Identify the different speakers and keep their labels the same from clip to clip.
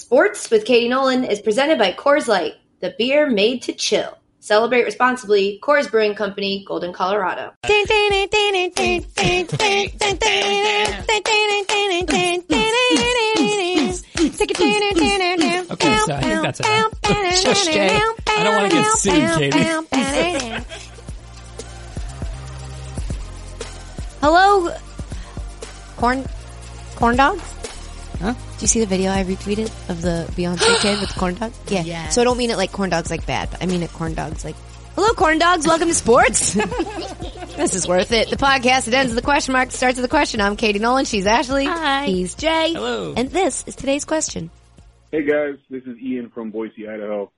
Speaker 1: Sports with Katie Nolan is presented by Coors Light, the beer made to chill. Celebrate responsibly. Coors Brewing Company, Golden, Colorado.
Speaker 2: Okay, so I think that's enough. I don't want to get sued, Katie.
Speaker 3: Hello, corn, corn dogs.
Speaker 2: Huh?
Speaker 3: Do you see the video I retweeted of the Beyonce kid with corn dogs? Yeah.
Speaker 4: Yes.
Speaker 3: So I don't mean it like corn dogs like bad, but I mean it corn dogs like, hello, corn dogs. Welcome to sports. this is worth it. The podcast that ends with a question mark starts with a question. I'm Katie Nolan. She's Ashley.
Speaker 4: Hi.
Speaker 3: He's Jay.
Speaker 2: Hello.
Speaker 3: And this is today's question.
Speaker 5: Hey guys, this is Ian from Boise, Idaho.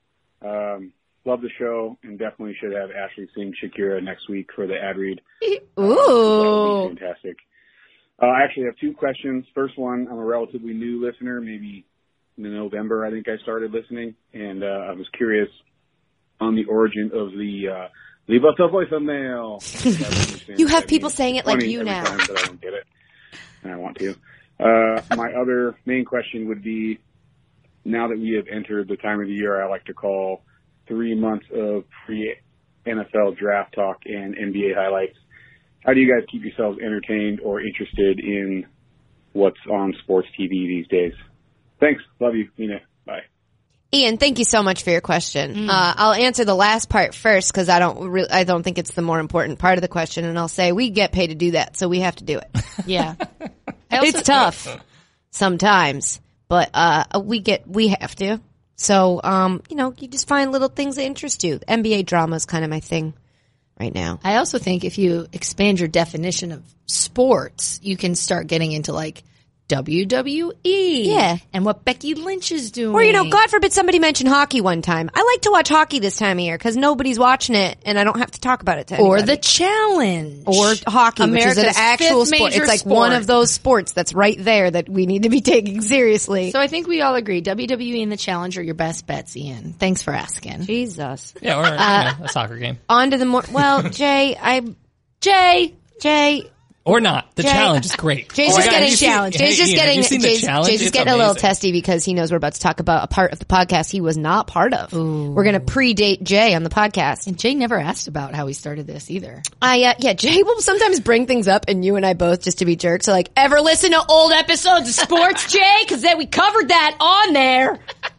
Speaker 5: Um, love the show and definitely should have Ashley sing Shakira next week for the ad read. That
Speaker 3: Ooh.
Speaker 5: would be fantastic. Uh, I actually have two questions. First one, I'm a relatively new listener, maybe in November I think I started listening, and uh, I was curious on the origin of the uh, "Leave us a voicemail."
Speaker 3: You have people saying it like
Speaker 5: Funny
Speaker 3: you
Speaker 5: every
Speaker 3: now.
Speaker 5: time, but I don't get it, and I want to. Uh, my other main question would be: Now that we have entered the time of the year I like to call three months of pre NFL draft talk and NBA highlights, how do you guys keep yourselves entertained or interested in what's on sports TV these days? Thanks. Love you. Mean it. Bye.
Speaker 3: Ian, thank you so much for your question. Uh, I'll answer the last part first because I don't, re- I don't think it's the more important part of the question. And I'll say we get paid to do that, so we have to do it.
Speaker 4: Yeah.
Speaker 3: it's tough sometimes, but uh, we get, we have to. So, um, you know, you just find little things that interest you. NBA drama is kind of my thing right now.
Speaker 4: I also think if you expand your definition of sports, you can start getting into like WWE.
Speaker 3: Yeah.
Speaker 4: And what Becky Lynch is doing.
Speaker 3: Or, you know, God forbid somebody mentioned hockey one time. I like to watch hockey this time of year because nobody's watching it and I don't have to talk about it to
Speaker 4: Or
Speaker 3: anybody.
Speaker 4: the challenge.
Speaker 3: or hockey, which is
Speaker 4: America's
Speaker 3: an actual
Speaker 4: fifth
Speaker 3: sport.
Speaker 4: major
Speaker 3: It's like one
Speaker 4: sport.
Speaker 3: of those sports that's right there that we need to be taking seriously.
Speaker 4: So I think we all agree WWE and the challenge are your best bets, Ian. Thanks for asking.
Speaker 3: Jesus.
Speaker 2: Yeah, or you
Speaker 3: uh,
Speaker 2: know, a soccer game.
Speaker 3: On to the more. Well, Jay, I, Jay, Jay.
Speaker 2: Or not. The challenge is great.
Speaker 3: Jay's
Speaker 2: Oh my
Speaker 3: just
Speaker 2: God,
Speaker 3: getting
Speaker 2: have you seen-
Speaker 3: challenged.
Speaker 2: Hey,
Speaker 3: Jay's just
Speaker 2: Ian, have
Speaker 3: getting
Speaker 2: you seen the
Speaker 3: Jay's,
Speaker 2: challenge?
Speaker 3: Jay's just
Speaker 2: It's
Speaker 3: getting a little
Speaker 2: amazing.
Speaker 3: testy because he knows we're about to talk about a part of the podcast he was not part of. We're going to predate Jay on the podcast.
Speaker 4: And Jay never asked about how he started this either.
Speaker 3: I uh, yeah, Jay will sometimes bring things up, and you and I both just to be jerks. So like, ever listen to old episodes of Sports Jay? Because then we covered that on there.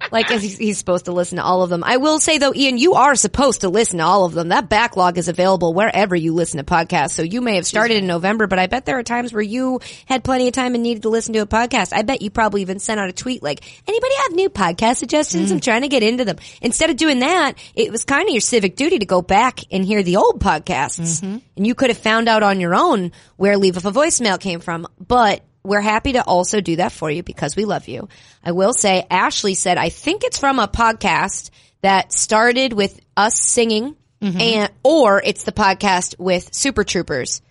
Speaker 3: Like as he's, he's supposed to listen to all of them. I will say though, Ian, you are supposed to listen to all of them. That backlog is available wherever you listen to podcasts. So you may have started in November, but I bet there are times where you had plenty of time and needed to listen to a podcast. I bet you probably even sent out a tweet like, "Anybody have new podcast suggestions? I'm trying to get into them." Instead of doing that, it was kind of your civic duty to go back and hear the old podcasts, and you could have found out on your own where leave of a voicemail came from. But we're happy to also do that for you because we love you. I will say, Ashley said, I think it's from a podcast that started with us singing and, or it's the podcast with Super Troopers.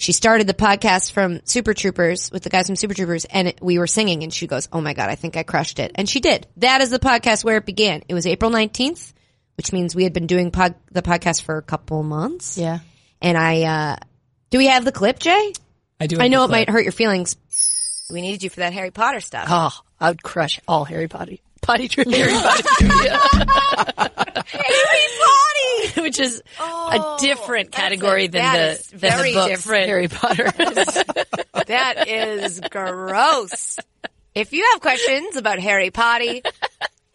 Speaker 3: She started the podcast from Super Troopers with the guys from Super Troopers and it, we were singing and she goes, Oh my God, I think I crushed it. And she did. That is the podcast where it began. It was April 19th, which means we had been doing pod, the podcast for a couple months.
Speaker 4: Yeah.
Speaker 3: And I, uh, do we have the clip, Jay?
Speaker 2: I do.
Speaker 3: I know it might
Speaker 2: hurt.
Speaker 3: hurt your feelings. We needed you for that Harry Potter stuff.
Speaker 4: Oh, I would crush all Harry Potter. Potty trip Harry Potter,
Speaker 3: Harry
Speaker 4: which is
Speaker 3: Oh,
Speaker 4: a different
Speaker 3: that's a-
Speaker 4: category than
Speaker 3: that is
Speaker 4: the than
Speaker 3: very
Speaker 4: the books,
Speaker 3: different.
Speaker 4: Harry Potter.
Speaker 3: Potty! That is gross. If you have questions about Harry Potter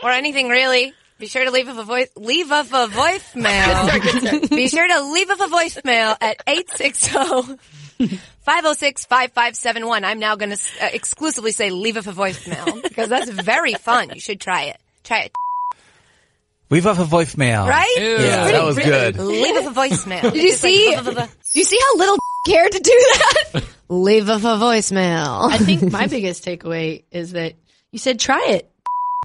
Speaker 3: or anything really, be sure to leave up a voice, leave up a voicemail. be sure to leave up a voicemail at 860- 506-5571. I'm now going to uh, exclusively say leave up a voicemail because that's very fun. You should try it. Try it.
Speaker 6: We've off a voicemail.
Speaker 3: Right? Ew.
Speaker 6: Yeah, that was good.
Speaker 3: Leave us a voicemail. Did
Speaker 4: you see-
Speaker 3: you see how little cared to do that? Leave us a
Speaker 4: I
Speaker 3: voicemail.
Speaker 4: think my biggest takeaway is that you said try it.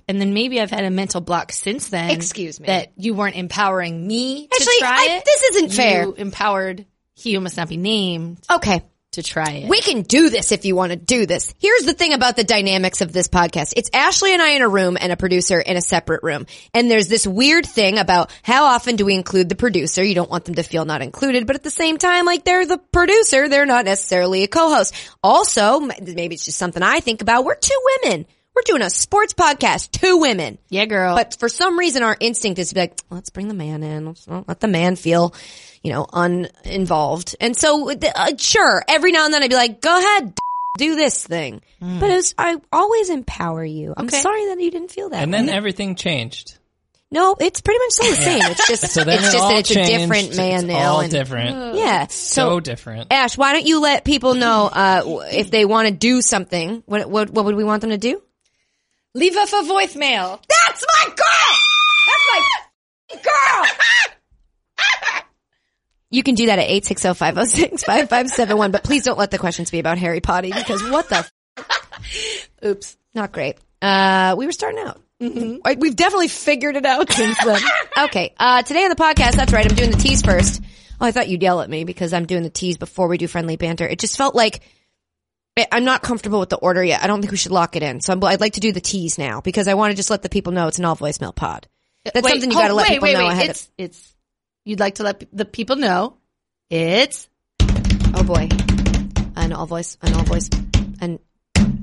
Speaker 4: And then maybe I've had a mental block since then.
Speaker 3: Excuse me.
Speaker 4: That you weren't empowering me to
Speaker 3: Actually,
Speaker 4: try
Speaker 3: I-
Speaker 4: it.
Speaker 3: this isn't fair.
Speaker 4: You empowered he who must not be named
Speaker 3: Okay.
Speaker 4: to try it.
Speaker 3: We can do this if you want to do this. Here's the thing about the dynamics of this podcast. It's Ashley and I in a room and a producer in a separate room. And there's this weird thing about how often do we include the producer? You don't want them to feel not included, but at the same time, like they're the producer. They're not necessarily a co-host. Also, m- maybe it's just something I think about. We're two women. We're doing a sports podcast, two women.
Speaker 4: Yeah, girl.
Speaker 3: But for some reason, our instinct is to be like, let's bring the man in. Let's not let the man feel, you know, uninvolved. And so, uh, sure, every now and then I'd be like, go ahead, d- do this thing. But it was, I always empower you. I'm
Speaker 4: Okay.
Speaker 3: sorry that you didn't feel that.
Speaker 2: And then
Speaker 3: way.
Speaker 2: everything changed.
Speaker 3: no, it's pretty much still the same. It's just,
Speaker 2: So then
Speaker 3: it's
Speaker 2: it
Speaker 3: just
Speaker 2: all
Speaker 3: that it's
Speaker 2: changed.
Speaker 3: a different man
Speaker 2: it's
Speaker 3: now.
Speaker 2: All
Speaker 3: and- eh,
Speaker 2: different.
Speaker 6: Oh.
Speaker 3: Yeah.
Speaker 2: so, different.
Speaker 3: Ash, why don't you let people know uh, w- if they want to do something? What, what what would we want them to do?
Speaker 4: Leave us a voicemail.
Speaker 3: That's my girl. That's my girl. You can do that at 860-506-5571, but please don't let the questions be about Harry Potter because what the f- Oops, not great. Uh, we were starting out.
Speaker 4: Mm-hmm.
Speaker 3: I- We've definitely figured it out since then. okay, uh, today on the podcast, that's right, I'm doing the tease first. Oh, I thought you'd yell at me because I'm doing the tease before we do friendly banter. It just felt like I- I'm not comfortable with the order yet. I don't think we should lock it in. So I'm, I'd like to do the tease now because I want to just let the people know it's an all voicemail pod. That's
Speaker 4: Uh, Wait,
Speaker 3: something you
Speaker 4: hold-
Speaker 3: got to let
Speaker 4: wait,
Speaker 3: people
Speaker 4: wait,
Speaker 3: know
Speaker 4: Wait,
Speaker 3: ahead. of-
Speaker 4: it's, it's, you'd like to let pe- the people know it's
Speaker 3: Oh boy. An all voice, an all voice, an,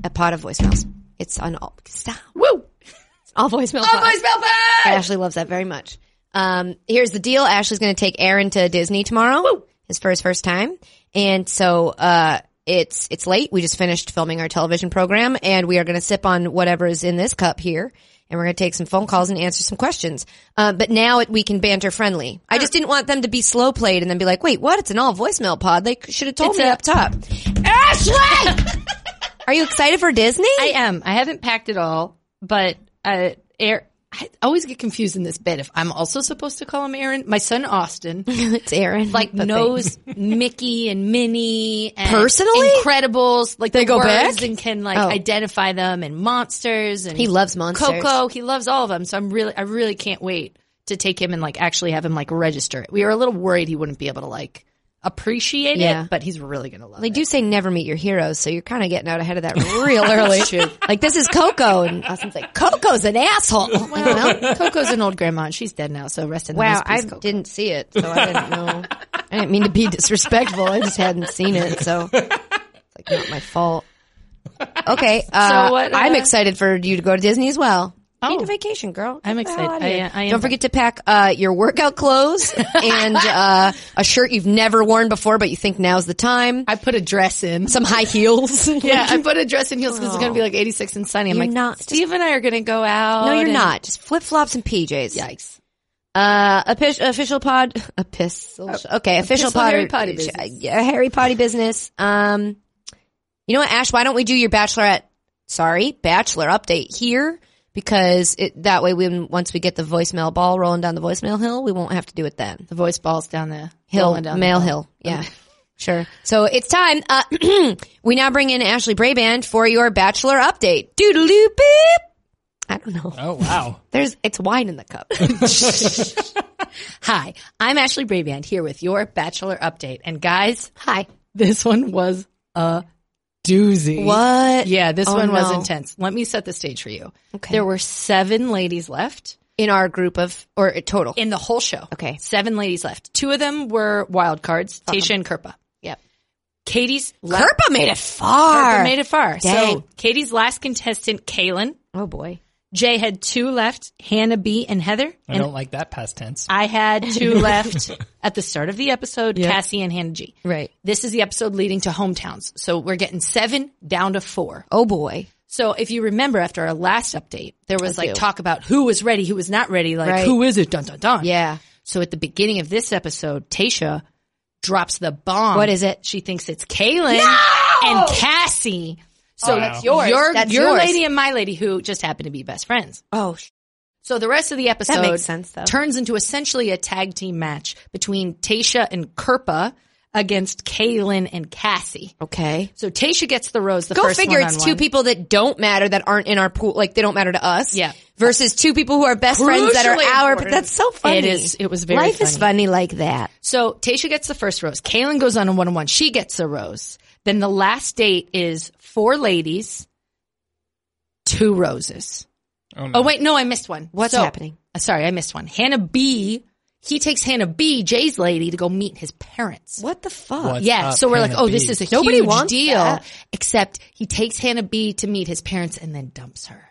Speaker 3: a pod of voicemails. It's an all, stop.
Speaker 4: woo.
Speaker 3: It's an all voicemail pod. Ashley loves that very much. Um, here's the deal. Ashley's going to take Aaron to Disney tomorrow. His first, first time. And so, uh, it's, it's late. We just finished filming our television program and we are going to sip on whatever is in this cup here. And we're going to take some phone calls and answer some questions. Uh, but now it, we can banter friendly. I just didn't want them to be slow played and then be like, wait, what? It's an all voicemail pod. They should have told me up top. Ashley! Are you excited for Disney?
Speaker 4: I am. I haven't packed it all, but uh, air. I always get confused in this bit if I'm also supposed to call him Aaron. My son Austin,
Speaker 3: it's Aaron.
Speaker 4: like
Speaker 3: But they-
Speaker 4: knows Mickey and Minnie and
Speaker 3: Personally?
Speaker 4: Incredibles. Like they
Speaker 3: go
Speaker 4: words
Speaker 3: back?
Speaker 4: and can like
Speaker 3: Oh.
Speaker 4: identify them and monsters and
Speaker 3: He loves monsters.
Speaker 4: Coco. He loves all of them. So I'm really, I really can't wait to take him and like actually have him like register it. We were a little worried he wouldn't be able to like appreciate
Speaker 3: Yeah.
Speaker 4: it, but he's really gonna love
Speaker 3: They
Speaker 4: it.
Speaker 3: do say never meet your heroes, so you're kind of getting out ahead of that real early. Like this is Coco, and Austin's like, Coco's an asshole.
Speaker 4: Well, Coco's an old grandma and she's dead now, so rest in
Speaker 3: wow,
Speaker 4: peace.
Speaker 3: I
Speaker 4: Coco.
Speaker 3: didn't see it, so I didn't know. I didn't mean to be disrespectful. I just hadn't seen it, so it's like not my fault. Okay, uh,
Speaker 4: So what, uh,
Speaker 3: I'm excited for you to go to Disney as well. Need
Speaker 4: Oh.
Speaker 3: a vacation, girl. Get
Speaker 4: I'm
Speaker 3: the hell
Speaker 4: excited.
Speaker 3: out of here.
Speaker 4: I, uh, I am
Speaker 3: Don't forget to pack uh, your workout clothes and uh, a shirt you've never worn before, but you think now's the time.
Speaker 4: I put a dress in.
Speaker 3: Some high heels.
Speaker 4: yeah, I Oh. put a dress in heels because it's going to be like 86 and sunny. I'm
Speaker 3: You're
Speaker 4: like,
Speaker 3: not-
Speaker 4: Steve and I are going to go out.
Speaker 3: No, you're
Speaker 4: and-
Speaker 3: not. Just flip flops and PJs.
Speaker 4: Yikes.
Speaker 3: Uh, epi- official pod, epistle. Okay, official
Speaker 4: epistle
Speaker 3: pod.
Speaker 4: Oh. Harry Potty business.
Speaker 3: Yeah, Harry Potty business. Um, you know what, Ash? Why don't we do your bachelorette? Sorry, bachelor update here because it, that way, when once we get the voicemail ball rolling down the voicemail hill, we won't have to do it then
Speaker 4: The voice balls down the
Speaker 3: hill,
Speaker 4: rolling down the
Speaker 3: male
Speaker 4: hill.
Speaker 3: hill. Yeah, sure. So it's time. Uh, we now bring in Ashley Braband for your bachelor update. Doodle beep. I don't know.
Speaker 2: Oh wow.
Speaker 3: There's it's wine in the cup.
Speaker 4: Hi, I'm Ashley Braband here with your Bachelor Update. And guys, hi. This one was a doozy.
Speaker 3: What?
Speaker 4: Yeah, this
Speaker 3: Oh,
Speaker 4: one was
Speaker 3: no.
Speaker 4: intense. Let me set the stage for you.
Speaker 3: Okay.
Speaker 4: There were seven ladies left
Speaker 3: in our group of or total.
Speaker 4: in the whole show.
Speaker 3: Okay. Uh-huh.
Speaker 4: Seven ladies left. Two of them were wild cards, Tasha and Kerpa.
Speaker 3: Yep.
Speaker 4: Katie's la-
Speaker 3: Kerpa made it far.
Speaker 4: Kerpa made it far.
Speaker 3: Dang.
Speaker 4: So Katie's last contestant, Kaylin.
Speaker 3: oh boy.
Speaker 4: Jay had two left, Hannah B and Heather.
Speaker 2: I don't like that past tense.
Speaker 4: I had two left at the start of the episode, Cassie and Hannah G.
Speaker 3: Right.
Speaker 4: This is the episode leading to hometowns. So we're getting seven down to four.
Speaker 3: Oh boy.
Speaker 4: So if you remember after our last update, there was
Speaker 3: I
Speaker 4: like
Speaker 3: do.
Speaker 4: talk about who was ready, who was not ready, like
Speaker 3: Right.
Speaker 4: who is it, dun dun dun.
Speaker 3: Yeah.
Speaker 4: So at the beginning of this episode, Tasha drops the bomb.
Speaker 3: What is it? Oh,
Speaker 4: She thinks it's Kaylin and Cassie. So
Speaker 2: Wow.
Speaker 4: that's
Speaker 2: That's
Speaker 4: yours. Your,
Speaker 3: That's
Speaker 4: your
Speaker 3: yours.
Speaker 4: lady and my lady who just happen to be best friends.
Speaker 3: Oh. sh-
Speaker 4: So the rest of the episode
Speaker 3: makes sense, though.
Speaker 4: turns into essentially a tag team match between Tasha and Kerpa against Kaylin and Cassie.
Speaker 3: Okay.
Speaker 4: So Tasha gets the rose. The
Speaker 3: Go
Speaker 4: first
Speaker 3: figure. It's two
Speaker 4: one-on-one.
Speaker 3: people that don't matter that aren't in our pool. Like they don't matter to us.
Speaker 4: Yeah.
Speaker 3: Versus two people who are best friends that are
Speaker 4: Crucially
Speaker 3: our. But
Speaker 4: important.
Speaker 3: that's so funny.
Speaker 4: It is- it was very
Speaker 3: Life is
Speaker 4: funny.
Speaker 3: funny like that.
Speaker 4: So Tasha gets the first rose. Kaylin goes on a one on one. She gets a rose. Then the last date is four ladies, two roses.
Speaker 2: Oh, no.
Speaker 4: Oh wait, no, I missed one.
Speaker 3: What's happening?
Speaker 4: uh, Sorry, I missed one. Hannah B He takes Hannah B, Jay's lady, to go meet his parents.
Speaker 3: What the fuck?
Speaker 6: What?
Speaker 4: Yeah,
Speaker 6: up,
Speaker 4: so we're like,
Speaker 6: Uh, Hannah
Speaker 4: oh,
Speaker 6: B?
Speaker 4: this is a
Speaker 3: Nobody
Speaker 4: huge
Speaker 3: wants
Speaker 4: deal.
Speaker 3: that.
Speaker 4: Except he takes Hannah B to meet his parents and then dumps her.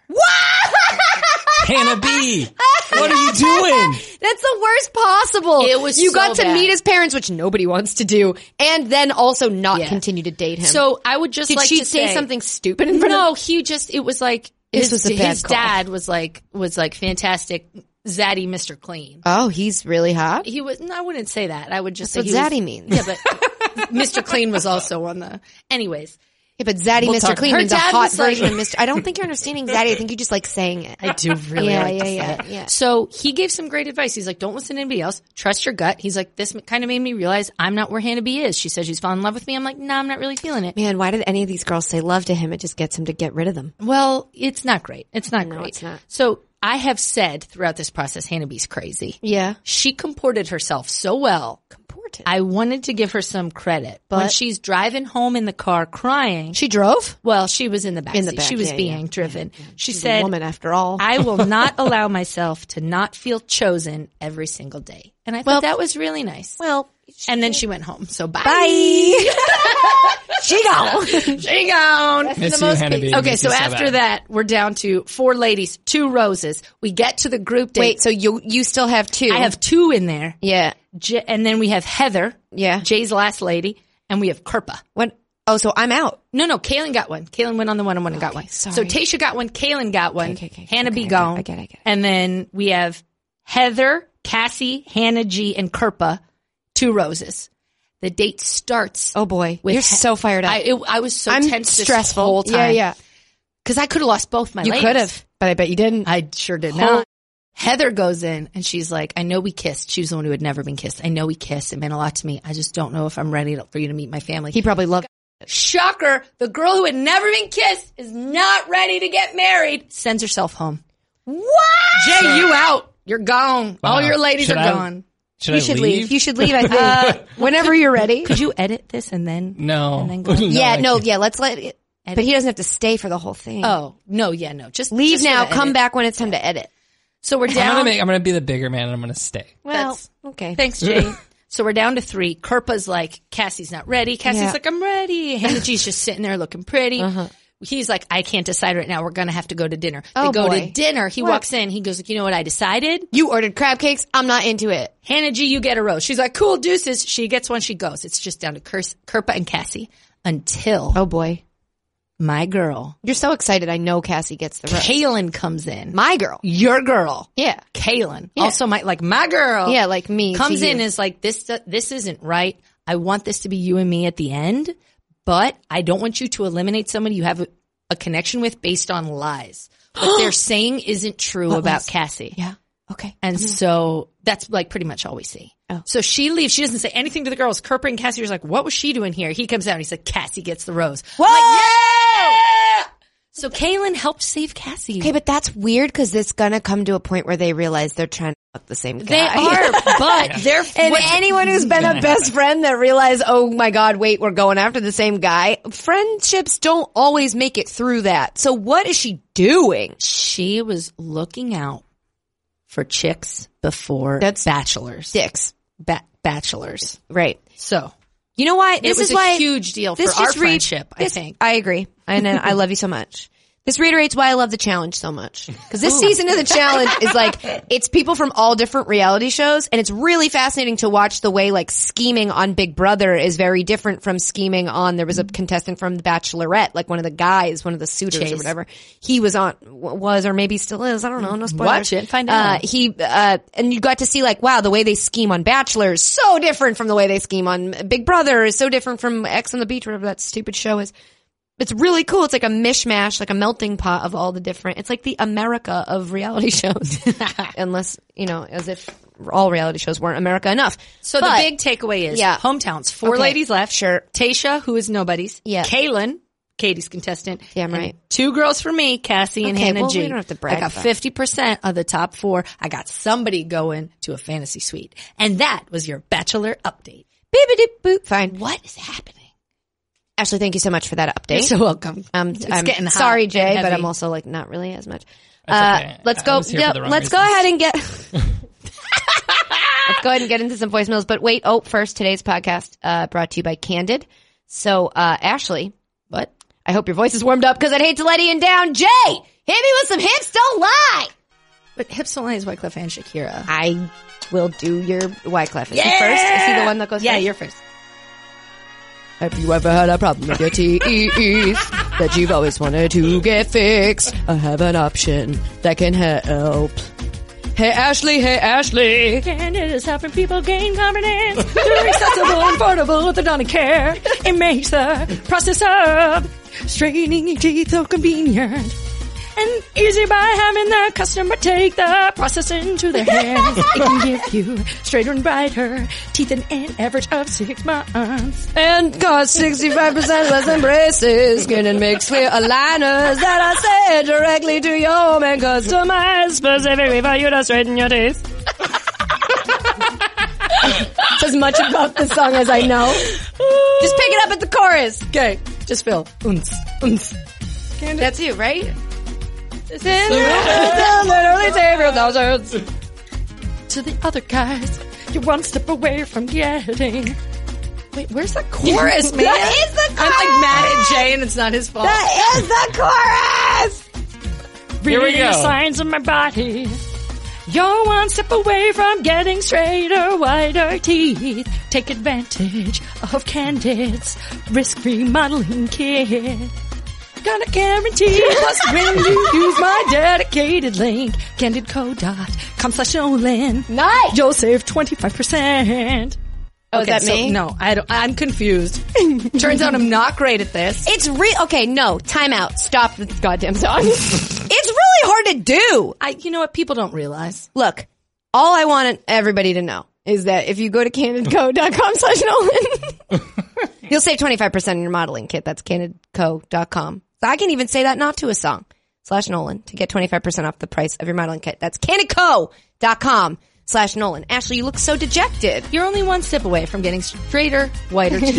Speaker 6: Hannah B. What are you doing?
Speaker 3: That's the worst possible.
Speaker 4: It was
Speaker 3: You
Speaker 4: so
Speaker 3: got to
Speaker 4: bad.
Speaker 3: meet his parents, which nobody wants to do, and then also not
Speaker 4: Yeah.
Speaker 3: continue to date him.
Speaker 4: So I would just
Speaker 3: did
Speaker 4: like
Speaker 3: she
Speaker 4: to
Speaker 3: say,
Speaker 4: say
Speaker 3: something stupid in front
Speaker 4: No,
Speaker 3: of?
Speaker 4: he just it was like
Speaker 3: This
Speaker 4: his,
Speaker 3: was a bad
Speaker 4: his
Speaker 3: call.
Speaker 4: dad was like was like fantastic zaddy Mr. Clean.
Speaker 3: Oh, he's really hot.
Speaker 4: He was no, I wouldn't say that. I would just
Speaker 3: That's
Speaker 4: say
Speaker 3: what
Speaker 4: he
Speaker 3: zaddy
Speaker 4: was,
Speaker 3: means.
Speaker 4: Yeah, but Mr. Clean was also on the anyways.
Speaker 3: Yeah, but zaddy
Speaker 4: We'll
Speaker 3: Mr.
Speaker 4: talk.
Speaker 3: Clean
Speaker 4: Her
Speaker 3: means a
Speaker 4: dad
Speaker 3: hot
Speaker 4: was like-
Speaker 3: version of Mr. I don't think you're understanding zaddy. I think you just like saying it.
Speaker 4: I do really
Speaker 3: Yeah,
Speaker 4: like
Speaker 3: yeah,
Speaker 4: to say
Speaker 3: yeah,
Speaker 4: it.
Speaker 3: yeah.
Speaker 4: So he gave some great advice. He's like, don't listen to anybody else. Trust your gut. He's like, this kind of made me realize I'm not where Hannah B is. She says she's falling in love with me. I'm like, no, I'm not really feeling it.
Speaker 3: Man, why did any of these girls say love to him? It just gets him to get rid of them.
Speaker 4: Well, it's not great. It's not
Speaker 3: No,
Speaker 4: great.
Speaker 3: it's not.
Speaker 4: So I have said throughout this process, Hannah B's crazy.
Speaker 3: Yeah.
Speaker 4: She comported herself so well.
Speaker 3: Important.
Speaker 4: I wanted to give her some credit. But when
Speaker 3: But-
Speaker 4: she's driving home in the car crying,
Speaker 3: she drove?
Speaker 4: well, she was in the back.
Speaker 3: In the
Speaker 4: seat.
Speaker 3: back,
Speaker 4: she was
Speaker 3: yeah,
Speaker 4: being
Speaker 3: yeah,
Speaker 4: driven. She
Speaker 3: She's
Speaker 4: said,
Speaker 3: a woman after all.
Speaker 4: I will not allow myself to not feel chosen every single day. And I thought that was really nice.
Speaker 3: well,
Speaker 4: and then she went home. So bye.
Speaker 3: bye. she gone.
Speaker 4: She gone.
Speaker 6: Miss you, Hannah B.
Speaker 4: Okay,
Speaker 6: Miss
Speaker 4: so
Speaker 6: you
Speaker 4: after
Speaker 6: bad.
Speaker 4: that, we're down to four ladies, two roses. We get to the group date.
Speaker 3: Wait, so you you still have two?
Speaker 4: I have two in there.
Speaker 3: Yeah.
Speaker 4: J- and then we have Heather,
Speaker 3: Yeah.
Speaker 4: Jay's last lady, and we have Kerpa.
Speaker 3: What? Oh, so I'm out.
Speaker 4: No, no, Kaylin got one. Kaylin went on the one and one and got one.
Speaker 3: sorry.
Speaker 4: So Tasha got one, Kaylin got one,
Speaker 3: okay, okay.
Speaker 4: Hannah
Speaker 3: Okay, I
Speaker 4: B
Speaker 3: get it,
Speaker 4: gone.
Speaker 3: I get it, I get it.
Speaker 4: And then we have Heather, Cassie, Hannah G, and Kerpa, two roses. The date starts.
Speaker 3: Oh boy,
Speaker 4: with
Speaker 3: you're
Speaker 4: He-
Speaker 3: so fired up.
Speaker 4: I, it, I was so
Speaker 3: I'm
Speaker 4: tense
Speaker 3: stressful.
Speaker 4: this whole time.
Speaker 3: Yeah, yeah.
Speaker 4: Because I could have lost both my
Speaker 3: You
Speaker 4: legs.
Speaker 3: could have, but I bet you didn't.
Speaker 4: I sure did
Speaker 3: Holy-
Speaker 4: not. Heather goes in and she's like, I know we kissed. She was the one who had never been kissed. I know we kissed. It meant a lot to me. I just don't know if I'm ready to, for you to meet my family.
Speaker 3: he probably loved.
Speaker 4: Shocker, the girl who had never been kissed is not ready to get married. Sends herself home. What? Jay, you out. You're gone.
Speaker 6: Wow.
Speaker 4: All your ladies
Speaker 6: Should
Speaker 4: are
Speaker 6: I-
Speaker 4: gone.
Speaker 6: Should
Speaker 3: You
Speaker 6: I
Speaker 3: should
Speaker 6: leave?
Speaker 3: leave. You should leave. I think whenever you're ready.
Speaker 4: Could you edit this and then?
Speaker 6: No.
Speaker 4: And then go-
Speaker 3: yeah,
Speaker 6: I
Speaker 3: no,
Speaker 6: can't.
Speaker 3: yeah. Let's let. it. But he doesn't have to stay for the whole thing.
Speaker 4: Oh, no, yeah, no. Just
Speaker 3: leave
Speaker 4: just for
Speaker 3: now.
Speaker 4: the
Speaker 3: Come
Speaker 4: edit.
Speaker 3: back when it's time to edit.
Speaker 4: So we're
Speaker 6: I'm
Speaker 4: down.
Speaker 6: gonna make. I'm gonna be the bigger man, and I'm gonna stay.
Speaker 3: Well, okay.
Speaker 4: Thanks, Jay. so we're down to three. Kerpa's like, Cassie's not ready. Cassie's
Speaker 3: Yeah. Uh-huh.
Speaker 4: like, I'm ready. Hannah G's just sitting there looking pretty. He's like, I can't decide right now. We're going to have to go to dinner.
Speaker 3: Oh,
Speaker 4: they go to
Speaker 3: boy.
Speaker 4: dinner. He walks in. He goes, like, you know what I decided?
Speaker 3: You ordered crab cakes. I'm not into it.
Speaker 4: Hannah G, you get a rose. She's like, cool deuces. She gets one. She goes. It's just down to Kers- Kerpa and Cassie until
Speaker 3: Oh boy,
Speaker 4: my girl,
Speaker 3: you're so excited. Oh, I know Cassie gets the rose.
Speaker 4: Kaylin comes in.
Speaker 3: My girl.
Speaker 4: Your girl.
Speaker 3: Yeah.
Speaker 4: Kaylin.
Speaker 3: Yeah.
Speaker 4: Also my, like my girl.
Speaker 3: Yeah, like me. to
Speaker 4: comes
Speaker 3: you.
Speaker 4: in and is like this this isn't right i want this to be you and me at the end but i don't want you to eliminate somebody you have a, a connection with based on lies what they're saying isn't true about
Speaker 3: lies?
Speaker 4: cassie
Speaker 3: yeah. Okay.
Speaker 4: and so that's like pretty much all we see
Speaker 3: Oh.
Speaker 4: so she leaves she doesn't say anything to the girls kerper and cassie are like what was she doing here he comes out and he's like cassie gets the rose
Speaker 3: Whoa.
Speaker 4: so kaylin helped save cassie
Speaker 3: Okay, but that's weird because it's gonna come to a point where they realize they're trying to fuck the same guy.
Speaker 4: they are but they're
Speaker 3: And anyone who's been a best friend that realized, oh my god, wait, we're going after the same guy. Friendships don't always make it through that. So what is she doing?
Speaker 4: she was looking out for chicks before
Speaker 3: That's-
Speaker 4: bachelors.
Speaker 3: Dicks.
Speaker 4: Ba- bachelors.
Speaker 3: Right.
Speaker 4: So
Speaker 3: You know why?
Speaker 4: this
Speaker 3: this
Speaker 4: was
Speaker 3: is why
Speaker 4: a huge deal for
Speaker 3: this
Speaker 4: our
Speaker 3: just re-
Speaker 4: friendship. I
Speaker 3: this-
Speaker 4: think
Speaker 3: I agree. And then I love you so much. This reiterates why I love the challenge so much. Cause this season of the challenge is like, it's people from all different reality shows and it's really fascinating to watch the way like scheming on Big Brother is very different from scheming on, there was a contestant from The Bachelorette, like one of the guys, one of the suitors or
Speaker 4: Chase.
Speaker 3: whatever. He was on, w- was or maybe still is. I don't know. No spoilers.
Speaker 4: Watch it, find out.
Speaker 3: Uh, he uh, and you got to see like wow the way they scheme on Bachelor is so different from the way they scheme on Big Brother is so different from X on the Beach whatever that stupid show is. It's really cool. It's like a mishmash, like a melting pot of all the different. It's like the America of reality shows, unless you know, as if all reality shows weren't America enough.
Speaker 4: so.
Speaker 3: But-
Speaker 4: the big takeaway is
Speaker 3: Yeah.
Speaker 4: hometowns. Four
Speaker 3: Okay.
Speaker 4: ladies left.
Speaker 3: Sure.
Speaker 4: Tasha, who is nobody's.
Speaker 3: Yeah.
Speaker 4: Kaylin, Katie's contestant.
Speaker 3: Damn
Speaker 4: and
Speaker 3: right.
Speaker 4: Two girls for me, Cassie and
Speaker 3: Okay,
Speaker 4: Hannah
Speaker 3: well,
Speaker 4: G.
Speaker 3: we don't have to brag
Speaker 4: I got
Speaker 3: about-
Speaker 4: fifty percent of the top four. I got somebody going to a fantasy suite, and that was your bachelor update.
Speaker 3: Beep-a-doop-boop. Fine,
Speaker 4: What is happening?
Speaker 3: Ashley, thank you so much for that update.
Speaker 4: You're so welcome.
Speaker 3: Um,
Speaker 4: it's
Speaker 3: I'm
Speaker 4: getting hot
Speaker 3: sorry,
Speaker 4: and
Speaker 3: Jay, but
Speaker 4: heavy.
Speaker 3: I'm also like not really as much. Uh,
Speaker 6: That's okay.
Speaker 3: Let's
Speaker 6: I
Speaker 3: go.
Speaker 6: was here for
Speaker 3: yeah,
Speaker 6: the wrong
Speaker 3: let's go
Speaker 6: reasons.
Speaker 3: ahead and get. let's go ahead and get into some voicemails. But wait, oh, first today's podcast uh, brought to you by Candid. So uh, Ashley, what? I hope your voice is warmed up because I'd hate to let Ian down. Jay, hit me with some hips. Don't lie.
Speaker 4: But Hips Don't Lie is Wyclef and Shakira.
Speaker 3: I will do your Wyclef. Is he first? Is he the one that goes
Speaker 4: Yeah,
Speaker 3: first?
Speaker 4: you're first.
Speaker 3: Have you ever had a problem with your TEEs that you've always wanted to get fixed? I have an option that can help. Hey Ashley, hey Ashley.
Speaker 4: Candid is helping people gain confidence through accessible and affordable orthodontic care. It makes the process of straightening your teeth so convenient and easy by having the customer take the process into their hands. it can give you straighter and brighter teeth in an average of six months.
Speaker 3: And cost 65% less than braces. Skin and mix clear aligners that are sent directly to your home and customized specifically for you to straighten your teeth. It's as much about the song as I know. Just pick it up at the chorus. Okay, just fill. Unz, unz. That's you, right? This is literally Savior Thousands.
Speaker 4: Oh. To the other guys, you're one step away from getting. Wait, where's the chorus, man?
Speaker 3: That is the chorus.
Speaker 4: I'm like mad at Jay and it's not his fault.
Speaker 3: That is the chorus.
Speaker 6: Here we
Speaker 4: The
Speaker 6: go.
Speaker 4: signs of my body. You're one step away from getting straighter, whiter teeth. Take advantage of Candid's risk-free modeling kit. Gonna guarantee plus when you use my dedicated link, candidco.com slash Olin.
Speaker 3: Nice.
Speaker 4: You'll save 25%.
Speaker 3: Oh, is that me?
Speaker 4: no, I don't, I'm confused. Turns out I'm not great at this.
Speaker 3: It's real. Okay, no, time out. Stop the goddamn song. it's really hard to do.
Speaker 4: I, you know what? People don't realize.
Speaker 3: Look, all I want everybody to know is that if you go to candidco.com slash Nolan, you'll save 25% on your modeling kit. That's candidco.com. So I can even say that not to a song slash Nolan to get 25% off the price of your modeling kit. That's candidco.com slash Nolan. Ashley, you look so dejected.
Speaker 4: You're only one step away from getting straighter, whiter teeth.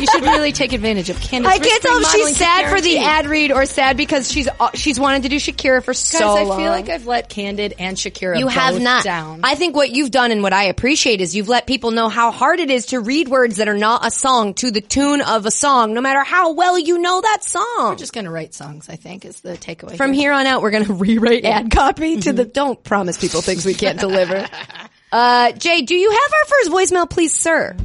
Speaker 4: you should really take advantage of Candace.
Speaker 3: I can't tell if she's sad for the ad read or sad because she's uh, she's wanted to do Shakira for
Speaker 4: Guys,
Speaker 3: so long.
Speaker 4: I feel like I've let Candid and Shakira
Speaker 3: You
Speaker 4: both
Speaker 3: have not.
Speaker 4: down.
Speaker 3: I think what you've done and what I appreciate is you've let people know how hard it is to read words that are not a song to the tune of a song, no matter how well you know that song.
Speaker 4: I'm just going to write songs. I think is the takeaway
Speaker 3: From
Speaker 4: here.
Speaker 3: here on out, we're going to rewrite ad copy to the. Don't promise people things we can't deliver. Uh, Jay, do you have our first voicemail, please, sir?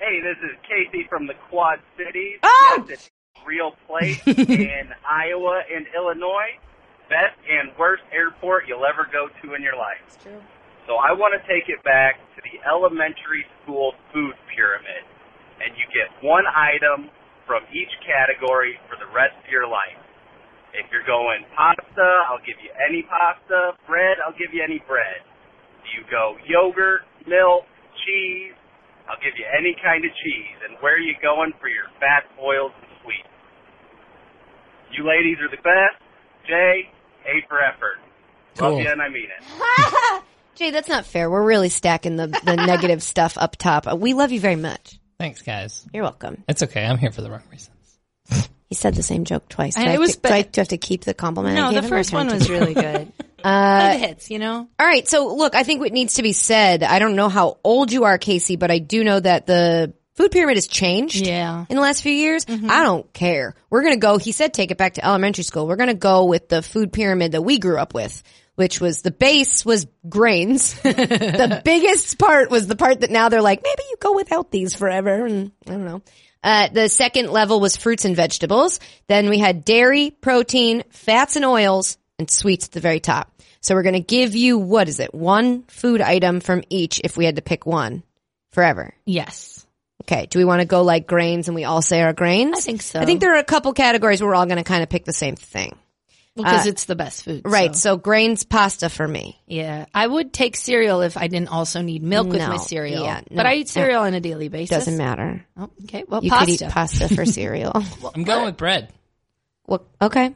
Speaker 7: Hey, this is Casey from the Quad Cities.
Speaker 3: Oh!
Speaker 7: Yes, it's a real place in Iowa and Illinois. Best and worst airport you'll ever go to in your life. So I want to take it back to the elementary school food pyramid. And you get one item from each category for the rest of your life. If you're going pasta, I'll give you any pasta. Bread, I'll give you any bread. Do you go yogurt, milk, cheese? I'll give you any kind of cheese. And where are you going for your fats, oils, and sweets? You ladies are the best. Jay, A for effort.
Speaker 6: Cool.
Speaker 7: Love you, and I mean it.
Speaker 3: Jay, that's not fair. We're really stacking the, the negative stuff up top. Uh, We love you very much.
Speaker 6: Thanks, guys.
Speaker 3: You're welcome.
Speaker 6: It's okay. I'm here for the wrong reasons.
Speaker 3: He said the same joke twice. Do
Speaker 4: And
Speaker 3: I,
Speaker 4: it
Speaker 3: have
Speaker 4: was
Speaker 3: to, do I
Speaker 4: ba-
Speaker 3: do I have to keep the compliment? I
Speaker 4: no,
Speaker 3: gave
Speaker 4: the
Speaker 3: him or
Speaker 4: first
Speaker 3: can I
Speaker 4: one
Speaker 3: keep
Speaker 4: was really good. uh, the hits, you know.
Speaker 3: All right. So look, I think what needs to be said, I don't know how old you are, Casey, but I do know that the food pyramid has changed
Speaker 4: Yeah.
Speaker 3: in the last few years. I don't care. We're going to go, he said, take it back to elementary school. We're going to go with the food pyramid that we grew up with, which was the base was grains. the biggest part was the part that now they're like, maybe you go without these forever. And I don't know. Uh, the second level was fruits and vegetables. Then we had dairy, protein, fats and oils, and sweets at the very top. So we're going to give you, what is it? One food item from each if we had to pick one forever.
Speaker 4: Yes.
Speaker 3: Okay. Do we want to go like grains and we all say our grains?
Speaker 4: I think so.
Speaker 3: I think there are a couple categories where we're all going to kind of pick the same thing.
Speaker 4: Because it's the best food.
Speaker 3: Uh, Right.
Speaker 4: so-
Speaker 3: So, grains, pasta for me.
Speaker 4: Yeah. I would take cereal if I didn't also need milk with
Speaker 3: No.
Speaker 4: my cereal.
Speaker 3: Yeah, no.
Speaker 4: But I eat cereal on a daily basis.
Speaker 3: Doesn't matter.
Speaker 4: Oh, okay. Well,
Speaker 3: You
Speaker 4: pasta.
Speaker 3: could eat pasta for cereal.
Speaker 6: I'm going with bread.
Speaker 3: well, okay.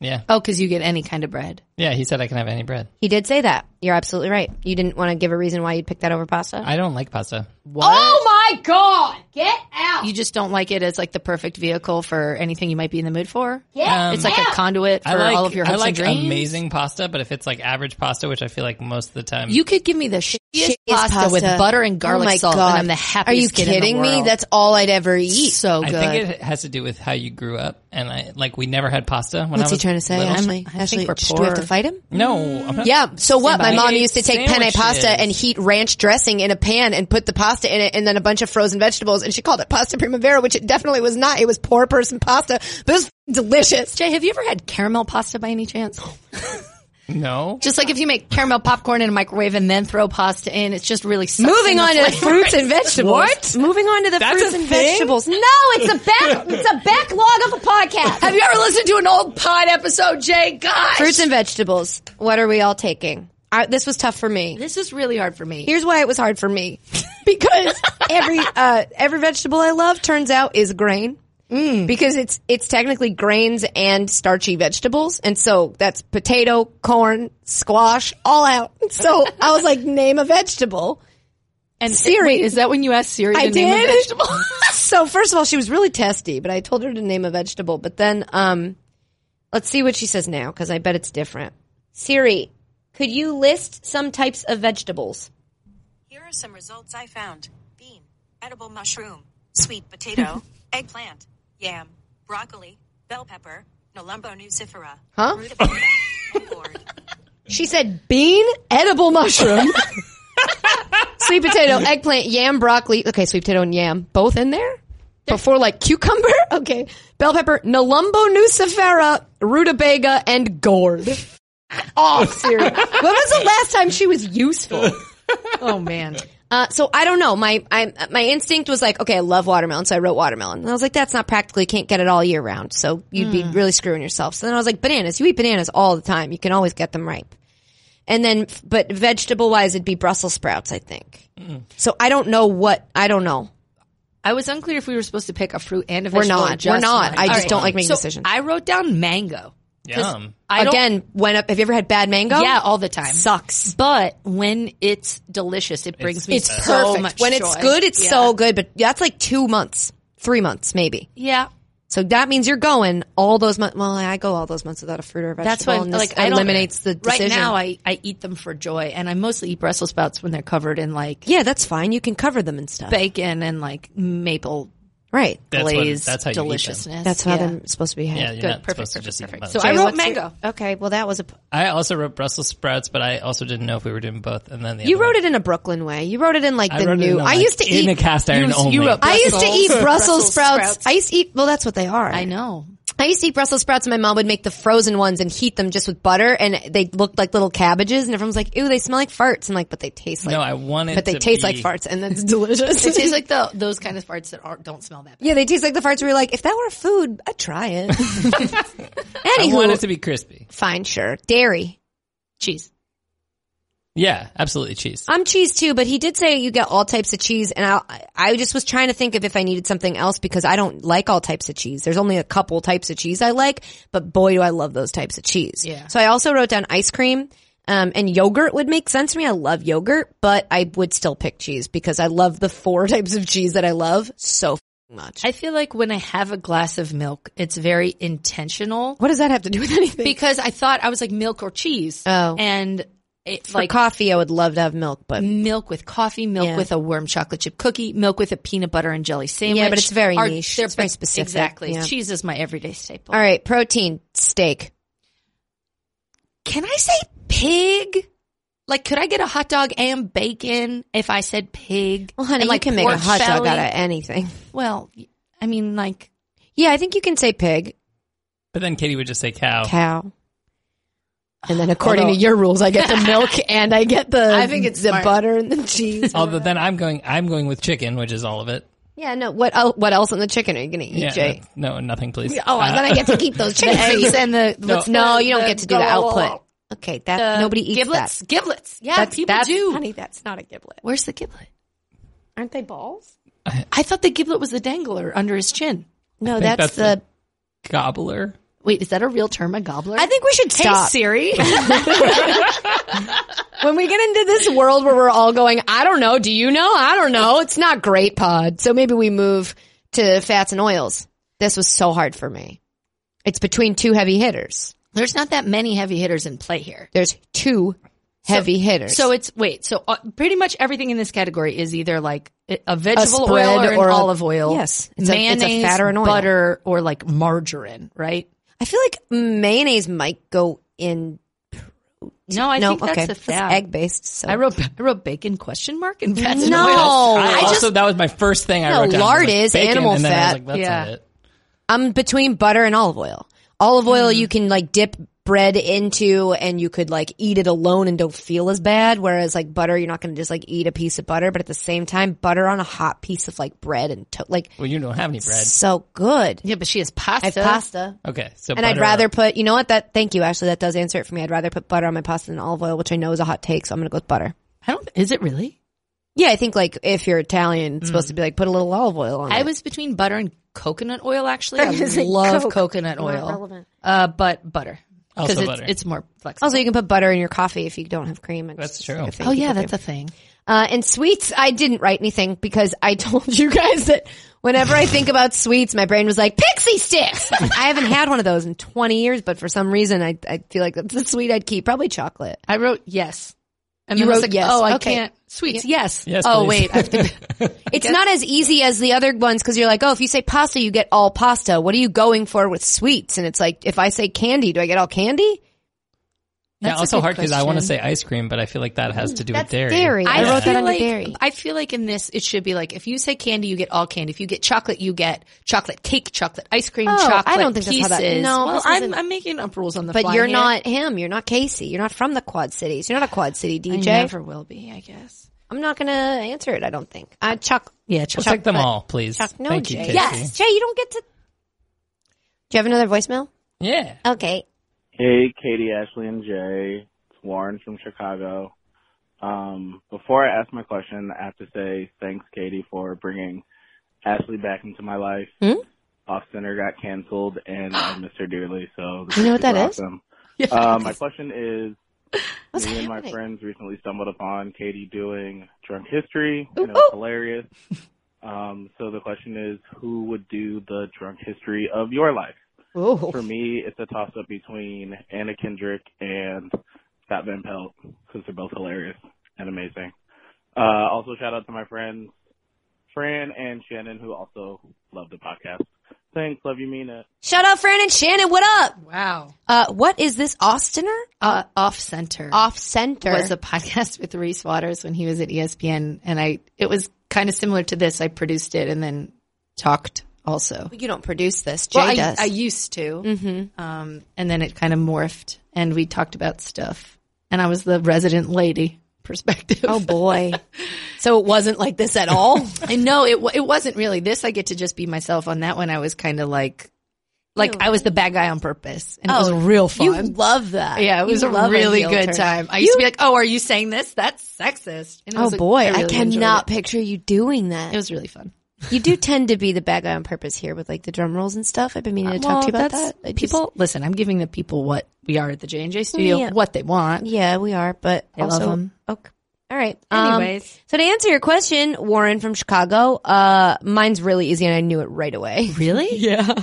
Speaker 6: Yeah.
Speaker 4: Oh, because you get any kind of bread.
Speaker 6: Yeah, he said I can have any bread.
Speaker 3: He did say that. You're absolutely right. You didn't want to give a reason why you'd pick that over pasta.
Speaker 6: I don't like pasta.
Speaker 4: What?
Speaker 3: Oh my God! Get out!
Speaker 4: You just don't like it as like the perfect vehicle for anything you might be in the mood for.
Speaker 6: Yeah.
Speaker 4: it's like a conduit for
Speaker 6: Um, I like
Speaker 4: all of your hopes
Speaker 6: I like
Speaker 4: and dreams.
Speaker 6: amazing pasta, but if it's like average pasta, which I feel like most of the time,
Speaker 4: You could give me the shittiest pasta, with butter and garlic
Speaker 3: oh my
Speaker 4: salt,
Speaker 3: God.
Speaker 4: and I'm the happiest.
Speaker 3: Are you
Speaker 4: kid in the
Speaker 3: kidding me?
Speaker 4: world.
Speaker 3: That's all I'd ever eat.
Speaker 4: so
Speaker 6: I
Speaker 4: good.
Speaker 6: think it has to do with how you grew up, and I like we never had pasta. When
Speaker 3: What's
Speaker 6: I
Speaker 3: he
Speaker 6: was
Speaker 3: trying to say,
Speaker 6: little.
Speaker 3: Ashley?
Speaker 4: I think
Speaker 3: Ashley,
Speaker 4: we're
Speaker 3: just- do we have to
Speaker 4: poor.
Speaker 3: fight him?
Speaker 6: No, I'm not.
Speaker 3: Yeah. So what? My
Speaker 6: by.
Speaker 3: mom
Speaker 6: We
Speaker 3: used to
Speaker 6: ate
Speaker 3: take penne pasta
Speaker 6: sandwiches.
Speaker 3: and heat ranch dressing in a pan and put the pasta in it and then a bunch of frozen vegetables and she called it pasta primavera, which it definitely was not. It was poor person pasta, but it was delicious.
Speaker 4: Jay, have you ever had caramel pasta by any chance?
Speaker 6: No,
Speaker 4: Just like if you make caramel popcorn in a microwave and then throw pasta in, it's just really sucks
Speaker 3: Moving
Speaker 4: in
Speaker 3: on
Speaker 4: the
Speaker 3: to
Speaker 4: flavor.
Speaker 3: fruits and vegetables.
Speaker 6: What?
Speaker 3: Moving on to the
Speaker 6: That's
Speaker 3: fruits
Speaker 6: a
Speaker 3: and
Speaker 6: thing?
Speaker 3: vegetables. No, it's a back. it's a backlog of a podcast.
Speaker 4: Have you ever listened to an old pod episode, Jay? Gosh,
Speaker 3: Fruits and vegetables. What are we all taking? I, this was tough for me.
Speaker 4: this is really hard for me.
Speaker 3: Here's why it was hard for me, because every uh, every vegetable I love turns out is grain. Because it's it's technically grains and starchy vegetables, and so that's potato, corn, squash, all out. So I was like, name a vegetable.
Speaker 4: and
Speaker 3: Siri-
Speaker 4: wait, is that when you asked Siri to
Speaker 3: I
Speaker 4: name a
Speaker 3: did.
Speaker 4: vegetable?
Speaker 3: so first of all, she was really testy, but I told her to name a vegetable. But then, um, let's see what she says now because I bet it's different. Siri, could you list some types of vegetables?
Speaker 8: Here are some results I found bean, edible mushroom, sweet potato, eggplant, yam, broccoli, bell pepper, Nolumbo nucifera,
Speaker 3: Huh?
Speaker 8: rutabaga, and gourd.
Speaker 3: She said bean, edible mushroom, sweet potato, eggplant, yam, broccoli. Okay, sweet potato and yam, both in there? Before like cucumber? Okay. Bell pepper, Nalumbo nucifera, rutabaga, and gourd. Oh, seriously. when was the last time she was useful?
Speaker 4: oh man,
Speaker 3: Uh, so I don't know. My I, my instinct was like, okay, I love watermelon, so I wrote watermelon. And I was like, that's not practical. You can't get it all year round, so you'd
Speaker 4: Hmm.
Speaker 3: be really screwing yourself. So then I was like, bananas. You eat bananas all the time. You can always get them ripe. And then, but vegetable wise, it'd be Brussels sprouts, I think.
Speaker 4: Hmm.
Speaker 3: So I don't know what I don't know.
Speaker 4: I was unclear if we were supposed to pick a fruit and a
Speaker 3: We're
Speaker 4: vegetable.
Speaker 3: not.
Speaker 4: or just
Speaker 3: We're not.
Speaker 4: one.
Speaker 3: I
Speaker 4: All
Speaker 3: just don't like making
Speaker 4: so
Speaker 3: decisions.
Speaker 4: I wrote down mango. 'Cause
Speaker 6: yum.
Speaker 4: I don't-
Speaker 3: Again, when up, have you ever had bad mango?
Speaker 4: yeah, all the time.
Speaker 3: sucks.
Speaker 4: But when it's delicious, it brings me
Speaker 3: It's
Speaker 4: so
Speaker 3: perfect.
Speaker 4: much
Speaker 3: when it's
Speaker 4: joy.
Speaker 3: good, it's
Speaker 4: Yeah.
Speaker 3: so good. But that's like two months, three months, maybe.
Speaker 4: Yeah.
Speaker 3: So that means you're going all those months. Well, I go all those months without a fruit or a vegetable.
Speaker 4: That's why,
Speaker 3: and this
Speaker 4: like, I don't-
Speaker 3: eliminates the decision.
Speaker 4: Right now, I, I eat them for joy, and I mostly eat Brussels sprouts when they're covered in like
Speaker 3: yeah, that's fine. You can cover them and stuff.
Speaker 4: bacon and like maple
Speaker 3: right.
Speaker 6: That's what-
Speaker 4: glazed
Speaker 6: that's how you eat them.
Speaker 4: deliciousness.
Speaker 3: That's how
Speaker 4: Yeah.
Speaker 3: they're supposed to be
Speaker 6: Yeah,
Speaker 3: had.
Speaker 6: you're
Speaker 4: Good.
Speaker 6: not
Speaker 4: Perfect,
Speaker 6: supposed to just eat
Speaker 4: perfect,
Speaker 6: them.
Speaker 4: perfect.
Speaker 6: by
Speaker 4: So I
Speaker 3: Okay,
Speaker 4: wrote
Speaker 3: what's
Speaker 4: mango.
Speaker 3: your- okay, well that was a. p-
Speaker 6: I also wrote Brussels sprouts, but I also didn't know if we were doing both. And then the
Speaker 3: You
Speaker 6: other
Speaker 3: wrote it
Speaker 6: one-
Speaker 3: in a Brooklyn way. You wrote it in like
Speaker 6: I
Speaker 3: the
Speaker 6: wrote it
Speaker 3: new.
Speaker 6: in a,
Speaker 3: I
Speaker 6: like,
Speaker 3: used to
Speaker 6: in
Speaker 3: eat
Speaker 6: a cast iron
Speaker 4: You-
Speaker 6: only.
Speaker 4: you wrote-
Speaker 3: I used to
Speaker 4: Brussels-
Speaker 3: eat Brussels
Speaker 4: Brussels
Speaker 3: sprouts.
Speaker 4: sprouts.
Speaker 3: I used to eat. Well, that's what they are.
Speaker 4: I know.
Speaker 3: I used to eat Brussels sprouts, and my mom would make the frozen ones and heat them just with butter, and they looked like little cabbages. And everyone's like, "Ooh, they smell like farts," and like, but they taste like.
Speaker 6: no, I wanted,
Speaker 3: but they
Speaker 6: to
Speaker 3: taste
Speaker 6: be,
Speaker 3: like farts, and that's delicious.
Speaker 4: It tastes like the those kind of parts that aren't, don't smell that bad.
Speaker 3: Yeah, they taste like the farts. We were like, if that were a food, I'd try it.
Speaker 6: I
Speaker 3: Anywho,
Speaker 6: want it to be crispy.
Speaker 3: fine, sure, dairy.
Speaker 4: Cheese.
Speaker 6: Yeah, absolutely cheese.
Speaker 3: I'm cheese too, but he did say you get all types of cheese, and I I just was trying to think of if I needed something else because I don't like all types of cheese. There's only a couple types of cheese I like, but boy, do I love those types of cheese.
Speaker 4: Yeah.
Speaker 3: So I also wrote down ice cream. Um, and yogurt would make sense to me. I love yogurt, but I would still pick cheese because I love the four types of cheese that I love so f***ing much.
Speaker 4: I feel like when I have a glass of milk, it's very intentional
Speaker 3: what does that have to do with anything?
Speaker 4: because I thought I was like milk or cheese.
Speaker 3: Oh.
Speaker 4: and it's
Speaker 3: For
Speaker 4: like Mm.
Speaker 3: coffee, I would love to have milk, but
Speaker 4: milk with coffee, milk
Speaker 3: Yeah.
Speaker 4: with a warm chocolate chip cookie, milk with a peanut butter and jelly sandwich.
Speaker 3: Yeah, but it's very
Speaker 4: Are-
Speaker 3: niche.
Speaker 4: they're-
Speaker 3: It's very
Speaker 4: but-
Speaker 3: specific.
Speaker 4: Exactly.
Speaker 3: Yeah.
Speaker 4: Cheese is my everyday staple.
Speaker 3: All right, protein steak.
Speaker 4: Can I say pig? Like, could I get a hot dog and bacon if I said pig?
Speaker 3: Well, honey,
Speaker 4: And, like
Speaker 3: you can make a
Speaker 4: pork
Speaker 3: hot dog
Speaker 4: belly?
Speaker 3: out of anything.
Speaker 4: Well, I mean, like,
Speaker 3: Yeah, I think you can say pig,
Speaker 6: But then Katie would just say
Speaker 3: Oh.
Speaker 6: cow.
Speaker 3: cow, and then according
Speaker 4: Although-
Speaker 3: to your rules, I get the milk and I get the
Speaker 4: I think it's
Speaker 3: the
Speaker 4: smart.
Speaker 3: butter and the cheese.
Speaker 6: Although then I'm going, I'm going with chicken, which is all of it.
Speaker 3: yeah, no. What el- what else on the chicken are you going to eat,
Speaker 6: Yeah, Uh,
Speaker 3: Jay?
Speaker 6: no, nothing, please.
Speaker 3: Oh, and then I get to keep those chicken
Speaker 4: eggs
Speaker 3: feet.
Speaker 4: and the what's the-
Speaker 3: no, you don't get to do the output.
Speaker 4: the-
Speaker 3: Okay, that nobody eats
Speaker 4: giblets.
Speaker 3: that.
Speaker 4: Giblets. Yeah,
Speaker 3: That's,
Speaker 4: people
Speaker 3: that's,
Speaker 4: do.
Speaker 3: Honey, that's not a giblet.
Speaker 4: Where's the giblet?
Speaker 3: Aren't they balls?
Speaker 4: I thought the giblet was the dangler under his chin.
Speaker 3: No,
Speaker 6: think
Speaker 3: that's,
Speaker 6: that's
Speaker 3: the
Speaker 6: Gobbler.
Speaker 4: Wait, is that a real term? A gobbler?
Speaker 3: I think we should
Speaker 4: Hey
Speaker 3: stop.
Speaker 4: Siri.
Speaker 3: when we get into this world where we're all going, I don't know, do you know? I don't know. It's not great pod. So maybe we move to fats and oils. This was so hard for me. It's between two heavy hitters.
Speaker 4: There's not that many heavy hitters in play here.
Speaker 3: There's two heavy hitters.
Speaker 4: So it's wait. So uh, pretty much everything in this category is either like a a vegetable oil
Speaker 3: spread
Speaker 4: or an
Speaker 3: or a-
Speaker 4: olive oil.
Speaker 3: Yes. It's
Speaker 4: it's
Speaker 3: a- it's
Speaker 4: mayonnaise,
Speaker 3: a fat or an oil.
Speaker 4: butter, or like margarine. Right?
Speaker 3: I feel like mayonnaise might go in.
Speaker 4: No, I
Speaker 3: no,
Speaker 4: think that's
Speaker 3: okay.
Speaker 4: the
Speaker 3: That's
Speaker 4: fat.
Speaker 3: egg based. So
Speaker 4: I wrote I wrote bacon question mark and fats and
Speaker 3: No.
Speaker 4: oils.
Speaker 3: Oh. I
Speaker 6: also,
Speaker 3: just-
Speaker 6: that was my first thing I
Speaker 3: No,
Speaker 6: wrote down.
Speaker 3: lard
Speaker 6: was like,
Speaker 3: is
Speaker 6: bacon,
Speaker 3: animal
Speaker 6: and then I was
Speaker 3: fat.
Speaker 6: like, that's
Speaker 4: Yeah.
Speaker 6: not it.
Speaker 3: I'm Um, between butter and olive oil. Olive
Speaker 4: Mm.
Speaker 3: oil you can like dip bread into and you could like eat it alone and don't feel as bad. Whereas like butter, you're not going to just like eat a piece of butter, but at the same time, butter on a hot piece of like bread and to- like
Speaker 6: Well, you don't have any bread.
Speaker 3: so good.
Speaker 4: Yeah, but she has
Speaker 3: I have
Speaker 4: pasta.
Speaker 3: pasta.
Speaker 6: Okay, so
Speaker 3: And I'd
Speaker 6: butter-
Speaker 3: rather put, you know what? That thank you, Ashley. That does answer it for me. I'd rather put butter on my pasta than olive oil, which I know is a hot take. So I'm going to go with butter.
Speaker 4: I don't. Is it really?
Speaker 3: Yeah, I think like if you're Italian, it's
Speaker 6: Mm.
Speaker 3: supposed to be like put a little olive oil on.
Speaker 4: I
Speaker 3: it.
Speaker 4: was between butter and coconut oil. Actually, I
Speaker 3: was like,
Speaker 4: love
Speaker 3: Coke.
Speaker 4: coconut
Speaker 3: Not
Speaker 4: oil.
Speaker 3: relevant.
Speaker 4: Uh, but butter
Speaker 6: Also
Speaker 4: it's,
Speaker 6: butter.
Speaker 4: it's more flexible.
Speaker 3: Also, you can put butter in your coffee if you don't have cream. It's
Speaker 6: That's
Speaker 3: just,
Speaker 6: true.
Speaker 3: like, a thing
Speaker 4: oh
Speaker 3: people
Speaker 4: yeah,
Speaker 3: do.
Speaker 4: that's a thing.
Speaker 3: Uh, and sweets, I didn't write anything because I told you guys that whenever I think about sweets, my brain was like, pixie sticks! I haven't had one of those in 20 years, but for some reason, I, I feel like that's the sweet I'd keep. Probably chocolate.
Speaker 4: I wrote yes. And
Speaker 3: You
Speaker 4: then I was
Speaker 3: wrote yes.
Speaker 4: Oh, I
Speaker 3: Okay.
Speaker 4: can't. Sweets. Yes.
Speaker 6: Yes,
Speaker 4: oh,
Speaker 6: please.
Speaker 4: wait. I have to-
Speaker 3: It's not as easy as the other ones because you're like, oh, if you say pasta, you get all pasta. What are you going for with sweets? And it's like, if I say candy, do I get all candy?
Speaker 6: Yeah,
Speaker 4: That's a
Speaker 6: also
Speaker 4: good
Speaker 6: hard because I want to
Speaker 4: question.
Speaker 6: say ice cream, but I feel like that has to do
Speaker 3: That's
Speaker 6: with dairy.
Speaker 3: dairy. I
Speaker 6: Yeah.
Speaker 3: wrote that
Speaker 4: feel
Speaker 3: on the
Speaker 4: like,
Speaker 3: dairy.
Speaker 4: I feel like in this, it should be like if you say candy, you get all candy. If you get chocolate, you get chocolate cake, chocolate ice cream,
Speaker 3: Oh, I
Speaker 4: chocolate.
Speaker 3: don't think that's
Speaker 4: pieces.
Speaker 3: how that- no,
Speaker 4: well,
Speaker 3: this
Speaker 4: I'm,
Speaker 3: isn't-
Speaker 4: I'm making up rules on the
Speaker 3: But
Speaker 4: fly
Speaker 3: you're
Speaker 4: here.
Speaker 3: not him. You're not Casey. You're not from the Quad Cities. You're not a Quad City
Speaker 4: I
Speaker 3: DJ.
Speaker 4: never will be, I guess.
Speaker 3: I'm not going to answer it, I don't think. Uh, chocolate.
Speaker 4: Yeah,
Speaker 6: We'll
Speaker 4: chocolate.
Speaker 6: take them all, please.
Speaker 3: Chuck, no,
Speaker 6: Thank you,
Speaker 3: Jay.
Speaker 6: Casey.
Speaker 3: yes, Jay, you don't get to. Do you have another voicemail?
Speaker 6: Yeah.
Speaker 3: Okay.
Speaker 9: Hey, Katie, Ashley, and Jay. It's Warren from Chicago. Um, before I ask my question, I have to say thanks, Katie, for bringing Ashley back into my life.
Speaker 3: Hmm?
Speaker 9: Off Center got canceled, and I miss her dearly. So this
Speaker 3: You know
Speaker 9: is
Speaker 3: what that
Speaker 9: super
Speaker 3: is?
Speaker 9: awesome.
Speaker 4: Yeah.
Speaker 9: Uh,
Speaker 5: Um,
Speaker 9: my question is:
Speaker 3: What's
Speaker 9: Me and my
Speaker 3: happening?
Speaker 9: friends recently stumbled upon Katie doing drunk history,
Speaker 3: Ooh,
Speaker 9: and it was
Speaker 3: ooh.
Speaker 9: hilarious. Um, so the question is, who would do the drunk history of your life? For me, it's a toss up between Anna Kendrick and Scott Van Pelt because they're both hilarious and amazing. Uh, also, shout out to my friends Fran and Shannon who also love the podcast. Thanks, love you, mean it.
Speaker 3: Shout out Fran and Shannon. What up?
Speaker 4: Wow.
Speaker 3: Uh, what is this, Austiner?
Speaker 4: Uh, off center.
Speaker 3: Off center.
Speaker 4: was a podcast with Reese Waters when he was at E ESPN, and I it was kind of similar to this. I produced it and then talked also.
Speaker 3: you don't produce this. Jay
Speaker 4: Well, I,
Speaker 3: does.
Speaker 4: I used to, mm-hmm. um, and then it kind of morphed, and we talked about stuff, and I was the resident lady perspective.
Speaker 3: oh boy. so it wasn't like this at all.
Speaker 4: and no, it wa- it wasn't really this. I get to just be myself. On that one, I was kind of like, like I was the bad guy on purpose, and it was real fun.
Speaker 3: Oh, You love that.
Speaker 4: yeah, it was
Speaker 3: You
Speaker 4: a
Speaker 3: love
Speaker 4: really
Speaker 3: heel
Speaker 4: good
Speaker 3: turn.
Speaker 4: time. I used to be like, "Oh, are you saying this? That's sexist." And it
Speaker 3: Oh
Speaker 4: was a-
Speaker 3: boy, I,
Speaker 4: really enjoyed
Speaker 3: cannot
Speaker 4: It.
Speaker 3: picture you doing that.
Speaker 4: It was really fun.
Speaker 3: you do tend to be the bad guy on purpose here with like the drum rolls and stuff. I've been meaning to talk to you about that. I just-
Speaker 4: Uh, people, listen, I'm giving the people what we are at the J and J studio,
Speaker 3: Yeah.
Speaker 4: what they want.
Speaker 3: Yeah, we are, but
Speaker 4: I love
Speaker 3: also,
Speaker 4: them.
Speaker 3: Okay. All right. Um,
Speaker 4: Anyways.
Speaker 3: so to answer your question, Warren from Chicago, uh, mine's really easy, and I knew it right away.
Speaker 4: Really?
Speaker 3: Yeah,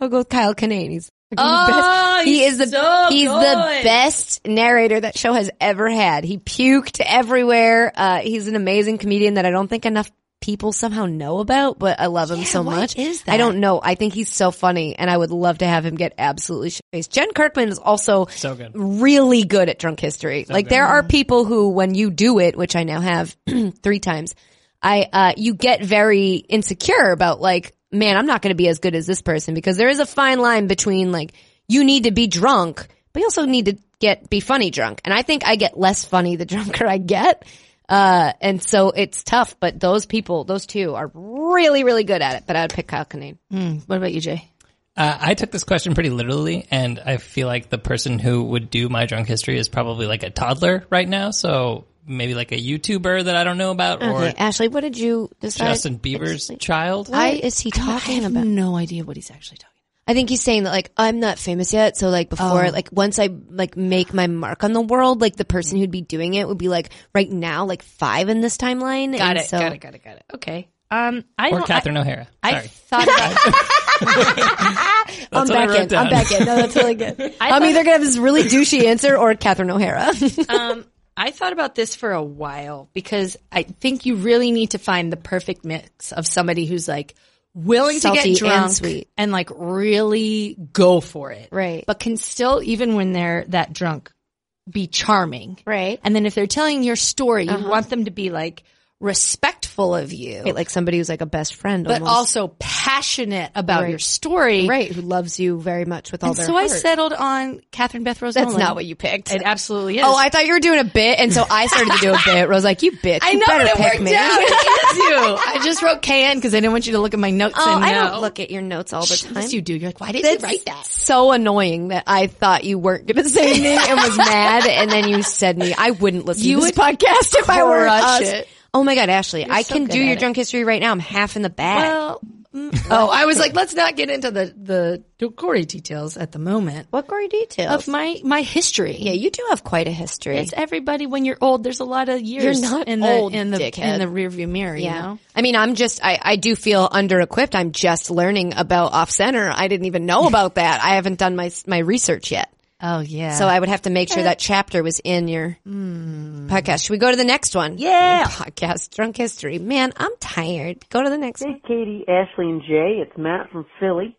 Speaker 3: I'll go with Kyle Kinane. He's the
Speaker 4: Oh,
Speaker 3: best- he
Speaker 4: he's
Speaker 3: is the
Speaker 4: so
Speaker 3: he's the
Speaker 4: good.
Speaker 3: best narrator that show has ever had. He puked everywhere. Uh, he's an amazing comedian that I don't think enough people somehow know about, but I love him so
Speaker 4: why
Speaker 3: much.
Speaker 4: is
Speaker 3: I
Speaker 4: that?
Speaker 3: don't know. I think he's so funny, and I would love to have him get absolutely shit-faced. Jen Kirkman is also
Speaker 6: So good.
Speaker 3: really good at drunk history. like there are people who, when you do it, which I now have three times, I, uh, you get very insecure about like, man, I'm not going to be as good as this person because there is a fine line between like, you need to be drunk, but you also need to get, be funny drunk. And I think I get less funny the drunker I get. Uh, and so it's tough, but those people, those two are really, really good at it, but I would pick Kyle Kinane.
Speaker 4: What about you, Jay?
Speaker 6: Uh, I took this question pretty literally, and I feel like the person who would do my drunk history is probably like a toddler right now. So maybe like a YouTuber that I don't know about, or
Speaker 3: Okay, uh, Ashley, what did you decide?
Speaker 6: Justin Bieber's child.
Speaker 3: Why is he talking
Speaker 4: I have
Speaker 3: about?
Speaker 4: no idea what he's actually talking.
Speaker 3: I think he's saying that like I'm not famous yet, so like before,
Speaker 4: Oh.
Speaker 3: like once I like make my mark on the world, like the
Speaker 4: Mm-hmm.
Speaker 3: person who'd be doing it would be like right now, like five in this timeline.
Speaker 4: Got
Speaker 3: and
Speaker 4: it.
Speaker 3: so-
Speaker 4: Got it. Got it. Got it. Okay. Um, I
Speaker 6: or
Speaker 4: don't-
Speaker 6: Catherine O'Hara.
Speaker 4: I, I
Speaker 6: Sorry.
Speaker 4: thought about,
Speaker 3: I'm
Speaker 6: That's what I
Speaker 3: back
Speaker 6: wrote
Speaker 3: in. I'm
Speaker 6: down.
Speaker 3: back in. No, that's really good. I'm
Speaker 4: thought-
Speaker 3: either gonna have this really douchey answer or Catherine O'Hara.
Speaker 4: um, I thought about this for a while because I think you really need to find the perfect mix of somebody who's like willing to
Speaker 3: Salty
Speaker 4: get
Speaker 3: and
Speaker 4: drunk
Speaker 3: sweet.
Speaker 4: and like really go for it,
Speaker 3: Right.
Speaker 4: But can still, even when they're that drunk, be charming,
Speaker 3: Right.
Speaker 4: And then if they're telling your story, you want them to be like respectful of you,
Speaker 3: like somebody who's like a best friend,
Speaker 4: but
Speaker 3: almost.
Speaker 4: also passionate about
Speaker 3: Right.
Speaker 4: your story,
Speaker 3: right, who loves you very much with all
Speaker 4: And
Speaker 3: their
Speaker 4: so I
Speaker 3: heart.
Speaker 4: settled on Catherine Beth Rose.
Speaker 3: That's
Speaker 4: Nolan.
Speaker 3: not what you picked.
Speaker 4: It absolutely is.
Speaker 3: Oh, I thought you were doing a bit, and so I started to do a bit. Rose was like, "You bitch,
Speaker 4: I
Speaker 3: you
Speaker 4: know
Speaker 3: better
Speaker 4: it
Speaker 3: pick
Speaker 4: worked
Speaker 3: me."
Speaker 4: out. I do. I just wrote KN because I didn't want you to look at my notes.
Speaker 3: Oh,
Speaker 4: and
Speaker 3: I
Speaker 4: know.
Speaker 3: don't look at your notes all the time.
Speaker 4: Yes, you do. You're like, why did
Speaker 3: That's
Speaker 4: you write that?
Speaker 3: so annoying that I thought you weren't going to say me and was mad, and then you said me. I wouldn't listen
Speaker 4: You
Speaker 3: to this
Speaker 4: would
Speaker 3: podcast if I were
Speaker 4: crush
Speaker 3: us.
Speaker 4: it.
Speaker 3: Oh my god, Ashley, I
Speaker 4: so
Speaker 3: can
Speaker 4: good
Speaker 3: do your
Speaker 4: at it.
Speaker 3: drunk history right now. I'm half in the bag.
Speaker 4: Well, mm, oh, I was like, let's not get into the the gory details at the moment
Speaker 3: what gory
Speaker 4: of
Speaker 3: details?
Speaker 4: my my history.
Speaker 3: yeah, you do have quite a history.
Speaker 4: it's everybody when you're old. There's a lot of years.
Speaker 3: You're not
Speaker 4: in the
Speaker 3: old,
Speaker 4: in the
Speaker 3: dickhead.
Speaker 4: in the rearview mirror.
Speaker 3: yeah.
Speaker 4: You know?
Speaker 3: I mean, I'm just, I, I do feel under equipped. I'm just learning about off center. I didn't even know about that. I haven't done my, my research yet.
Speaker 4: Oh yeah.
Speaker 3: So I would have to make sure that chapter was in your podcast. Should we go to the next one?
Speaker 4: Yeah.
Speaker 3: Podcast Drunk History. Man, I'm tired. Go to the next one.
Speaker 10: Katie, Ashley, and Jay. It's Matt from Philly.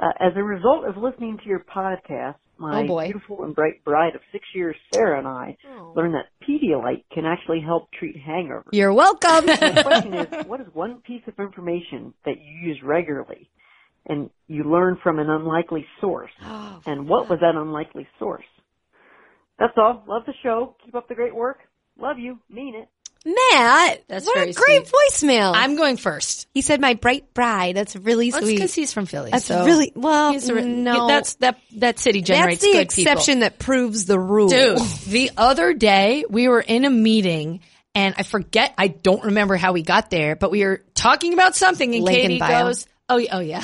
Speaker 10: Uh, as a result of listening to your podcast, my
Speaker 3: Oh, boy. Oh.
Speaker 10: beautiful and bright bride of six years, Sarah, and I learned that Pedialyte can actually help treat hangovers.
Speaker 3: You're welcome.
Speaker 10: The question is, what is one piece of information that you use regularly and you learn from an unlikely source? and what was that unlikely source? That's all. Love the show. Keep up the great work. Love you. Mean it.
Speaker 3: Matt,
Speaker 4: That's
Speaker 3: what
Speaker 4: very
Speaker 3: a great voicemail.
Speaker 4: I'm going first.
Speaker 3: he said, my bright bride. That's really
Speaker 4: That's
Speaker 3: sweet.
Speaker 4: because he's from Philly.
Speaker 3: That's
Speaker 4: so
Speaker 3: really, well,
Speaker 4: He's a-
Speaker 3: no.
Speaker 4: That's that that city
Speaker 3: That's
Speaker 4: generates
Speaker 3: the
Speaker 4: good people.
Speaker 3: exception that proves the rule.
Speaker 4: Dude, the other day we were in a meeting and I forget, I don't remember how we got there, but we were talking about something and
Speaker 3: Link in
Speaker 4: Katie
Speaker 3: bio.
Speaker 4: goes, Oh, yeah, oh yeah.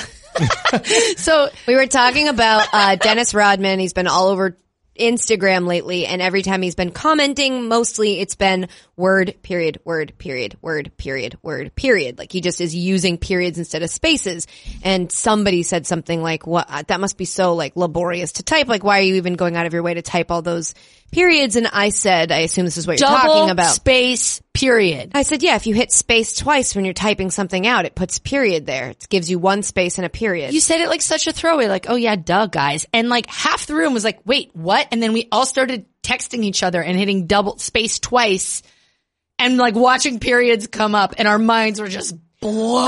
Speaker 4: so
Speaker 3: We were talking about uh, Dennis Rodman. He's been all over Instagram lately, and every time he's been commenting, mostly it's been word, period, word, period, word, period, word, period. Like he just is using periods instead of spaces. And somebody said something like, "What? uh, That must be so like laborious to type. Like, why are you even going out of your way to type all those periods?" And I said, "I assume this is what you're
Speaker 4: double
Speaker 3: talking about."
Speaker 4: space period.
Speaker 3: I said, yeah, if you hit space twice when you're typing something out, it puts period there. It gives you one space and a period.
Speaker 4: You said it like such a throwaway, like, oh yeah, duh, guys. And like half the room was like, wait, what? And then we all started texting each other and hitting double space twice and like watching periods come up and our minds were just blown.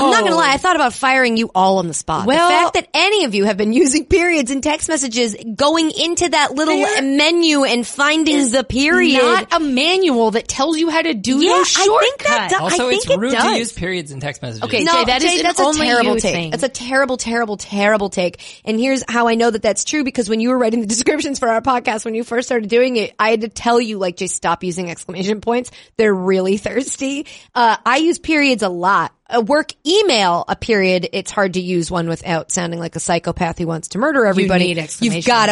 Speaker 3: I'm not gonna lie. I thought about firing you all on the spot.
Speaker 4: Oh. Well-
Speaker 3: the fact that any of you have been using periods in text messages, going into that little
Speaker 4: There
Speaker 3: menu and finding the period.
Speaker 4: Not a manual that tells you how to do
Speaker 3: Yeah, I
Speaker 4: those
Speaker 3: think that
Speaker 4: shortcuts.
Speaker 3: does- I
Speaker 6: Also,
Speaker 3: think
Speaker 6: it's
Speaker 3: it
Speaker 6: rude to
Speaker 3: does.
Speaker 6: use periods in text messages.
Speaker 4: Okay,
Speaker 3: no,
Speaker 4: Jay, that is
Speaker 3: Jay,
Speaker 4: an
Speaker 3: that's
Speaker 4: only
Speaker 3: a terrible
Speaker 4: you
Speaker 3: take.
Speaker 4: thing.
Speaker 3: That's a terrible, terrible, terrible take. And here's how I know that that's true because when you were writing the descriptions for our podcast, when you first started doing it, I had to tell you like just stop using exclamation points. They're really thirsty. Uh, I use periods a lot. A work email, a period. It's hard to use one without sounding like a psychopath who wants to murder everybody.
Speaker 4: need
Speaker 3: You've got to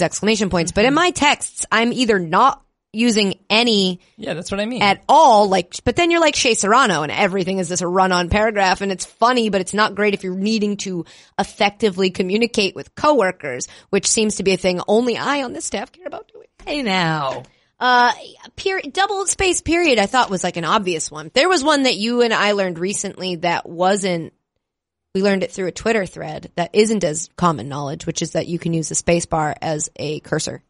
Speaker 3: overuse
Speaker 4: yeah.
Speaker 3: exclamation points. But in my texts, I'm either not using any
Speaker 6: Yeah, that's what I mean.
Speaker 3: at all. Like, but then you're like Shea Serrano, and everything is this run-on paragraph, and it's funny, but it's not great if you're needing to effectively communicate with coworkers, which seems to be a thing only I on this staff care about doing.
Speaker 4: Hey now.
Speaker 3: Uh, period, double space period. I thought was like an obvious one. There was one that you and I learned recently that wasn't. We learned it through a Twitter thread that isn't as common knowledge, which is that you can use the space bar as a cursor.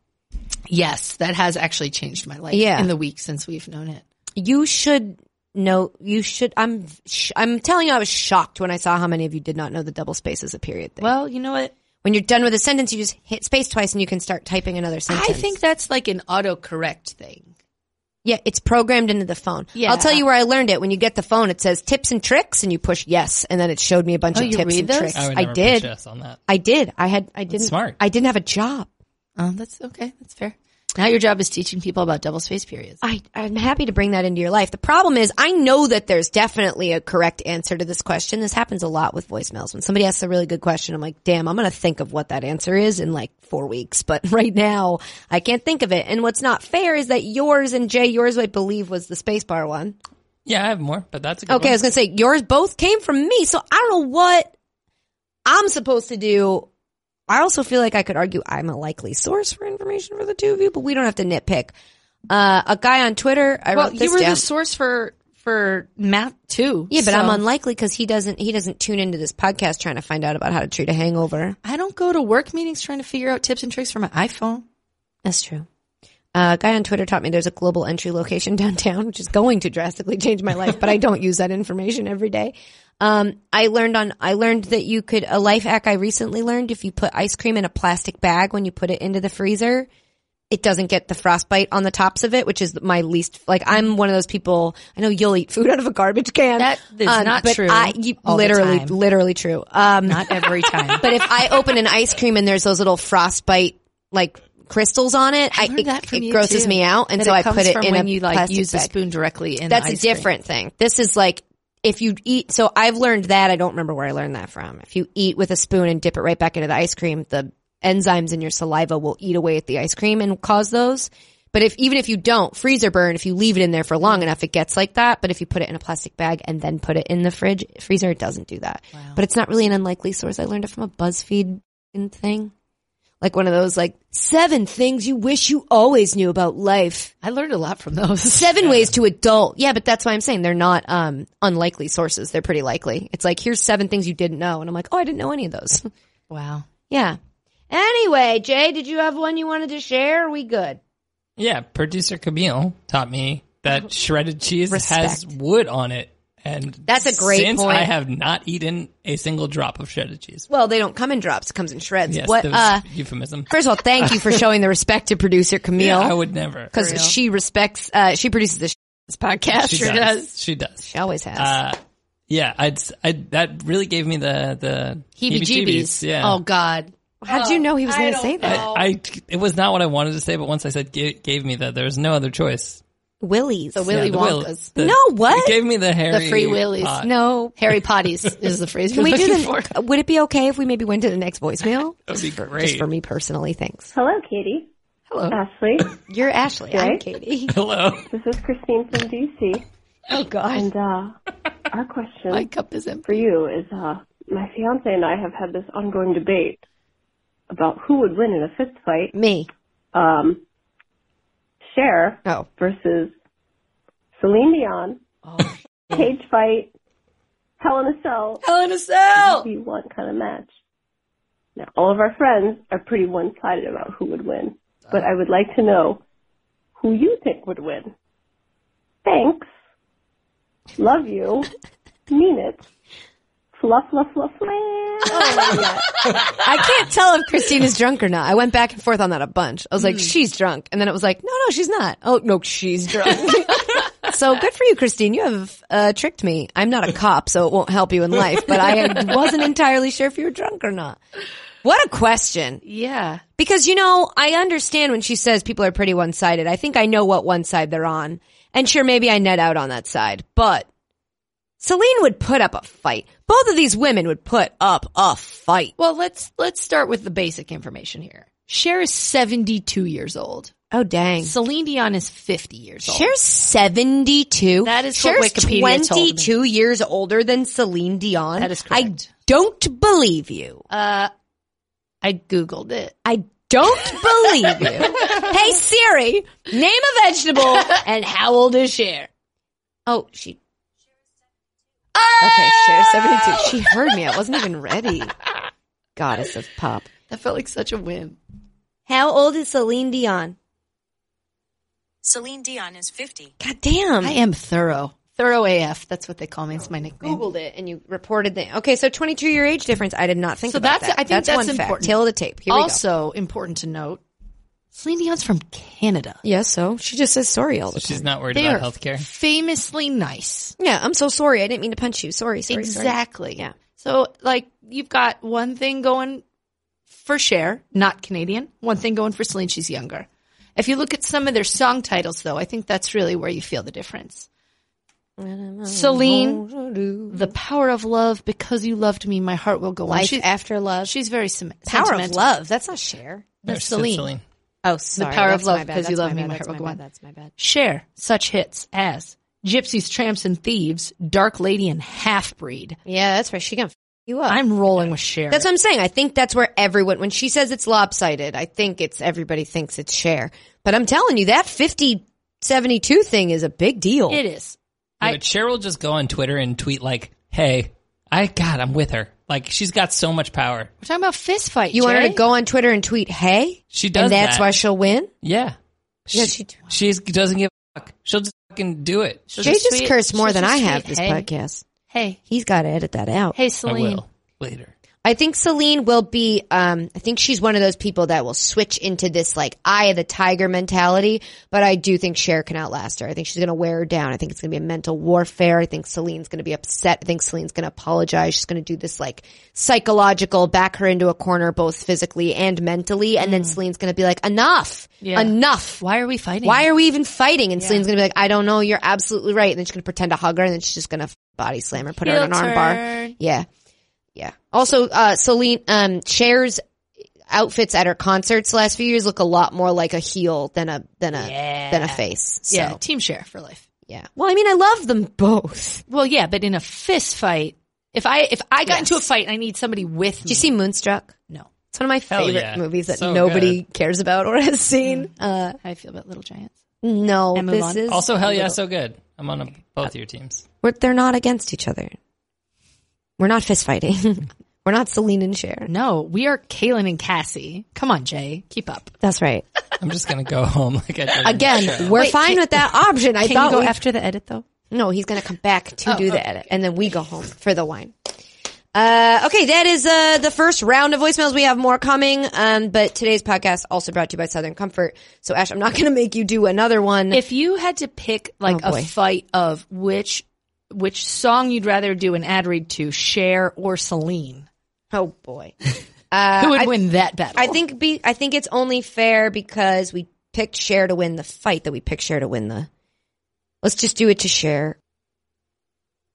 Speaker 4: Yes, that has actually changed my life
Speaker 3: Yeah.
Speaker 4: in the week since we've known it.
Speaker 3: you should know you should i'm sh- i'm telling you i was shocked when i saw how many of you did not know the double space is a period thing
Speaker 4: Well, you know what?
Speaker 3: when you're done with a sentence you just hit space twice and you can start typing another sentence
Speaker 4: I think that's like an autocorrect thing.
Speaker 3: yeah it's programmed into the phone
Speaker 4: Yeah.
Speaker 3: i'll tell you where i learned it when you get the phone it says tips and tricks and you push yes and then it showed me a bunch
Speaker 4: Oh,
Speaker 3: of
Speaker 4: you
Speaker 3: tips
Speaker 4: read
Speaker 3: and
Speaker 4: those?
Speaker 3: tricks
Speaker 6: I, would
Speaker 3: i
Speaker 6: never
Speaker 3: did
Speaker 6: put yes on that.
Speaker 3: i did i had i didn't
Speaker 6: smart.
Speaker 3: i didn't have a job
Speaker 4: Oh, that's okay. That's fair. Now your job is teaching people about double space periods.
Speaker 3: I, I'm happy to bring that into your life. The problem is I know that there's definitely a correct answer to this question. This happens a lot with voicemails. When somebody asks a really good question, I'm like, damn, I'm going to think of what that answer is in like four weeks. But right now I can't think of it. And what's not fair is that yours and Jay, yours, I believe was the space bar one.
Speaker 6: Yeah, I have more, but that's a good
Speaker 3: Okay. I was going to say yours both came from me. So I don't know what I'm supposed to do. I also feel like I could argue I'm a likely source for information for the two of you, but we don't have to nitpick. Uh, a guy on Twitter, I
Speaker 4: well,
Speaker 3: wrote this
Speaker 4: you were
Speaker 3: down.
Speaker 4: the source for for math too.
Speaker 3: Yeah, but
Speaker 4: so-
Speaker 3: I'm unlikely because he doesn't he doesn't tune into this podcast trying to find out about how to treat a hangover.
Speaker 4: I don't go to work meetings trying to figure out tips and tricks for my iPhone.
Speaker 3: That's true. Uh, a guy on Twitter taught me there's a global entry location downtown, which is going to drastically change my life, but I don't use that information every day. Um, I learned on I learned that you could a life hack I recently learned if you put ice cream in a plastic bag when you put it into the freezer, it doesn't get the frostbite on the tops of it, which is my least like I'm one of those people. I know you'll eat food out of a garbage can. Um,
Speaker 4: That is not
Speaker 3: but
Speaker 4: true
Speaker 3: I, you,
Speaker 4: all the
Speaker 3: literally,
Speaker 4: time.
Speaker 3: literally true. Um,
Speaker 4: Not every time.
Speaker 3: but if I open an ice cream and there's those little frostbite like crystals on it, I,
Speaker 4: learned
Speaker 3: it,
Speaker 4: that from
Speaker 3: it
Speaker 4: you,
Speaker 3: grosses
Speaker 4: too.
Speaker 3: me out, and
Speaker 4: That
Speaker 3: so
Speaker 4: it
Speaker 3: I
Speaker 4: comes
Speaker 3: put it
Speaker 4: from
Speaker 3: in
Speaker 4: when
Speaker 3: a
Speaker 4: you like
Speaker 3: plastic
Speaker 4: use a
Speaker 3: bag.
Speaker 4: spoon directly in. the
Speaker 3: That's a
Speaker 4: ice cream.
Speaker 3: different thing. This is like if you eat. So I've learned that. I don't remember where I learned that from. If you eat with a spoon and dip it right back into the ice cream, the enzymes in your saliva will eat away at the ice cream and cause those. But if even if you don't freezer burn, if you leave it in there for long enough, it gets like that. But if you put it in a plastic bag and then put it in the fridge freezer, it doesn't do that. But it's not really an unlikely source. I learned it from a BuzzFeed thing, like one of those like seven things you wish you always knew about life.
Speaker 4: I learned a lot from those.
Speaker 3: Seven ways to adult. Yeah, but that's why I'm saying they're not um, unlikely sources. They're pretty likely. It's like here's seven things you didn't know, and I'm like, oh, I didn't know any of those.
Speaker 4: Wow.
Speaker 3: yeah. Anyway, Jay, did you have one you wanted to share? Are we good?
Speaker 6: Yeah, producer Camille taught me that shredded cheese has
Speaker 3: Oh, Respect.
Speaker 6: wood on it, and
Speaker 3: That's a great
Speaker 6: Since
Speaker 3: point.
Speaker 6: I have not eaten a single drop of shredded cheese.
Speaker 3: Well, they don't come in drops. It comes in shreds.
Speaker 6: Yes,
Speaker 3: what?
Speaker 6: that
Speaker 3: Uh,
Speaker 6: was euphemism.
Speaker 3: first of all, thank you for showing the respect to producer
Speaker 6: yeah, I
Speaker 3: Camille
Speaker 6: would never.
Speaker 3: because she respects. Uh, she produces this, this podcast.
Speaker 6: She
Speaker 3: Sure
Speaker 6: does. She does.
Speaker 3: She always has.
Speaker 6: Uh, yeah, I'd, i that really gave me the the
Speaker 4: Heebie-jeebies.
Speaker 6: Yeah.
Speaker 4: Oh God.
Speaker 3: How did you know he was going to say that?
Speaker 6: I, I it was not what I wanted to say, but once I said gave, gave me that, there was no other choice.
Speaker 3: Willies.
Speaker 4: The Willy
Speaker 6: Yeah, the will-
Speaker 4: Wonkas.
Speaker 6: the-
Speaker 3: No, what?
Speaker 6: It gave me the Harry
Speaker 4: The free willies.
Speaker 6: pot.
Speaker 3: no.
Speaker 4: Harry Potties is the phrase
Speaker 3: Can
Speaker 4: we're
Speaker 3: we do
Speaker 4: looking
Speaker 3: the?
Speaker 4: for.
Speaker 3: Would it be okay if we maybe went to the next voicemail?
Speaker 6: That would be
Speaker 3: Just
Speaker 6: great.
Speaker 3: for me personally, thanks.
Speaker 11: Hello, Katie.
Speaker 3: Hello.
Speaker 11: Ashley.
Speaker 3: You're Ashley. I'm
Speaker 11: Right?
Speaker 3: Katie.
Speaker 6: Hello.
Speaker 11: this is Christine from DC.
Speaker 4: Oh God.
Speaker 11: And uh, our question
Speaker 4: My cup is empty.
Speaker 11: for you is uh, my fiance and I have had this ongoing debate about who would win in a fist fight
Speaker 3: Me.
Speaker 11: um, Cher
Speaker 3: Oh.
Speaker 11: versus Celine Dion,
Speaker 4: Oh,
Speaker 11: cage fight, Hell in a Cell.
Speaker 3: Hell in a
Speaker 4: Oh.
Speaker 3: cell.
Speaker 11: We want kind of match. Now, all of our friends are pretty one sided about who would win, but I would like to know who you think would win. Thanks. Love you. Mean it. Fluff, fluff, fluff, fluff.
Speaker 3: Oh I can't tell if Christine is drunk or not. I went back and forth on that a bunch. I was like, she's drunk. And then it was like, no, no, she's not. Oh, no, she's drunk. so good for you, Christine. You have uh, tricked me. I'm not a cop, so it won't help you in life, but I wasn't entirely sure if you were drunk or not. What a question.
Speaker 4: Yeah.
Speaker 3: Because, you know, I understand when she says people are pretty one sided. I think I know what one side they're on. And sure, maybe I net out on that side, but Celine would put up a fight. Both of these women would put up a fight.
Speaker 4: Well, let's let's start with the basic information here. Cher is 72 years old.
Speaker 3: Oh, dang.
Speaker 4: Celine Dion is 50 years old.
Speaker 3: Cher's 72.
Speaker 4: That is what
Speaker 3: Cher's
Speaker 4: Wikipedia told me.
Speaker 3: 22 years older than Celine Dion.
Speaker 4: That is
Speaker 3: I
Speaker 4: correct.
Speaker 3: don't believe you.
Speaker 4: Uh, I googled it.
Speaker 3: I don't believe you. hey, Siri, name a vegetable and how old is Cher? Oh, she. Okay, Cher's 72. She heard me. I wasn't even ready. Goddess of pop.
Speaker 4: That felt like such a win.
Speaker 3: How old is Celine Dion?
Speaker 8: Celine Dion is 50.
Speaker 3: God damn.
Speaker 4: I am thorough. Thorough AF. That's what they call me. It's my nickname.
Speaker 3: Googled it and you reported the okay. So twenty two year age difference. I did not think
Speaker 4: So
Speaker 3: about
Speaker 4: that's-
Speaker 3: that.
Speaker 4: I think that's
Speaker 3: one Fact.
Speaker 4: important.
Speaker 3: Tail of the tape. Here we go.
Speaker 4: also important to note, Celine Dion's from Canada.
Speaker 3: Yeah, so she just says sorry all the time.
Speaker 6: She's not worried
Speaker 4: They are
Speaker 6: about healthcare.
Speaker 4: famously nice.
Speaker 3: Yeah, I'm so sorry. I didn't mean to punch you. Sorry, sorry, sorry.
Speaker 4: exactly.
Speaker 3: Yeah.
Speaker 4: So like you've got one thing going for Cher, not Canadian. One thing going for Celine, she's younger. If you look at some of their song titles, though, I think that's really where you feel the difference. Celine, The Power of Love, Because You Loved Me, My Heart Will Go On.
Speaker 3: Life e-
Speaker 4: After Love. She's very sim-
Speaker 3: Power of
Speaker 4: sentimental.
Speaker 3: Love. That's not share.
Speaker 4: No, she said Celine. Celine.
Speaker 3: Oh, sorry.
Speaker 4: The Power
Speaker 3: That's
Speaker 4: of Love,
Speaker 3: my bad.
Speaker 4: Because You
Speaker 3: That's
Speaker 4: Love
Speaker 3: my
Speaker 4: Me,
Speaker 3: bad.
Speaker 4: My
Speaker 3: That's
Speaker 4: Heart Will
Speaker 3: my
Speaker 4: Go
Speaker 3: bad.
Speaker 4: On.
Speaker 3: That's my bad.
Speaker 4: Share such hits as Gypsies, Tramps, and Thieves, Dark Lady, and Half Breed.
Speaker 3: Yeah, that's right. She can f- you up.
Speaker 4: I'm rolling with Cher.
Speaker 3: That's what I'm saying. I think that's where everyone, when she says it's lopsided, I think it's everybody thinks it's share. But I'm telling you, that 50 72 thing is a big deal.
Speaker 4: It is.
Speaker 6: Yeah, but Cher will just go on Twitter and tweet like, "Hey, I God, I'm with her." Like she's got so much power.
Speaker 4: We're talking about fist fight.
Speaker 3: You want her
Speaker 4: Jay?
Speaker 3: to go on Twitter and tweet, hey?
Speaker 6: She does
Speaker 3: And that's
Speaker 6: that.
Speaker 3: why she'll win?
Speaker 6: Yeah,
Speaker 3: Yeah, she,
Speaker 6: she doesn't give a fuck. She'll just fucking do it. She'll
Speaker 3: Jay
Speaker 6: just
Speaker 3: just
Speaker 6: tweet-
Speaker 3: cursed more
Speaker 6: she'll
Speaker 3: than
Speaker 6: just
Speaker 3: I have
Speaker 6: tweet,
Speaker 3: this
Speaker 6: "Hey."
Speaker 3: podcast.
Speaker 4: Hey.
Speaker 3: He's got to edit that out.
Speaker 4: Hey,
Speaker 6: I
Speaker 4: Celine.
Speaker 6: will later.
Speaker 3: I think Celine will be. Um, I think she's one of those people that will switch into this like eye of the tiger mentality. But I do think Cher can outlast her. I think she's going to wear her down. I think it's going to be a mental warfare. I think Celine's going to be upset. I think Celine's going to apologize. She's going to do this like psychological back her into a corner, both physically and mentally. And then Celine's going to be like, enough,
Speaker 4: Mm. Yeah.
Speaker 3: enough.
Speaker 4: Why are we fighting?
Speaker 3: Why are we even fighting? And Celine's going to be like, I don't know. You're absolutely right. And then she's going to pretend to hug her, and then she's just going to body slam her, put her in an
Speaker 4: Heel
Speaker 3: arm bar.
Speaker 4: turn.
Speaker 3: Yeah. Yeah. Also, uh, Celine, um, Cher's outfits at her concerts last few years look a lot more like a heel than a, than a, than a face. So,
Speaker 4: Yeah, team share for life.
Speaker 3: yeah. Well, I mean, I love them both.
Speaker 4: Well, yeah, but in a fist fight, if I if I got into a fight and I need somebody with
Speaker 3: Did
Speaker 4: me,
Speaker 3: you see Moonstruck?
Speaker 4: No.
Speaker 3: It's one of my
Speaker 4: Hell
Speaker 3: favorite
Speaker 4: yeah.
Speaker 3: movies that
Speaker 4: So
Speaker 3: nobody
Speaker 4: good.
Speaker 3: cares about or has seen. Uh,
Speaker 4: how I feel about Little Giants.
Speaker 3: no,
Speaker 4: And
Speaker 3: this
Speaker 4: Mulan.
Speaker 3: is
Speaker 6: Also, hell yeah,
Speaker 3: little-
Speaker 6: so good. I'm on a, both your teams.
Speaker 3: We're, they're not against each other. We're not fist fighting. We're not Celine and Cher.
Speaker 4: No, we are Kaylin and Cassie. Come on, Jay, keep up.
Speaker 3: That's right.
Speaker 6: I'm just gonna go home like I did
Speaker 3: Again, we're
Speaker 4: Wait,
Speaker 3: fine
Speaker 4: can-
Speaker 3: with that option. I
Speaker 4: Can
Speaker 3: thought
Speaker 4: you go
Speaker 3: we-
Speaker 4: after the edit though?
Speaker 3: No, he's going to come back to
Speaker 4: Oh,
Speaker 3: do the
Speaker 4: okay.
Speaker 3: edit, and then we go home for the wine. Uh, okay, that is uh, the first round of voicemails. We have more coming, um, but today's podcast also brought to you by Southern Comfort. So, Ash, I'm not going to make you do another one.
Speaker 4: If you had to pick like
Speaker 3: Oh, boy.
Speaker 4: a fight of which which song you'd rather do an ad read to, Cher or Celine,
Speaker 3: oh boy, uh,
Speaker 4: who would
Speaker 3: I,
Speaker 4: win that battle?
Speaker 3: I think be, I think it's only fair because we picked Cher to win the fight that we picked Cher to win the. Let's just do it to Cher.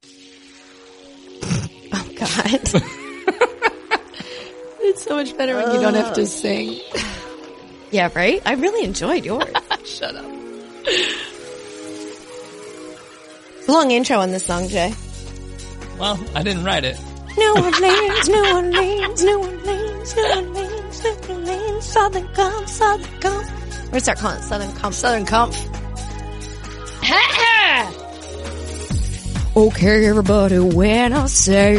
Speaker 3: Oh God.
Speaker 4: it's so much better when you don't have to sing.
Speaker 3: Yeah, right? I really enjoyed yours.
Speaker 4: Shut up.
Speaker 3: Long intro on this song, Jay.
Speaker 6: Well, I didn't write it.
Speaker 2: New Orleans, New Orleans, New Orleans, New Orleans, New Orleans, Southern Comp, Southern Comp.
Speaker 3: We're gonna start calling it Southern Comfort.
Speaker 4: Southern Comp.
Speaker 3: Okay, everybody, when I say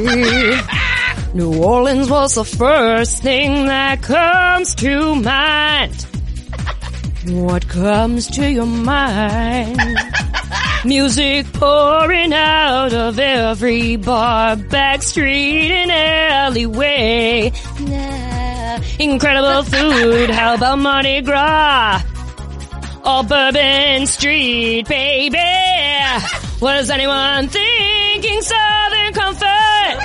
Speaker 3: New Orleans was the first thing that comes to mind. What comes to your mind? Music pouring out of every bar, back street and alleyway. Nah. Incredible food, how about Mardi Gras? All Bourbon Street, baby. Was anyone thinking Southern Comfort?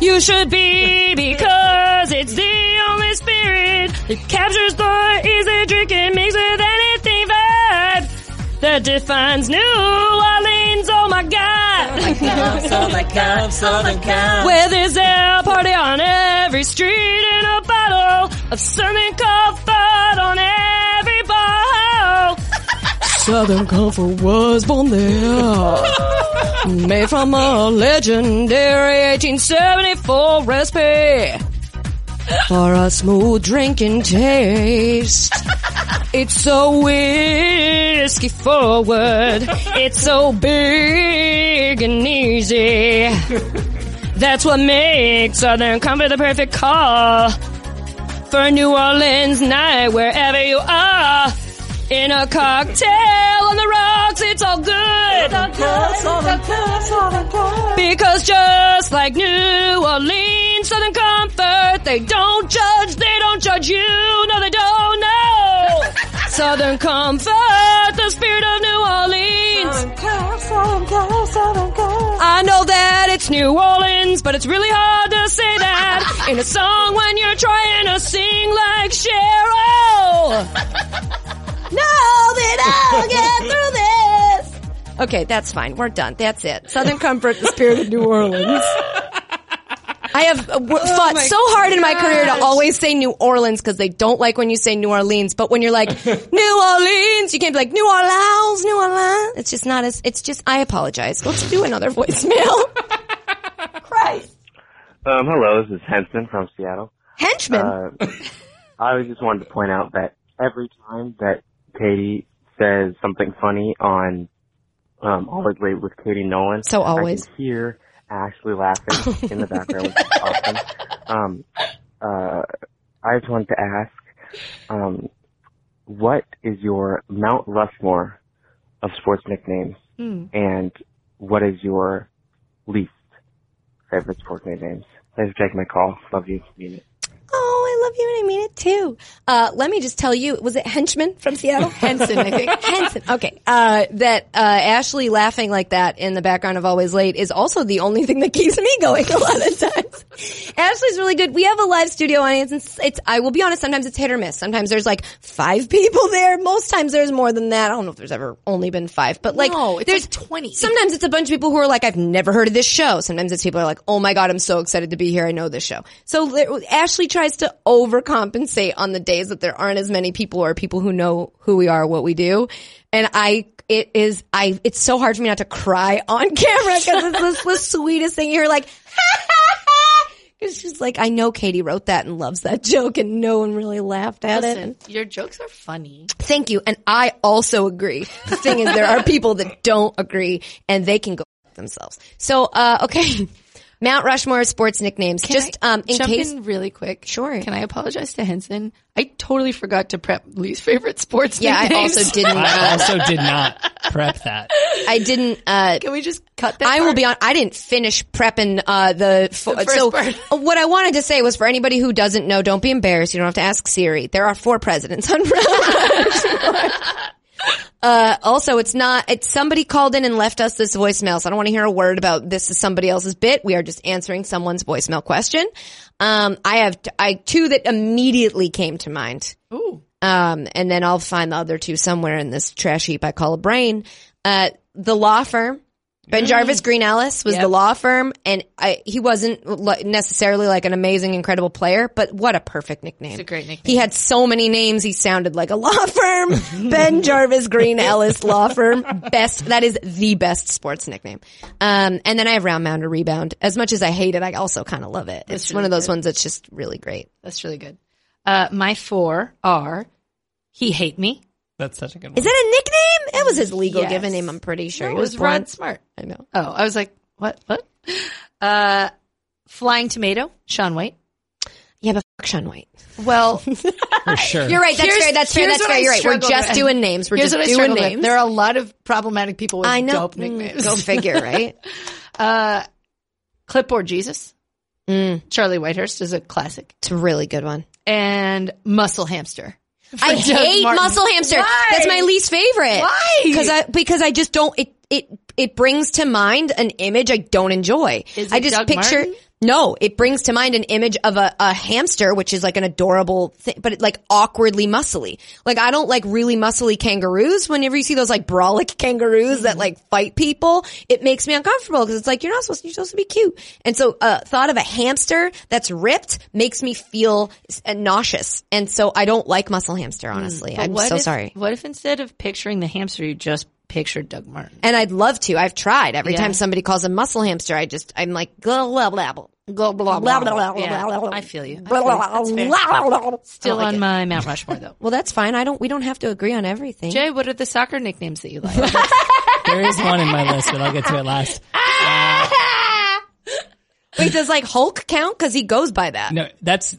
Speaker 3: You should be because it's the only spirit that captures the easy drink and makes with anything vibe that defines New Orleans. Oh my God! oh Where there's a party on every street and a bottle of something comfort on every bar. Southern Comfort was born there. Made from a legendary 1874 recipe. For a smooth drinking taste. It's so whiskey forward. It's so big and easy. That's what makes Southern Comfort the perfect call. For New Orleans night, wherever you are. In a cocktail on the rocks, it's all good. Because just like New Orleans, Southern Comfort, they don't judge, they don't judge you, no they don't know. Southern Comfort, the spirit of New Orleans. I know that it's New Orleans, but it's really hard to say that in a song when you're trying to sing like Cheryl. No, then I'll get through this. Okay, that's fine. We're done. That's it. Southern Comfort, the spirit of New Orleans. I have uh, w-
Speaker 2: Oh
Speaker 3: fought
Speaker 2: my
Speaker 3: so hard in my career
Speaker 2: gosh.
Speaker 3: to always say New Orleans because they don't like when you say New Orleans. But when you're like New Orleans, you can't be like New Orleans, New Orleans. It's just not as. It's just. I apologize. Let's do another voicemail.
Speaker 12: Um, hello, this is Henson from Seattle.
Speaker 3: Henchman.
Speaker 12: Uh, I was just wanted to point out that every time that Katie says something funny on um, Always Late with Katie Nolan,
Speaker 3: So always.
Speaker 12: Uh, I can hear Ashley laughing in the background, which is awesome. Um, uh, I just wanted to ask, um, what is your Mount Rushmore of sports nicknames,
Speaker 2: Hmm.
Speaker 12: and what is your least favorite sports nicknames? Thanks for taking my call. Love you. Mean it.
Speaker 3: Oh, I love you and I mean it too. Uh, let me just tell you, was it Henchman from Seattle? Henson, I think. Henson. Okay. Uh, that, uh, Ashley laughing like that in the background of Always Late is also the only thing that keeps me going a lot of times. Ashley's really good. We have a live studio audience and it's, it's, I will be honest, sometimes it's hit or miss. Sometimes there's like five people there. Most times there's more than that. I don't know if there's ever only been five, but like,
Speaker 4: No, it's
Speaker 3: there's
Speaker 4: like 20.
Speaker 3: Sometimes it's a bunch of people who are like, I've never heard of this show. Sometimes it's people who are like, oh my God, I'm so excited to be here. I know this show. So li- Ashley tries to overcompensate on the days that there aren't as many people or people who know who we are, what we do. And I, it is, I, it's so hard for me not to cry on camera because it's the, the sweetest thing. You're like, It's just like, I know Katie wrote that and loves that joke and no one really laughed at it.
Speaker 4: Listen, your jokes are funny.
Speaker 3: Thank you. And I also agree. The thing is, there are people that don't agree and they can go f- themselves. So, uh, okay. Mount Rushmore sports nicknames. Just, um, in
Speaker 4: jump
Speaker 3: case.
Speaker 4: in really quick. Sure. Can I apologize to Henson? I totally forgot to prep least favorite sports.
Speaker 3: Yeah, I
Speaker 4: nicknames.
Speaker 3: also didn't, uh,
Speaker 6: I also did not prep that.
Speaker 3: I didn't, uh. Can
Speaker 4: we just cut
Speaker 3: that? I will be on, I didn't finish prepping, uh, the, fo-
Speaker 4: The first
Speaker 3: so
Speaker 4: part.
Speaker 3: what I wanted to say was for anybody who doesn't know, don't be embarrassed. You don't have to ask Siri. There are four presidents on Uh, also, it's not, it's somebody called in and left us this voicemail, so I don't want to hear a word about this is somebody else's bit. We are just answering someone's voicemail question. Um, I have, t- I, two that immediately came to mind.
Speaker 4: Ooh.
Speaker 3: Um, and then I'll find the other two somewhere in this trash heap I call a brain. Uh, the law firm.
Speaker 4: Mm.
Speaker 3: Ben Jarvis Green Ellis was the law firm, and I, he wasn't li- necessarily like an amazing, incredible player, but what a perfect nickname!
Speaker 4: It's a great nickname.
Speaker 3: He had so many names. He sounded like a law firm. ben Jarvis Green Ellis Law Firm. Best. That is the best sports nickname. Um, and then I have Round Mound Rebound. As much as I hate it, I also kind of love it.
Speaker 4: That's
Speaker 3: it's
Speaker 4: really
Speaker 3: one of those
Speaker 4: good.
Speaker 3: ones that's just really great.
Speaker 4: That's really good. Uh, my four are he hate me.
Speaker 6: That's such a good one.
Speaker 3: Is that a nickname? It was his legal
Speaker 4: Yes.
Speaker 3: given name. I'm pretty sure.
Speaker 4: No,
Speaker 3: He
Speaker 4: it was
Speaker 3: born-
Speaker 4: Rod Smart.
Speaker 3: I know.
Speaker 4: Oh, I was like, what? What? Uh, Flying Tomato, Sean White.
Speaker 3: Yeah, but fuck Sean White.
Speaker 4: Well,
Speaker 6: For sure.
Speaker 3: You're right. That's fair. That's fair.
Speaker 4: here's
Speaker 3: That's
Speaker 4: what
Speaker 3: fair.
Speaker 4: I
Speaker 3: You're right. We're
Speaker 4: struggled
Speaker 3: just
Speaker 4: with.
Speaker 3: doing names. We're
Speaker 4: Here's
Speaker 3: just
Speaker 4: what I
Speaker 3: doing
Speaker 4: struggled with.
Speaker 3: names.
Speaker 4: There are a lot of problematic people with
Speaker 3: I know.
Speaker 4: dope
Speaker 3: Mm,
Speaker 4: nicknames.
Speaker 3: go figure, right?
Speaker 4: uh, Clipboard Jesus.
Speaker 3: Mm.
Speaker 4: Charlie Whitehurst is a classic.
Speaker 3: It's a really good one.
Speaker 4: And Muscle Hamster.
Speaker 3: I
Speaker 4: For Doug
Speaker 3: hate
Speaker 4: Martin.
Speaker 3: muscle hamster. That's my least favorite.
Speaker 4: Why?
Speaker 3: Because I because I just don't it it it brings to mind an image I don't enjoy.
Speaker 4: Is
Speaker 3: I
Speaker 4: it
Speaker 3: just
Speaker 4: Doug
Speaker 3: picture
Speaker 4: Martin?
Speaker 3: no. It brings to mind an image of a, a hamster, which is like an adorable thing, but it, like awkwardly muscly. Like I don't like really muscly kangaroos. Whenever you see those like brolic kangaroos that like fight people, it makes me uncomfortable because it's like you're not supposed you're supposed to be cute. And so uh, thought of a hamster that's ripped makes me feel s- uh, nauseous, and so I don't like muscle hamster. Honestly,
Speaker 4: Hmm. But
Speaker 3: I'm
Speaker 4: what
Speaker 3: so
Speaker 4: if-
Speaker 3: sorry.
Speaker 4: What if instead of picturing the hamster, you just pictured Doug Martin?
Speaker 3: And I'd love to. I've tried. Every
Speaker 4: Yeah.
Speaker 3: time somebody calls a muscle hamster, I just I'm like blah blah blah blah blah blah blah blah
Speaker 4: Yeah,
Speaker 3: blah blah.
Speaker 4: I feel you. I
Speaker 3: Blah,
Speaker 4: feel you.
Speaker 3: blah,
Speaker 4: That's fair.
Speaker 3: blah, blah, blah. I
Speaker 4: Still
Speaker 3: don't like
Speaker 4: on
Speaker 3: it.
Speaker 4: my Mount Rushmore, though.
Speaker 3: Well, that's fine. I don't. We don't have to agree on everything.
Speaker 4: Jay, what are the soccer nicknames that you like?
Speaker 6: There is one in my list, but I'll get to it last.
Speaker 3: Wait, does like Hulk count? Because he goes by that.
Speaker 6: No, that's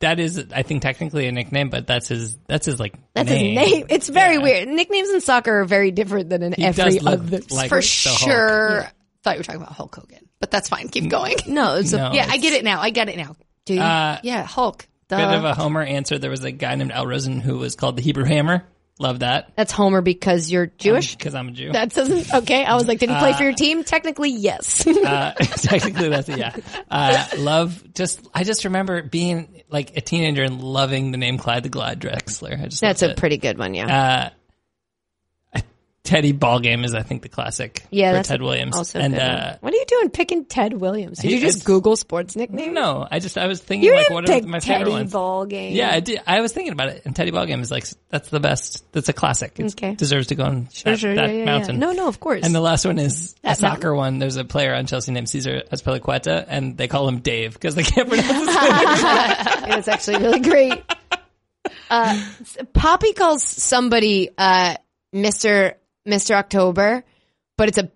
Speaker 6: that is I think technically a nickname, but that's his that's his like
Speaker 3: That's
Speaker 6: name.
Speaker 3: his name. It's very weird. Nicknames in soccer are very different than in
Speaker 6: He
Speaker 3: every
Speaker 6: does look
Speaker 3: other
Speaker 6: like
Speaker 4: For
Speaker 6: the Hulk.
Speaker 4: sure. Thought you were talking about Hulk Hogan, but that's fine. Keep going.
Speaker 3: No, it's a-
Speaker 6: No,
Speaker 4: yeah, I get it now. I get it now.
Speaker 3: Do you?
Speaker 6: Uh,
Speaker 4: yeah, Hulk. Duh.
Speaker 6: Bit of a Homer answer. There was a guy named Al Rosen who was called the Hebrew Hammer. Love that
Speaker 3: That's Homer because you're Jewish.
Speaker 6: because I'm a Jew.
Speaker 3: That doesn't. Okay, I was like, did he play for your team? Technically, yes.
Speaker 6: uh, technically that's it, yeah. Uh, love just I just remember being like a teenager and loving the name Clyde the Glide Drexler. I just
Speaker 3: That's
Speaker 6: loved
Speaker 3: a
Speaker 6: it.
Speaker 3: pretty good one, yeah.
Speaker 6: Uh, Teddy Ballgame is, I think, the classic.
Speaker 3: yeah,
Speaker 6: for
Speaker 3: that's
Speaker 6: Ted Williams.
Speaker 3: Also a
Speaker 6: and
Speaker 3: good one.
Speaker 6: uh,
Speaker 3: what are you doing picking Ted Williams? Did
Speaker 6: he-
Speaker 3: you just
Speaker 6: it's-
Speaker 3: Google sports nickname?
Speaker 6: No, I just I was thinking
Speaker 3: You
Speaker 6: like
Speaker 3: didn't
Speaker 6: what
Speaker 3: pick
Speaker 6: are my
Speaker 3: Teddy
Speaker 6: favorite ones.
Speaker 3: Ball Game.
Speaker 6: Yeah, I did. I was thinking about it, and Teddy Ballgame is like that's the best. That's a classic. It
Speaker 3: Okay.
Speaker 6: deserves to go on
Speaker 3: Sure,
Speaker 6: that,
Speaker 3: sure,
Speaker 6: that
Speaker 3: yeah, yeah, yeah.
Speaker 6: mountain.
Speaker 3: No, no, of course.
Speaker 6: And the last one is
Speaker 3: That
Speaker 6: a soccer one. There's a player on Chelsea named Cesar Azpilicueta, and they call him Dave because they can't pronounce his
Speaker 3: And it's actually really great. Uh, Poppy calls somebody uh, Mister Mister October, but it's a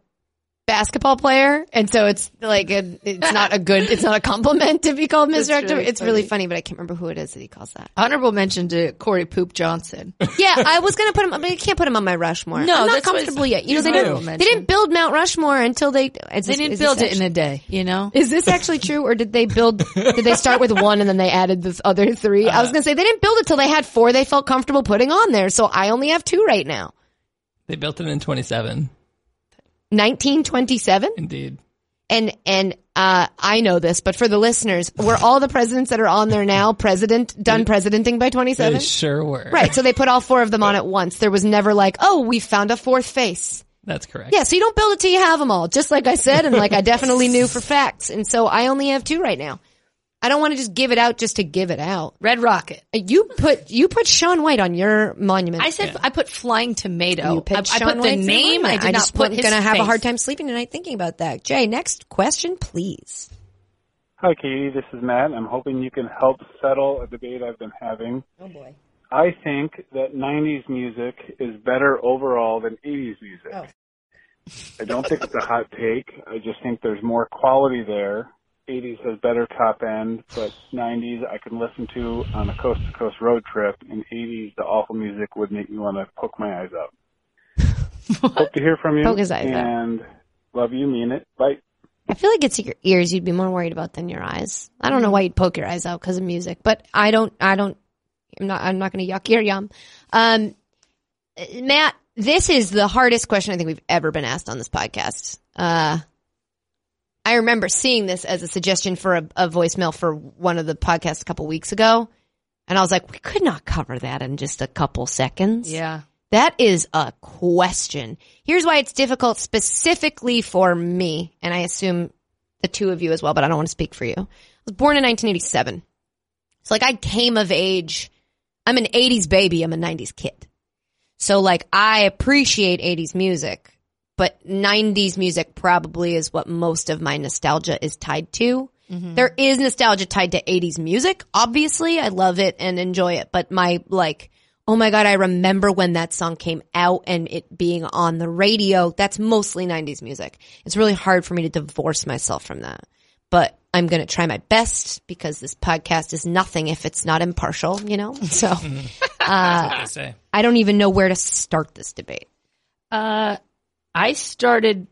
Speaker 3: basketball player, and so it's like a, it's not a good, it's not a compliment to be called
Speaker 4: That's
Speaker 3: Mister October.
Speaker 4: really
Speaker 3: it's really
Speaker 4: funny.
Speaker 3: funny, but I can't remember who it is that he calls that.
Speaker 4: Honorable mention to Corey Poop Johnson.
Speaker 3: yeah, I was gonna put him. I, mean, I can't put him on my Rushmore.
Speaker 4: No,
Speaker 3: I'm not
Speaker 4: that's what-
Speaker 3: comfortable yet. You know, they
Speaker 4: No.
Speaker 3: didn't. They didn't build Mount Rushmore until they. They
Speaker 4: didn't build it in a day, You know,
Speaker 3: is this actually true, or did they build? Did they start with one and then they added the other three? I was gonna say they didn't build it till they had four. They felt comfortable putting on there, so I only have two right now.
Speaker 6: They built it in 27.
Speaker 3: 1927.
Speaker 6: Indeed.
Speaker 3: And and uh, I know this, but for the listeners, were all the presidents that are on there now president done presidenting by 27?
Speaker 6: They sure were.
Speaker 3: Right. So they put all four of them on at once. There was never like, oh, we found a fourth face.
Speaker 6: That's correct.
Speaker 3: Yeah. So you don't build it till you have them all, just like I said, and like I definitely knew for facts. And so I only have two right now. I don't want to just give it out just to give it out.
Speaker 4: Red Rocket.
Speaker 3: You put you put Sean White on your monument.
Speaker 4: I said I put Flying Tomato.
Speaker 3: You
Speaker 4: I, I
Speaker 3: picked Shaun
Speaker 4: put the
Speaker 3: White's
Speaker 4: name.
Speaker 3: Monument.
Speaker 4: I did not
Speaker 3: just
Speaker 4: put
Speaker 3: was
Speaker 4: his
Speaker 3: gonna have a
Speaker 4: face.
Speaker 3: hard time sleeping tonight thinking about that. Jay, next question, please.
Speaker 13: Hi, Katie. This is Matt. I'm hoping you can help settle a debate I've been having.
Speaker 3: Oh boy.
Speaker 13: I think that 90s music is better overall than 80s music.
Speaker 3: Oh.
Speaker 13: I don't think it's a hot take. I just think there's more quality there. 80s has better top end, but 90s I can listen to on a coast to coast road trip, and 80s the awful music would make me want to poke my eyes out. Hope to hear from you.
Speaker 3: Poke his eyes out.
Speaker 13: and love you, mean it. Bye.
Speaker 3: I feel like it's your ears you'd be more worried about than your eyes. I don't know why you'd poke your eyes out because of music, but I don't. I don't. I'm not. I'm not going to yuck your yum. Um, Matt, this is the hardest question I think we've ever been asked on this podcast. Uh, I remember seeing this as a suggestion for a, a voicemail for one of the podcasts a couple weeks ago, and I was like, we could not cover that in just a couple seconds.
Speaker 4: Yeah.
Speaker 3: That is a question. Here's why it's difficult specifically for me, and I assume the two of you as well, but I don't want to speak for you. I was born in 1987. So, like, I came of age. I'm an 80s baby, I'm a 90s kid. So, like, I appreciate 80s music, but 90s music probably is what most of my nostalgia is tied to.
Speaker 2: Mhm.
Speaker 3: There is nostalgia tied to 80s music. Obviously, I love it and enjoy it, but my, like, oh my God, I remember when that song came out and it being on the radio. That's mostly 90s music. It's really hard for me to divorce myself from that, but I'm going to try my best because this podcast is nothing if it's not impartial, you know? So,
Speaker 6: That's what
Speaker 3: uh,
Speaker 6: they say.
Speaker 3: I don't even know where to start this debate.
Speaker 4: Uh, I started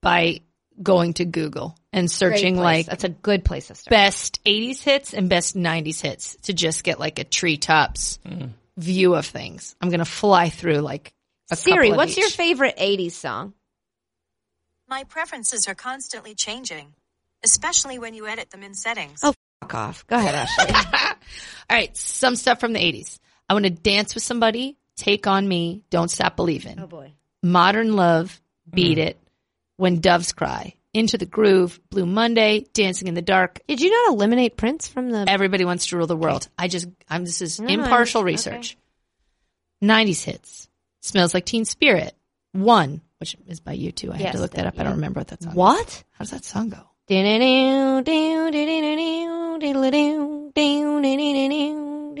Speaker 4: by going to Google and searching
Speaker 3: place.
Speaker 4: like
Speaker 3: That's a good place to start.
Speaker 4: best 80s hits and best 90s hits to just get like a treetops
Speaker 3: Hmm.
Speaker 4: view of things. I'm going to fly through like a
Speaker 3: Siri,
Speaker 4: couple of
Speaker 3: what's
Speaker 4: each.
Speaker 3: your favorite 80s song?
Speaker 8: My preferences are constantly changing, especially when you edit them in settings.
Speaker 3: Oh, fuck off. Go ahead, Ashley.
Speaker 4: All right, some stuff from the 80s. I want to dance with somebody, take on me, don't stop believing. Oh
Speaker 3: boy.
Speaker 4: Modern love, beat it, when doves cry, into the groove, blue Monday, dancing in the dark.
Speaker 3: Did you not eliminate Prince from the
Speaker 4: Everybody wants to rule the world. I just I'm this is
Speaker 3: No, no,
Speaker 4: impartial
Speaker 3: I-
Speaker 4: research. 90s hits. Smells like Teen Spirit. One, which is by you too. I had
Speaker 3: Yes,
Speaker 4: to look that,
Speaker 3: that-
Speaker 4: up. I don't
Speaker 3: yeah.
Speaker 4: remember what that song. is.
Speaker 3: What?
Speaker 4: How does that song go?
Speaker 3: Do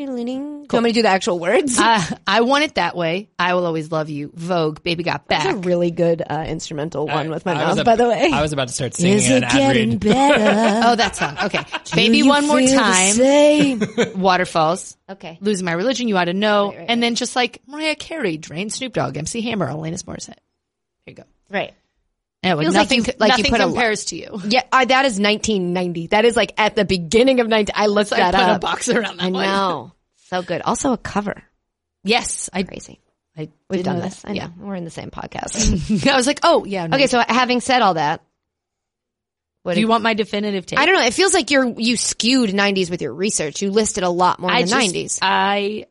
Speaker 3: you want me to do the actual words?
Speaker 4: Uh, I want it that way. I will always love you. Vogue, baby got back.
Speaker 3: That's a really good uh, instrumental one with my
Speaker 6: I was
Speaker 3: mouth,
Speaker 6: ab-
Speaker 3: by the way.
Speaker 6: I was about to start singing an ad read.
Speaker 4: oh, that song. Okay. Baby,
Speaker 3: you
Speaker 4: one more
Speaker 3: feel the
Speaker 4: time. Waterfalls.
Speaker 3: Okay.
Speaker 4: Losing my religion, you ought to know. and then just like Mariah Carey, Drain, Snoop Dogg, MC Hammer, Alanis Morissette. There you go.
Speaker 3: Right.
Speaker 4: Anyway,
Speaker 3: Feels
Speaker 4: nothing,
Speaker 3: like you,
Speaker 4: like
Speaker 3: like
Speaker 4: nothing
Speaker 3: you put
Speaker 4: compares
Speaker 3: a,
Speaker 4: to you.
Speaker 3: Yeah, I, that is 1990. That is like at the beginning of 90. I looked
Speaker 4: So I
Speaker 3: that
Speaker 4: put a
Speaker 3: up.
Speaker 4: box around that uh,
Speaker 3: I
Speaker 4: one.
Speaker 3: know. So good. Also a cover.
Speaker 4: Yes. I,
Speaker 3: Crazy.
Speaker 4: I
Speaker 3: We've
Speaker 4: did
Speaker 3: done
Speaker 4: know
Speaker 3: this.
Speaker 4: that.
Speaker 3: I know.
Speaker 4: Yeah.
Speaker 3: We're in the same podcast.
Speaker 4: I was like, oh, yeah. no.
Speaker 3: okay, so having said all that, What
Speaker 4: Do you
Speaker 3: it-
Speaker 4: want my definitive take?
Speaker 3: I don't know. It feels like you're you skewed '90s with your research. You listed a lot more
Speaker 4: I
Speaker 3: in the
Speaker 4: just-
Speaker 3: '90s.
Speaker 4: I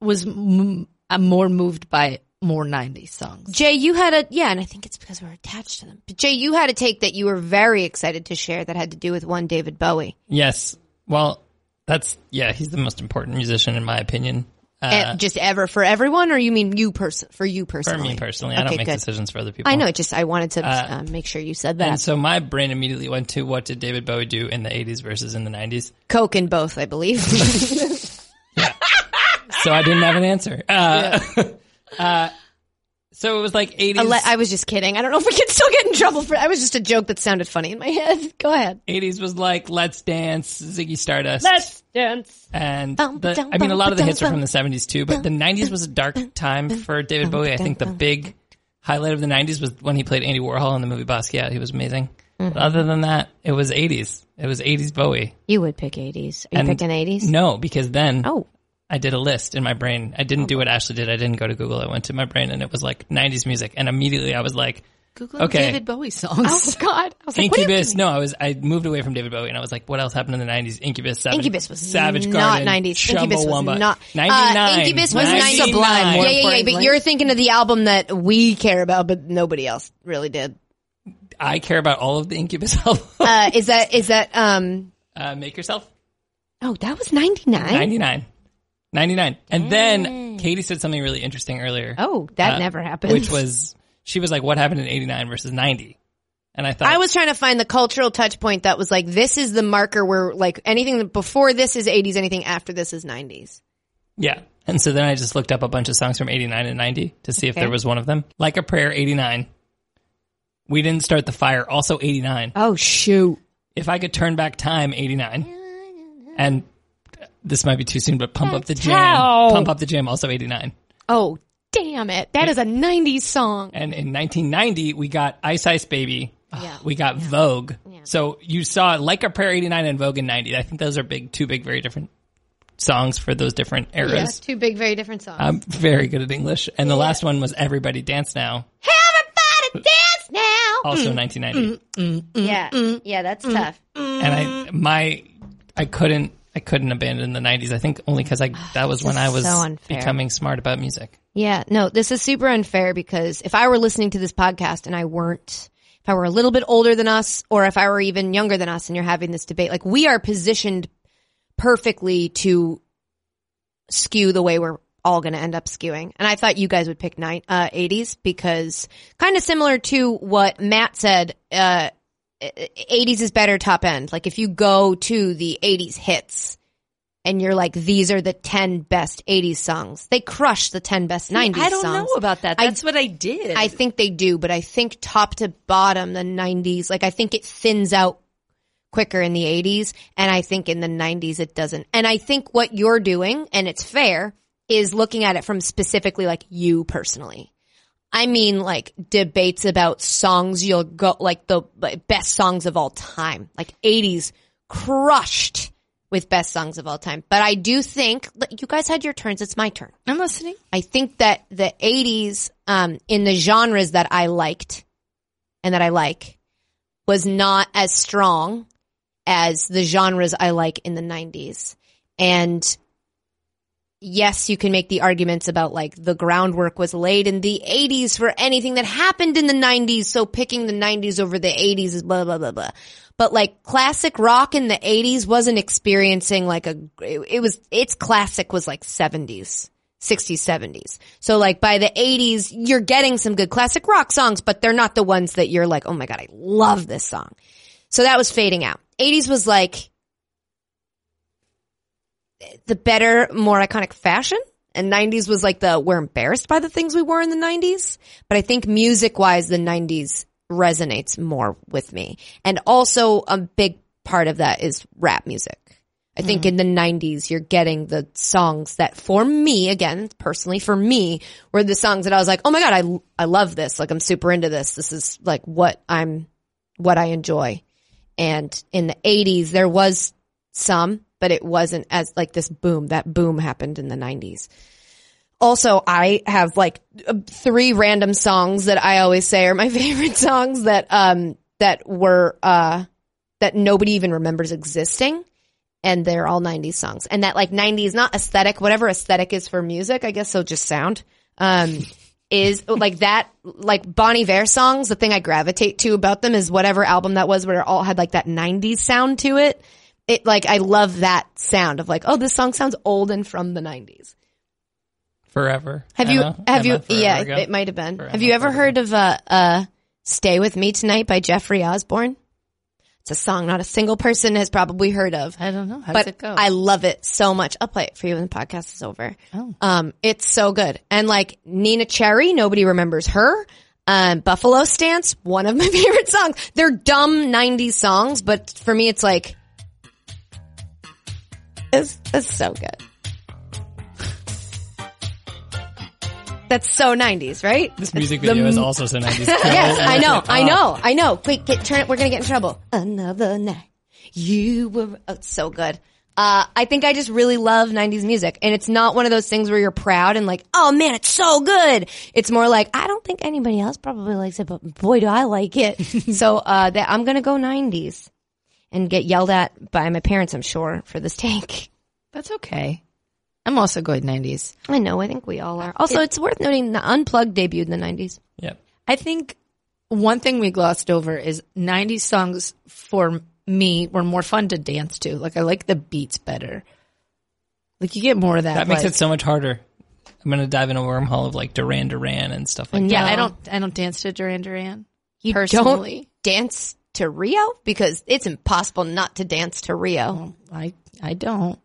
Speaker 4: was m- I'm more moved by more '90s songs.
Speaker 3: Jay, you had a yeah, and I think it's because we're attached to them. But Jay, you had a take that you were very excited to share that had to do with one David Bowie.
Speaker 6: Yes. Well, that's yeah. He's the most important musician in my opinion.
Speaker 4: Uh,
Speaker 3: Eh, just ever for everyone, or you mean you person for you
Speaker 6: for
Speaker 3: personally?
Speaker 6: me personally, I don't
Speaker 3: Okay,
Speaker 6: make
Speaker 3: good.
Speaker 6: decisions for other people.
Speaker 3: I know. Just I wanted to
Speaker 6: Uh,
Speaker 3: uh, make sure you said that.
Speaker 6: And so my brain immediately went to what did David Bowie do in the 80s versus in the 90s?
Speaker 3: Coke in both, I believe.
Speaker 6: So I didn't have an answer. Uh, uh, so it was like 80s.
Speaker 3: Ale- I was just kidding. I don't know if we can still get in trouble for. I was just a joke that sounded funny in my head. Go ahead.
Speaker 6: 80s was like Let's Dance, Ziggy Stardust.
Speaker 3: dance.
Speaker 6: and
Speaker 3: Bum,
Speaker 6: the,
Speaker 3: dum,
Speaker 6: I mean, a
Speaker 3: bum,
Speaker 6: lot of the
Speaker 3: dum,
Speaker 6: hits were
Speaker 3: bum.
Speaker 6: from the 70s too, but the 90s was a dark time for David Bowie. I think the big highlight of the 90s was when he played Andy Warhol in the movie Basquiat. He was amazing. But other than that, it was 80s. It was 80s Bowie.
Speaker 3: You would pick 80s. Are you
Speaker 6: And
Speaker 3: picking 80s?
Speaker 6: No, because then
Speaker 3: oh.
Speaker 6: I did a list in my brain. I didn't do what Ashley did. I didn't go to Google. I went to my brain and it was like 90s music. And immediately I was like,
Speaker 4: Google
Speaker 6: okay.
Speaker 4: David Bowie songs.
Speaker 3: Oh God! I was like, what are you
Speaker 6: Incubus. No, I was I moved away from David Bowie and I was like, what else happened in the 90s? Incubus. Savage,
Speaker 3: Incubus was
Speaker 6: Savage
Speaker 3: not
Speaker 6: Garden,
Speaker 3: 90s. Incubus was
Speaker 6: Chumbawamba.
Speaker 3: not. uh,
Speaker 6: 99.
Speaker 3: Incubus was
Speaker 6: 99.
Speaker 3: 90s. Yeah, yeah, yeah. But you're thinking of the album that we care about, but nobody else really did.
Speaker 6: I care about all of the Incubus album.
Speaker 3: Uh, is that is that? um
Speaker 6: Uh, make yourself
Speaker 3: Oh, that was 99.
Speaker 6: 99. 99. And then Katie said something really interesting earlier.
Speaker 3: Hmm. Oh, that
Speaker 6: uh,
Speaker 3: never happened.
Speaker 6: Which was, she was like, what happened in 89 versus 90? And I thought,
Speaker 3: I was trying to find the cultural touch point that was like this is the marker where like anything that before this is 80s, anything after this is 90s.
Speaker 6: yeah. And so then I just looked up a bunch of songs from 89 and 90 to see if
Speaker 3: Okay.
Speaker 6: there was one of them. Like a Prayer, 89. We Didn't Start the Fire, also 89.
Speaker 3: Oh, shoot.
Speaker 6: If I Could Turn Back Time, 89. And this might be too soon, but Pump Up the Jam.
Speaker 3: how.
Speaker 6: Pump Up the Jam, also 89.
Speaker 3: Oh, damn it. That is a 90s song.
Speaker 6: And in 1990, we got Ice Ice Baby. We got Vogue. So you saw Like a Prayer 89 and Vogue in 90. I think those are big, two big, very different songs for those different
Speaker 3: Yeah,
Speaker 6: eras.
Speaker 3: two big, very different songs.
Speaker 6: I'm very good at English. And the last one was Everybody Dance Now,
Speaker 3: Everybody dance now.
Speaker 6: also
Speaker 3: Mm,
Speaker 6: 1990.
Speaker 3: mm, mm, yeah. yeah, that's tough.
Speaker 6: And I, my, I couldn't, I couldn't abandon the 90s. I think only because I, that
Speaker 3: Ah, This
Speaker 6: was when
Speaker 3: is
Speaker 6: I was
Speaker 3: so unfair.
Speaker 6: becoming smart about music.
Speaker 3: Yeah, no, this is super unfair because if I were listening to this podcast and I weren't, if I were a little bit older than us, or if I were even younger than us and you're having this debate, like we are positioned perfectly to skew the way we're all going to end up skewing. And I thought you guys would pick nine, uh, 80s because kind of similar to what Matt said, uh, 80s is better top end. Like if you go to the 80s hits, and you're like, these are the 10 best 80s songs. They crush the 10 best 90s songs.
Speaker 4: I don't know about that.
Speaker 3: I-
Speaker 4: That's what I did.
Speaker 3: I think they do, but I think top to bottom, the 90s, like I think it thins out quicker in the 80s. And I think in the 90s, it doesn't. And I think what you're doing, and it's fair, is looking at it from specifically like you personally. I mean, like debates about songs you'll go, like the like, best songs of all time, like 80s crushed with best songs of all time. But I do think like, you guys had your turns. It's my turn.
Speaker 4: I'm listening.
Speaker 3: I think that the 80s, um, in the genres that I liked and that I like was not as strong as the genres I like in the 90s. And yes, you can make the arguments about like the groundwork was laid in the 80s for anything that happened in the 90s. So picking the 90s over the 80s is blah, blah, blah, blah. But like classic rock in the 80s wasn't experiencing like a, it it was, its classic was like 70s. 60s, 70s. So like by the 80s, you're getting some good classic rock songs, but they're not the ones that you're like, oh my God, I love this song. So that was fading out. 80s was like, the better, more iconic fashion. And 90s was like the, we're embarrassed by the things we wore in the 90s. But I think music wise, the 90s resonates more with me. And also a big part of that is rap music. I think in the 90s, you're getting the songs that for me, again, personally, for me, were the songs that I was like, oh my God, I, I love this. Like I'm super into this. This is like what I'm, what I enjoy. And in the 80s, there was some, but it wasn't as like this boom. That boom happened in the 90s. Also, I have like uh, three random songs that I always say are my favorite songs that um that were uh, that nobody even remembers existing, and they're all '90s songs. And that like '90s, not aesthetic, whatever aesthetic is for music, I guess. So just sound um, is like that, like Bonnie Vare songs. The thing I gravitate to about them is whatever album that was, where it all had like that '90s sound to it. It like I love that sound of like, oh, this song sounds old and from the '90s.
Speaker 6: Forever.
Speaker 3: Have you?
Speaker 6: Uh-huh. Emma?
Speaker 3: Have you?
Speaker 6: Emma Forever
Speaker 3: yeah,
Speaker 6: ago?
Speaker 3: it might have been.
Speaker 6: Forever.
Speaker 3: have you ever heard of uh, uh, "Stay with Me Tonight" by Jeffrey Osborne? It's a song not a single person has probably heard of. I don't know.
Speaker 4: How
Speaker 3: but
Speaker 4: does it go?
Speaker 3: I love it so much. I'll play it for you when the podcast is over.
Speaker 4: Oh.
Speaker 3: Um, it's so good. And like Nina Cherry, nobody remembers her. Um, Buffalo Stance, one of my favorite songs. They're dumb 90s songs, but for me, it's like, it's, it's so good. That's so 90s, right?
Speaker 6: This music video is
Speaker 3: m-
Speaker 6: also so 90s.
Speaker 3: yes, I know, I
Speaker 6: Oh.
Speaker 3: know, I know. Quick, get turn it. We're gonna get in trouble. Another night, you were oh, it's so good. Uh, I think I just really love '90s music, and it's not one of those things where you're proud and like, oh man, it's so good. It's more like I don't think anybody else probably likes it, but boy, do I like it. so uh, that I'm gonna go '90s and get yelled at by my parents, I'm sure, for this take.
Speaker 4: That's okay. I'm also going 90s.
Speaker 3: I know. I think we all are. Also,
Speaker 4: It-
Speaker 3: it's worth noting the Unplugged debuted in the '90s.
Speaker 6: Yep.
Speaker 4: I think one thing we glossed over is 90s songs for me were more fun to dance to. Like I like the beats better. Like you get more of that.
Speaker 6: That makes
Speaker 4: like-
Speaker 6: it so much harder. I'm gonna dive in a wormhole of like Duran Duran and stuff like
Speaker 4: yeah,
Speaker 6: that.
Speaker 4: I don't I don't dance to Duran Duran.
Speaker 3: You
Speaker 4: personally.
Speaker 3: don't dance to Rio because it's impossible not to dance to Rio.
Speaker 4: I I don't.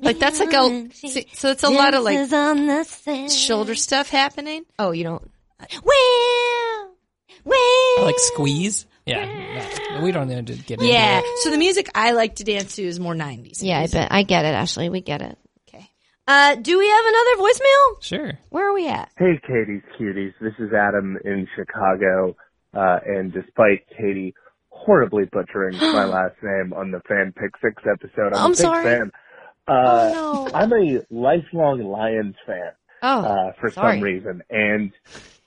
Speaker 4: Like that's like a see, so it's a lot of like
Speaker 3: Dances on the sand.
Speaker 4: shoulder stuff happening.
Speaker 3: Oh, you don't. Well, well.
Speaker 6: Or, like squeeze. Yeah, no, we don't need to get into
Speaker 4: Yeah.
Speaker 6: it.
Speaker 4: So the music I like to dance to is more 90s.
Speaker 3: Yeah, I
Speaker 4: music.
Speaker 3: bet I get it, Ashley. We get it. Okay. Uh, do we have another voicemail?
Speaker 6: Sure.
Speaker 3: Where are we at?
Speaker 14: Hey, Katie cuties. This is Adam in Chicago. Uh, and despite Katie horribly butchering my last name on the Fan Pick Six episode, I'm, a
Speaker 15: I'm
Speaker 14: big
Speaker 15: sorry.
Speaker 14: fan. Uh,
Speaker 15: Oh, no.
Speaker 14: I'm a lifelong Lions fan
Speaker 15: Oh,
Speaker 14: uh, for
Speaker 15: sorry.
Speaker 14: some reason. And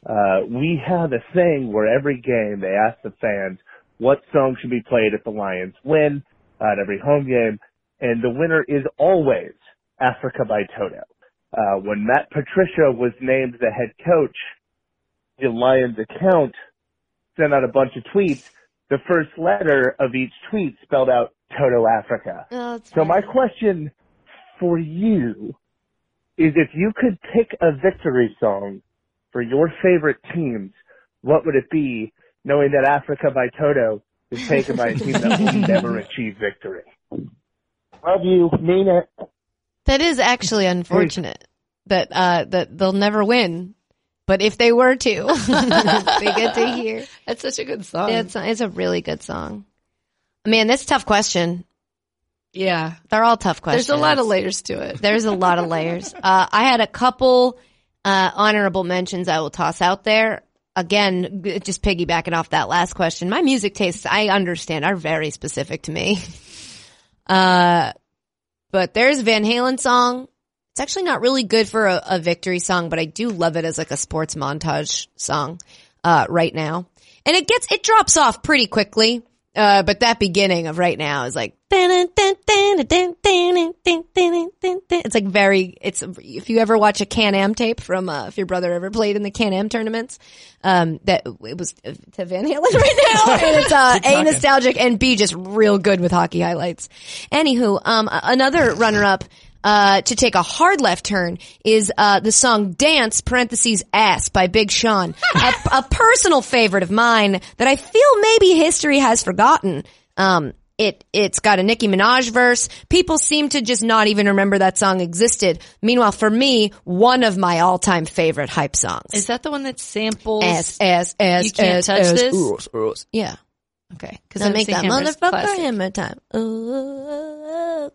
Speaker 14: uh, we have a thing where every game they ask the fans what song should be played if the Lions win at every home game. And the winner is always Africa by Toto. Uh, when Matt Patricia was named the head coach, the Lions account sent out a bunch of tweets. The first letter of each tweet spelled out Toto Africa.
Speaker 3: Oh,
Speaker 14: So my question for you is if you could pick a victory song for your favorite teams, what would it be knowing that Africa by Toto is taken by a team that will never achieve victory? Love you. Mean it.
Speaker 3: That is actually unfortunate that uh, that they'll never win. But if they were to, they get to hear.
Speaker 4: That's such a good song.
Speaker 3: Yeah, it's, it's a really good song. Man, that's a tough question.
Speaker 4: Yeah.
Speaker 3: They're all tough questions.
Speaker 4: There's a lot of layers to it.
Speaker 3: There's a lot of layers. Uh, I had a couple uh, honorable mentions I will toss out there. Again, g- just piggybacking off that last question, my music tastes, I understand, are very specific to me. Uh, but there's a Van Halen song. It's actually not really good for a, a victory song, but I do love it as like a sports montage song uh, right now. And it gets it drops off pretty quickly. Uh, but that beginning of right now is like it's like very it's if you ever watch a Can-Am tape from uh, if your brother ever played in the Can-Am tournaments um that it was to Van Halen right now and it's uh,
Speaker 2: Keep
Speaker 3: a
Speaker 2: talking.
Speaker 3: nostalgic and B just real good with hockey highlights. Anywho, um a- another runner up uh to take a hard left turn is uh the song Dance parentheses ass by Big Sean. a, a personal favorite of mine that I feel maybe history has forgotten. Um it it's got a Nicki Minaj verse. People seem to just not even remember that song existed. Meanwhile, for me, one of my all time favorite hype songs.
Speaker 4: Is that the one that samples
Speaker 3: S S S.
Speaker 4: You can't
Speaker 3: S,
Speaker 4: touch
Speaker 3: S,
Speaker 4: this?
Speaker 3: ooh, ooh, ooh. Yeah.
Speaker 4: Okay.
Speaker 3: Now make that motherfucker hammer time.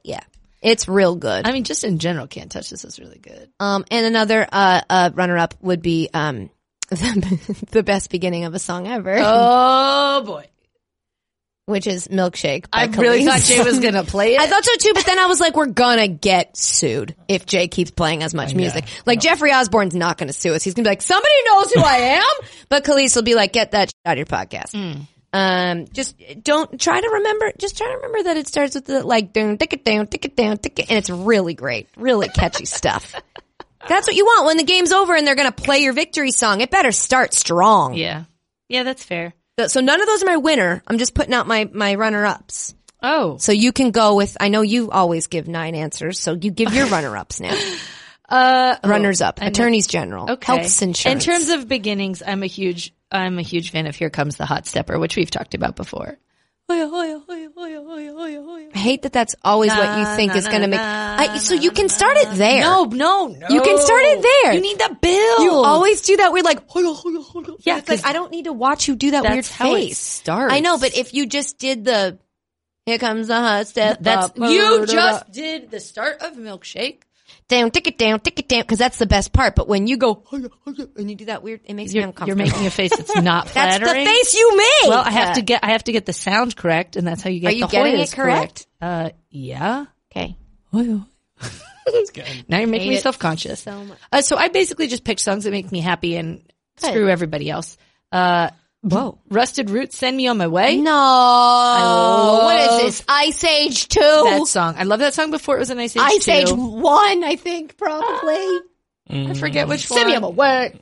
Speaker 3: yeah. It's real good.
Speaker 4: I mean, just in general, can't touch this is really good.
Speaker 3: Um, and another uh, uh, runner up would be um, the, the best beginning of a song ever.
Speaker 4: Oh boy.
Speaker 3: which is Milkshake. by
Speaker 4: I really
Speaker 3: Khalees.
Speaker 4: thought Jay was gonna play it.
Speaker 3: I thought so too, but then I was like, we're gonna get sued if Jay keeps playing as much music. Like Jeffrey Osborne's not gonna sue us. He's gonna be like, somebody knows who I am, but Khalees will be like, get that shit out of your podcast. Um, just don't try to remember. Just try to remember that it starts with the like down, tick it down, tick it down, tick it, and it's really great, really catchy stuff. That's what you want when the game's over and they're gonna play your victory song. It better start strong.
Speaker 4: Yeah. Yeah, that's fair.
Speaker 3: So- So none of those are my winner. I'm just putting out my, my runner ups.
Speaker 4: Oh.
Speaker 3: So you can go with, I know you always give nine answers, so you give your runner ups now.
Speaker 4: Uh, oh,
Speaker 3: Runners up,
Speaker 4: I know-
Speaker 3: attorneys general,
Speaker 4: Okay.
Speaker 3: health insurance.
Speaker 4: In terms of beginnings, I'm a huge I'm a huge fan of Here Comes the Hot Stepper, which we've talked about before.
Speaker 3: I hate that that's always what you
Speaker 4: Na,
Speaker 3: think
Speaker 4: na,
Speaker 3: is
Speaker 4: na,
Speaker 3: going to
Speaker 4: na,
Speaker 3: make. I, so you can start it there.
Speaker 4: No, no, no.
Speaker 3: You can start it there.
Speaker 4: You need the build.
Speaker 3: You always do that. We're like, hold on, hold on, hold on.
Speaker 4: Yeah,
Speaker 3: It's like I don't need to watch you do that
Speaker 4: That's
Speaker 3: weird
Speaker 4: how it
Speaker 3: face.
Speaker 4: starts.
Speaker 3: I know, but if you just did the, here comes the hot step.
Speaker 4: That's
Speaker 3: up,
Speaker 4: you just did the start of milkshake.
Speaker 3: down, tick it down, tick it down, because that's the best part. But when you go and you do that weird, it makes me
Speaker 4: You're,
Speaker 3: uncomfortable.
Speaker 4: you're making a face that's not
Speaker 3: That's the
Speaker 4: flattering.
Speaker 3: face you make.
Speaker 4: Well, I have to get I have to get the sound correct, and that's how you get.
Speaker 3: Are you
Speaker 4: the
Speaker 3: getting
Speaker 4: hoyas
Speaker 3: it correct?
Speaker 4: Uh, yeah.
Speaker 3: Okay.
Speaker 4: Now you're making
Speaker 3: Hate
Speaker 4: me
Speaker 3: it
Speaker 4: self conscious.
Speaker 3: so much.
Speaker 4: Uh, so I basically just pick songs that make me happy and
Speaker 3: Good.
Speaker 4: screw everybody else. Uh,
Speaker 3: Whoa.
Speaker 4: Rusted Roots, Send Me On My Way.
Speaker 3: No.
Speaker 4: Oh.
Speaker 3: what is this? Ice Age 2?
Speaker 4: That song. I love that song before it was an Ice Age
Speaker 3: Ice
Speaker 4: 2.
Speaker 3: Age 1, I think, probably.
Speaker 4: I forget which
Speaker 3: Send me
Speaker 4: one.
Speaker 3: on my way.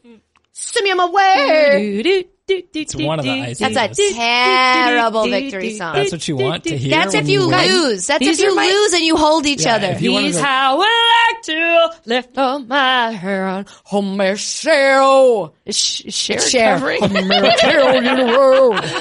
Speaker 3: Send me on my way.
Speaker 4: It's
Speaker 6: one of the Ice
Speaker 3: That's a terrible victory song.
Speaker 6: That's what you want to hear.
Speaker 3: That's if
Speaker 6: when
Speaker 3: you
Speaker 6: win?
Speaker 3: lose. That's
Speaker 4: These
Speaker 3: if you
Speaker 4: are like-
Speaker 3: lose and you hold each
Speaker 6: Yeah,
Speaker 3: other.
Speaker 6: if you wanted
Speaker 4: Here's
Speaker 6: to-
Speaker 4: how I like to lift up my hand. Oh, my Cheryl. Sh- Cher
Speaker 3: Cher.
Speaker 4: covering?
Speaker 3: Oh, my Cher, you know.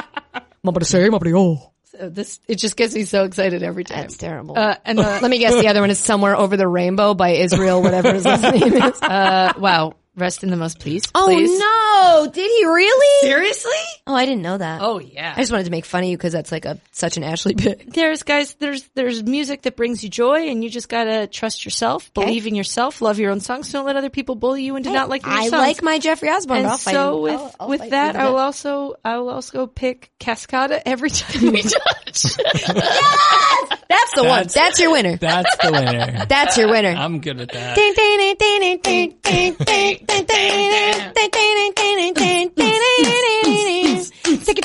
Speaker 3: Nobody say, nobody oh.
Speaker 4: So this, it just gets me so excited every time.
Speaker 3: That's terrible.
Speaker 4: Uh, and the-
Speaker 3: Let me guess the other one is Somewhere Over the Rainbow by Israel, whatever his last name is.
Speaker 4: uh, wow. Rest in the most, please.
Speaker 3: Oh
Speaker 4: please.
Speaker 3: no! Did he really?
Speaker 4: Seriously?
Speaker 3: Oh, I didn't know that.
Speaker 4: Oh yeah.
Speaker 3: I just wanted to make fun of you because that's like a such an Ashley bit.
Speaker 4: there's guys there's there's music that brings you joy and you just gotta trust yourself believe in yourself love your own songs don't let other people bully you into not liking your
Speaker 3: I
Speaker 4: songs
Speaker 3: like my Jeffrey Osborne.
Speaker 4: and
Speaker 3: but I'll fight
Speaker 4: so
Speaker 3: him.
Speaker 4: with
Speaker 3: I'll- I'll
Speaker 4: with
Speaker 3: fight
Speaker 4: that
Speaker 3: you
Speaker 4: i
Speaker 3: to
Speaker 4: will
Speaker 3: death.
Speaker 4: also i will also pick cascada every time we touch
Speaker 3: that's the one.
Speaker 6: That's-
Speaker 3: That's your winner.
Speaker 6: That's the winner.
Speaker 3: That's your winner.
Speaker 6: I'm good at that.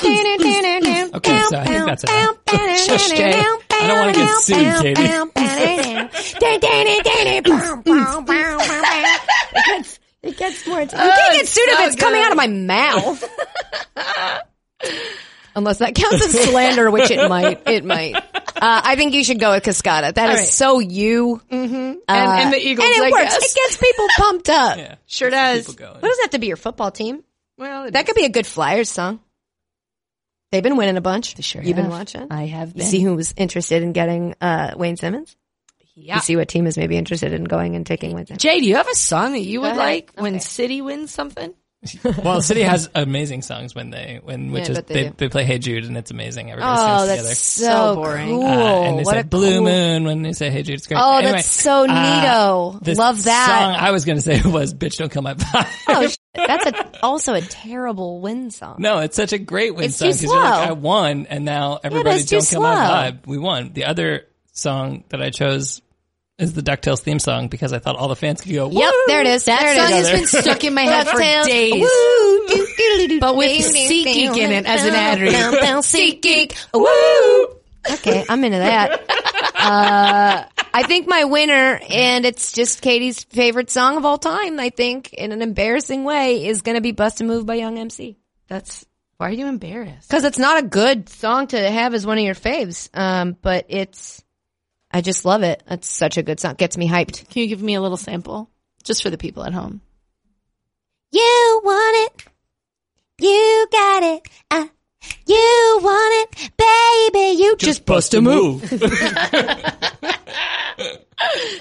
Speaker 6: Okay, so I think that's enough.
Speaker 4: Shush, Jay.
Speaker 6: I don't want to get sued, Katie.
Speaker 3: It gets more. You can't get sued if it's coming out of my mouth. Unless that counts as slander, which it might. It might. Uh, I think you should go with Cascada. That is
Speaker 4: right.
Speaker 3: so you.
Speaker 4: and,
Speaker 3: Uh,
Speaker 4: and the eagles
Speaker 3: And it
Speaker 4: I
Speaker 3: works.
Speaker 4: guess.
Speaker 3: It gets people pumped up.
Speaker 6: Yeah.
Speaker 4: sure does
Speaker 6: Going.
Speaker 3: What does that have to be your football team?
Speaker 4: well it
Speaker 3: That could be a good Flyers song. They've been winning a bunch.
Speaker 4: They sure
Speaker 3: You've been
Speaker 4: have.
Speaker 3: watching.
Speaker 4: i have
Speaker 3: You
Speaker 4: been
Speaker 3: see who was interested in getting uh, Wayne Simmons?
Speaker 4: yeah
Speaker 3: You see what team is maybe interested in going and taking Wayne Simmons?
Speaker 4: jay do you have a song that you would
Speaker 3: ahead.
Speaker 4: like when city wins something
Speaker 6: Well, City has amazing songs when they when which
Speaker 3: Yeah, I
Speaker 6: is
Speaker 3: bet they
Speaker 6: they,
Speaker 3: do.
Speaker 6: they play Hey Jude and it's amazing. Everybody
Speaker 3: Oh,
Speaker 6: sings
Speaker 3: that's
Speaker 6: together.
Speaker 3: so,
Speaker 4: So boring.
Speaker 3: cool.
Speaker 6: Uh, and they
Speaker 3: what
Speaker 6: say
Speaker 3: a
Speaker 6: Blue
Speaker 3: cool-
Speaker 6: Moon when they say Hey Jude. It's great.
Speaker 3: Oh,
Speaker 6: Anyway,
Speaker 3: that's so
Speaker 6: uh,
Speaker 3: neato.
Speaker 6: the
Speaker 3: Love that.
Speaker 6: song I was going to say was Bitch Don't Kill My Vibe.
Speaker 3: Oh, sh- that's a, also a terrible win song.
Speaker 6: No, it's such a great win
Speaker 3: It's
Speaker 6: song
Speaker 3: too
Speaker 6: because you're like,
Speaker 3: slow.
Speaker 6: I won, and now everybody
Speaker 3: it's too
Speaker 6: don't kill my
Speaker 3: slow.
Speaker 6: vibe. We won. The other song that I chose is the Ducktales theme song because I thought all the fans could go.
Speaker 3: Yep, there it is.
Speaker 4: That
Speaker 3: there it
Speaker 4: song
Speaker 3: is.
Speaker 4: has been stuck in my head for
Speaker 3: Ducktales.
Speaker 4: days.
Speaker 3: Woo, doo, doo, doo,
Speaker 4: But with
Speaker 3: doo, doo,
Speaker 4: Sea
Speaker 3: doo,
Speaker 4: Geek
Speaker 3: doo,
Speaker 4: in it as an
Speaker 3: doo,
Speaker 4: ad read.
Speaker 3: doo, doo, Sea Geek. Woo. Okay, I'm into that. Uh, I think my winner, and it's just Katie's favorite song of all time. I think, in an embarrassing way, is going to be "Bust a Move" by Young MC
Speaker 4: that's why are you embarrassed
Speaker 3: because it's not a good song to have as one of your faves. Um, but it's, I just love it. It's such a good song. Gets me hyped.
Speaker 4: Can you give me a little sample? Just for the people at home.
Speaker 2: You want it. You got it. Uh, you want it, baby. You just.
Speaker 6: bust a move.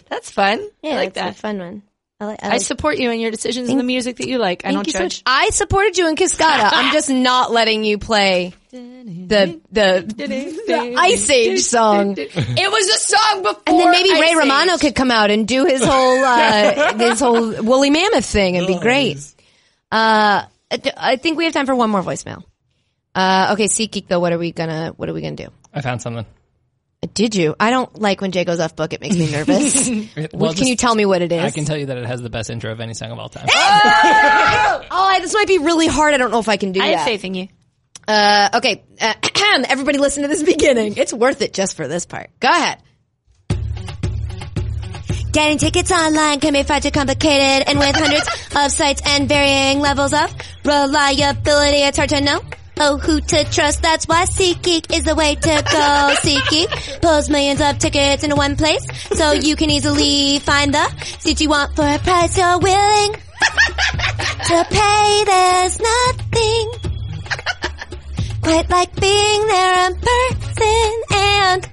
Speaker 4: That's fun. I like
Speaker 3: that's
Speaker 4: that.
Speaker 3: a fun one. I, like, I,
Speaker 4: I
Speaker 3: like-
Speaker 4: support you in your decisions and the music that you like. I don't
Speaker 3: Thank you so much.
Speaker 4: judge.
Speaker 3: I supported you in Cascada. I'm just not letting you play the the, the Ice Age song.
Speaker 4: It was a song before.
Speaker 3: And then maybe Ray
Speaker 4: Ice
Speaker 3: Romano
Speaker 4: Age.
Speaker 3: could come out and do his whole uh, his whole woolly mammoth thing and be great. Uh, I think we have time for one more voicemail. Uh, okay, SeatGeek though, what are we gonna what are we gonna do?
Speaker 6: I found something.
Speaker 3: Did you? I don't like when Jay goes off book. It makes me nervous.
Speaker 6: Well,
Speaker 3: What- can
Speaker 6: just-
Speaker 3: you tell me what it is?
Speaker 6: I can tell you that it has the best intro of any song of all time.
Speaker 3: Ah! oh, I, this might be really hard. I don't know if I can do
Speaker 4: I
Speaker 3: that.
Speaker 4: have faith in you.
Speaker 3: Uh, okay, Ahem. everybody listen to this beginning. It's worth it just for this part. Go ahead.
Speaker 2: Getting tickets online can be far too complicated, and with hundreds of sites and varying levels of reliability, it's hard to know. Oh, who to trust, that's why SeatGeek is the way to go. SeatGeek pulls millions of tickets into one place, so you can easily find the seat you want for a price you're willing to pay. There's nothing quite like being there in person, and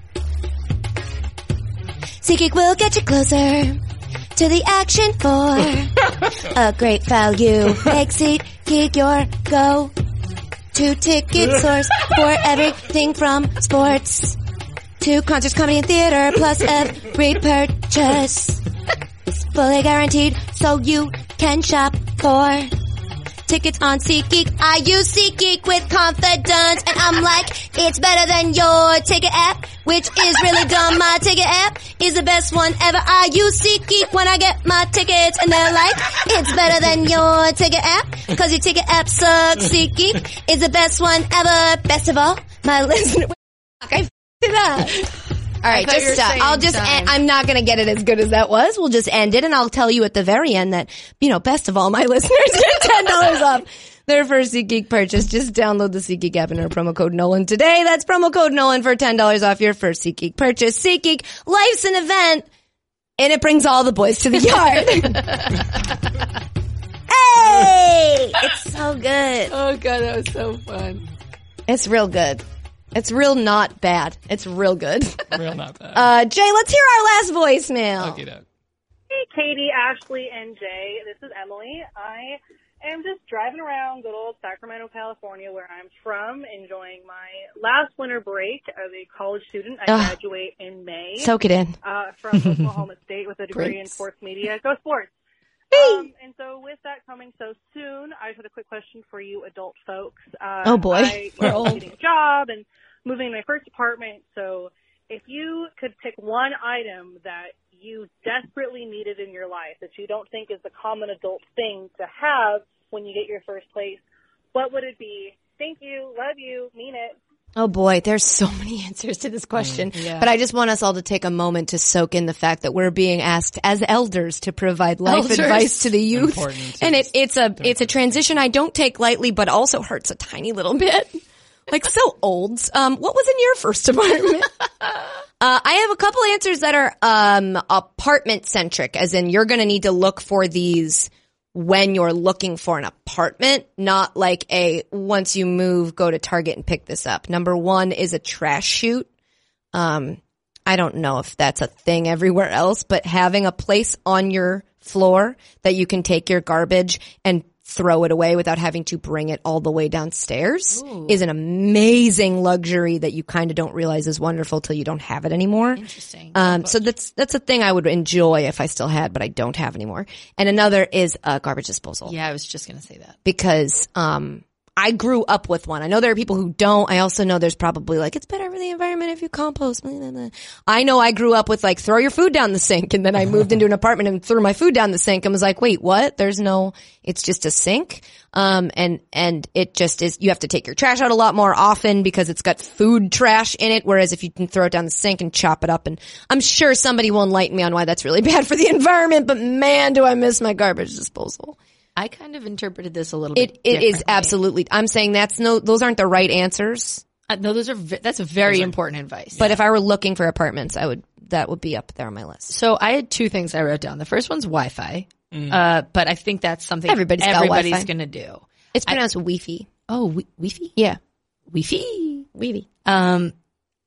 Speaker 2: SeatGeek will get you closer to the action for a great value. Make SeatGeek your go to ticket source for everything from sports to concerts, comedy, and theater. Plus, every purchase is fully guaranteed, so you can shop for tickets on SeatGeek. I use SeatGeek with confidence, and I'm like, it's better than your ticket app, which is really dumb. My ticket app is the best one ever. I use SeatGeek when I get my tickets, and they're like, it's better than your ticket app, cause your ticket app sucks. SeatGeek is the best one ever. Best of all, my listener. Fuck, I f- it up.
Speaker 3: All right,
Speaker 2: thought you
Speaker 3: just
Speaker 2: were
Speaker 3: stop.
Speaker 2: saying
Speaker 3: I'll just.
Speaker 2: done.
Speaker 3: End, I'm not going to get it as good as that was. We'll just end it, and I'll tell you at the very end that you know, best of all, my listeners get ten dollars off their first SeatGeek purchase. Just download the SeatGeek app and enter promo code Nolan today. That's promo code Nolan for ten dollars off your first SeatGeek purchase. SeatGeek, life's an event, and it brings all the boys to the yard. hey, it's so good.
Speaker 4: Oh god, that was so fun.
Speaker 3: It's real good. It's real not bad. It's real good.
Speaker 6: Real not bad.
Speaker 3: Uh, Jay, let's hear our last voicemail.
Speaker 6: Okey doke.
Speaker 15: Hey, Katie, Ashley, and Jay. This is Emily. I am just driving around good old Sacramento, California, where I'm from, enjoying my last winter break as a college student.
Speaker 2: Oh.
Speaker 15: I
Speaker 3: Ugh.
Speaker 15: graduate in May.
Speaker 3: Soak it in.
Speaker 15: Uh, from Oklahoma State with a degree in
Speaker 3: Breaks.
Speaker 15: sports media. Go sports. Um, and so, with that coming so soon, I just had a quick question for you, adult folks. Uh,
Speaker 3: Oh, boy.
Speaker 15: I you
Speaker 3: We're
Speaker 15: know,
Speaker 3: old.
Speaker 15: getting a job and moving to my first apartment. So, if you could pick one item that you desperately needed in your life that you don't think is the common adult thing to have when you get your first place, what would it be? Thank you. Love you. Mean it.
Speaker 3: Oh boy, there's so many answers to this question.
Speaker 15: Mm. Yeah.
Speaker 3: But I just want us all to take a moment to soak in the fact that we're being asked as elders to provide life
Speaker 4: Elders.
Speaker 3: advice to the youth.
Speaker 4: Important
Speaker 3: And it, it's a it's a transition I don't take lightly but also hurts a tiny little bit. Like so olds. Um what was in your first apartment? Uh, I have a couple answers that are um, apartment centric, as in you're going to need to look for these when you're looking for an apartment, not like a once you move, go to Target and pick this up. Number one is a trash chute. Um, I don't know if that's a thing everywhere else, but having a place on your floor that you can take your garbage and throw it away without having to bring it all the way downstairs
Speaker 4: Ooh.
Speaker 3: is an amazing luxury that you kind of don't realize is wonderful till you don't have it anymore.
Speaker 4: Interesting.
Speaker 3: Um, so that's that's a thing I would enjoy if I still had, but I don't have anymore. And another is a garbage disposal
Speaker 4: Yeah, I was just gonna say that.
Speaker 3: because um I grew up with one. I know there are people who don't. I also know there's probably like it's better for the environment if you compost. blah, blah, blah. I know I grew up with like throw your food down the sink and then I moved into an apartment and threw my food down the sink and was like, "Wait, what? There's no it's just a sink." Um and and it just is you have to take your trash out a lot more often because it's got food trash in it whereas if you can throw it down the sink and chop it up and I'm sure somebody will enlighten me on why that's really bad for the environment, but man, do I miss my garbage disposal.
Speaker 4: I kind of interpreted this a little
Speaker 3: It
Speaker 4: bit.
Speaker 3: it is
Speaker 4: differently.
Speaker 3: absolutely. I'm saying that's no. Those aren't the right answers.
Speaker 4: Uh, no, those are ve- that's very important advice.
Speaker 3: But if I were looking for apartments, I would. That would be up there on my list.
Speaker 4: So I had two things I wrote down. The first one's Wi-Fi,
Speaker 3: Mm.
Speaker 4: uh, but I think that's something
Speaker 3: Everybody's got Wi-Fi.
Speaker 4: going to do.
Speaker 3: It's pronounced Wi-Fi.
Speaker 4: Oh, wi- Wi-Fi.
Speaker 3: Yeah,
Speaker 4: Wi-Fi.
Speaker 3: Wi-Fi.
Speaker 4: Um,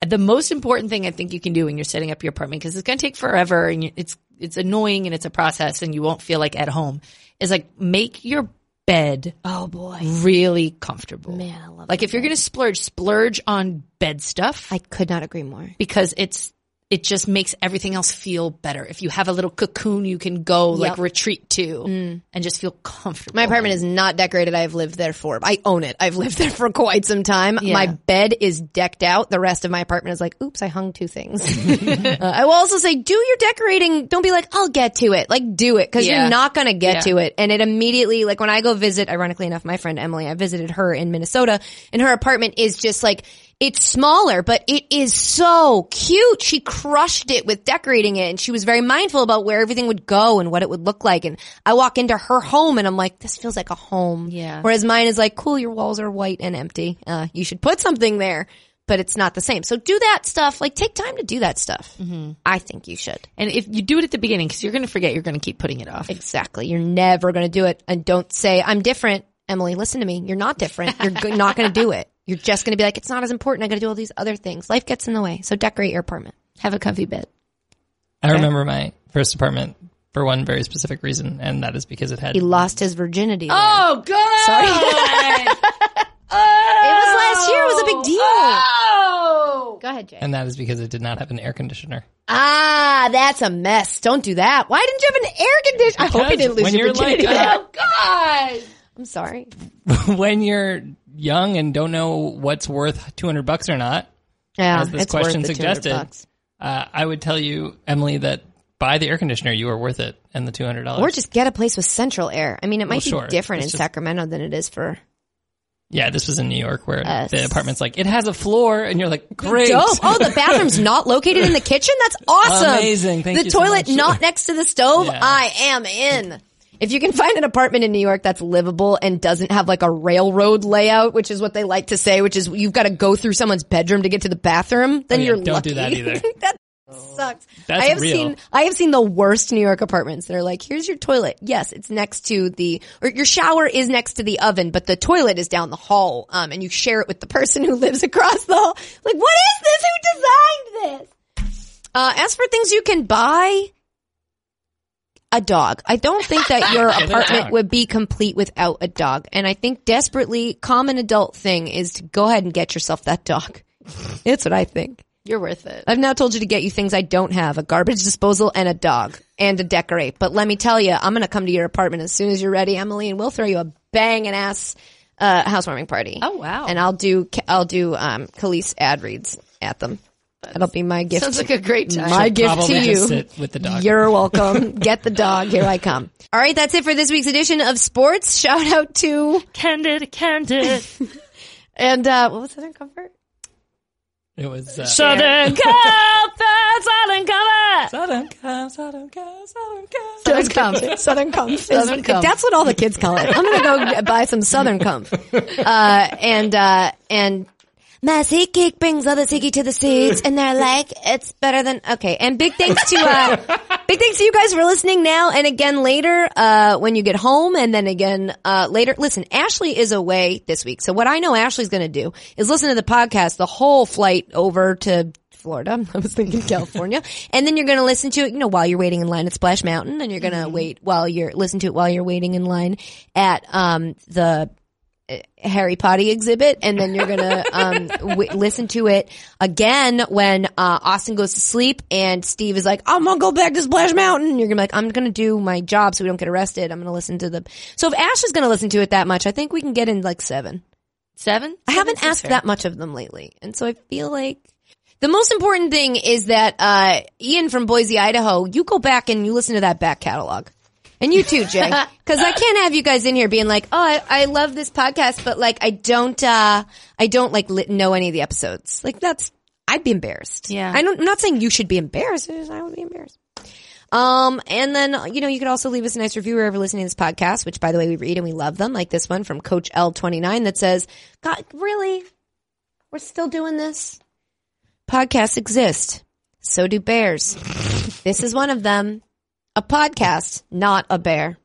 Speaker 4: the most important thing I think you can do when you're setting up your apartment because it's going to take forever and you- it's it's annoying and it's a process and you won't feel like at home is like make your bed.
Speaker 3: Oh boy,
Speaker 4: really comfortable.
Speaker 3: Man, I love
Speaker 4: like if you're going to splurge, splurge on bed stuff.
Speaker 3: I could not agree more
Speaker 4: because it's it just makes everything else feel better. If you have a little cocoon you can go
Speaker 3: Yep.
Speaker 4: like retreat to
Speaker 3: Mm.
Speaker 4: and just feel comfortable.
Speaker 3: My apartment is not decorated. I've lived there for, I own it. I've lived there for quite some time.
Speaker 4: Yeah.
Speaker 3: My bed is decked out. The rest of my apartment is like, oops, I hung two things. Uh, I will also say, do your decorating. Don't be like, I'll get to it. Like, do it because
Speaker 4: Yeah.
Speaker 3: you're not going to get
Speaker 4: Yeah.
Speaker 3: to it. And it immediately, like, when I go visit, ironically enough, my friend Emily, I visited her in Minnesota and her apartment is just like, it's smaller, but it is so cute. She crushed it with decorating it and she was very mindful about where everything would go and what it would look like. And I walk into her home and I'm like, this feels like a home.
Speaker 4: Yeah.
Speaker 3: Whereas mine is like, cool, your walls are white and empty. Uh, you should put something there, but it's not the same. So do that stuff. Like take time to do that stuff.
Speaker 4: Mm-hmm.
Speaker 3: I think you should.
Speaker 4: And if you do it at the beginning, because you're going to forget, you're going to keep putting it off.
Speaker 3: Exactly. You're never going to do it. And don't say, I'm different. Emily, listen to me. You're not different. You're go- not going to do it. You're just going to be like, it's not as important. I got to do all these other things. Life gets in the way. So decorate your apartment. Have a comfy bed.
Speaker 6: I remember my first apartment for one very specific reason, and that is because it had
Speaker 3: He lost his virginity.
Speaker 4: Oh, God.
Speaker 3: Sorry. It was last year. It was a big deal.
Speaker 4: Oh.
Speaker 3: Go ahead, Jay.
Speaker 6: and that is because it did not have an air conditioner.
Speaker 3: Ah, that's a mess. Don't do that. Why didn't you have an air conditioner? I hope
Speaker 6: Because
Speaker 3: you didn't lose
Speaker 6: when
Speaker 3: your
Speaker 6: you're like,
Speaker 3: virginity.
Speaker 6: uh,
Speaker 4: Oh, God.
Speaker 3: I'm sorry.
Speaker 6: when you're young and don't know what's worth 200 bucks or not,
Speaker 3: Yeah,
Speaker 6: as this
Speaker 3: it's worth
Speaker 6: question
Speaker 3: the 200
Speaker 6: suggested,
Speaker 3: bucks.
Speaker 6: Uh, I would tell you, Emily, that buy the air conditioner. You are worth it and the $200.
Speaker 3: Or just get a place with central air. I mean, it
Speaker 6: Well,
Speaker 3: might be
Speaker 6: sure.
Speaker 3: different
Speaker 6: It's
Speaker 3: in
Speaker 6: just-
Speaker 3: Sacramento than it is for
Speaker 6: yeah, this was in New York where
Speaker 3: Us.
Speaker 6: the apartment's like, it has a floor, and you're like, great.
Speaker 3: Dope. Oh, the bathroom's not located in the kitchen? That's awesome.
Speaker 6: Amazing. Thank
Speaker 3: the
Speaker 6: you so
Speaker 3: toilet
Speaker 6: much.
Speaker 3: not next to the stove?
Speaker 6: Yeah.
Speaker 3: I am in. If you can find an apartment in New York that's livable and doesn't have like a railroad layout, which is what they like to say, which is you've got to go through someone's bedroom to get to the bathroom, then
Speaker 6: Oh, yeah,
Speaker 3: you're
Speaker 6: don't
Speaker 3: lucky.
Speaker 6: do that either.
Speaker 3: that sucks.
Speaker 6: That's
Speaker 3: I have
Speaker 6: real.
Speaker 3: seen I have seen the worst New York apartments that are like, here's your toilet. Yes, it's next to the or your shower is next to the oven, but the toilet is down the hall. Um, and you share it with the person who lives across the hall. Like, what is this? Who designed this? Uh, as for things you can buy, a dog. I don't think that your
Speaker 4: Get a
Speaker 3: apartment
Speaker 4: dog.
Speaker 3: would be complete without a dog. And I think desperately common adult thing is to go ahead and get yourself that dog. It's what I think.
Speaker 4: You're worth it.
Speaker 3: I've now told you to get you things I don't have a garbage disposal and a dog and to decorate. But let me tell you, I'm going to come to your apartment as soon as you're ready, Emily, and we'll throw you a banging ass uh, housewarming party.
Speaker 4: Oh, wow.
Speaker 3: And I'll do I'll do um, Khalees ad reads at them. That'll be my gift.
Speaker 4: Sounds like a great time.
Speaker 3: My
Speaker 4: She'll
Speaker 3: gift to
Speaker 4: probably
Speaker 3: you.
Speaker 4: just sit with the dog.
Speaker 3: You're welcome. Get the dog. Here I come. All right, that's it for this week's edition of sports. Shout out to Candid, Candid, and uh, what was Southern Comfort?
Speaker 6: It was. Uh,
Speaker 3: Southern Comfort, Southern Comfort,
Speaker 6: Southern Comfort,
Speaker 3: Southern
Speaker 6: Southern Comfort, Southern Comfort,
Speaker 3: Comfort, Southern Comfort.
Speaker 4: Southern Comfort.
Speaker 3: That's what all the kids call it. I'm gonna go buy some Southern Comfort, uh, and uh, and
Speaker 2: My sea geek brings all the siki to the seats, and they're like, it's better than okay. And
Speaker 3: And big thanks to uh, big thanks to you guys for listening now and again later uh, when you get home and then again uh, later. Listen, Ashley is away this week, so what I know Ashley's going to do is listen to the podcast the whole flight over to Florida. I was thinking California, and then you're going to listen to it, you know, while you're waiting in line at Splash Mountain, and you're going to wait while you're listen to it while you're waiting in line at um, the Harry Potter exhibit, and then you're gonna um, w- listen to it again when uh, Austin goes to sleep, and Steve is like, "I'm gonna go back to Splash Mountain." And you're gonna be like, "I'm gonna do my job so we don't get arrested. I'm gonna listen to the." So if Ash is gonna listen to it that much, I think we can get in like seven.
Speaker 4: Seven?
Speaker 3: I haven't
Speaker 4: Seven
Speaker 3: asked
Speaker 4: seems fair.
Speaker 3: that much of them lately, and so I feel like the most important thing is that uh, Ian from Boise, Idaho, you go back and you listen to that back catalog. And you too, Jay. Cause I can't have you guys in here being like, oh, I, I love this podcast, but like, I don't, uh, I don't like li- know any of the episodes. Like that's, I'd be embarrassed.
Speaker 4: Yeah.
Speaker 3: I don't, I'm not saying you should be embarrassed. it's just I would be embarrassed. Um, and then, you know, you could also leave us a nice review wherever listening to this podcast, which by the way, we read and we love them. Like this one from Coach L29 that says, God, really? We're still doing this? Podcasts exist. So do bears. this is one of them. A podcast, not a bear.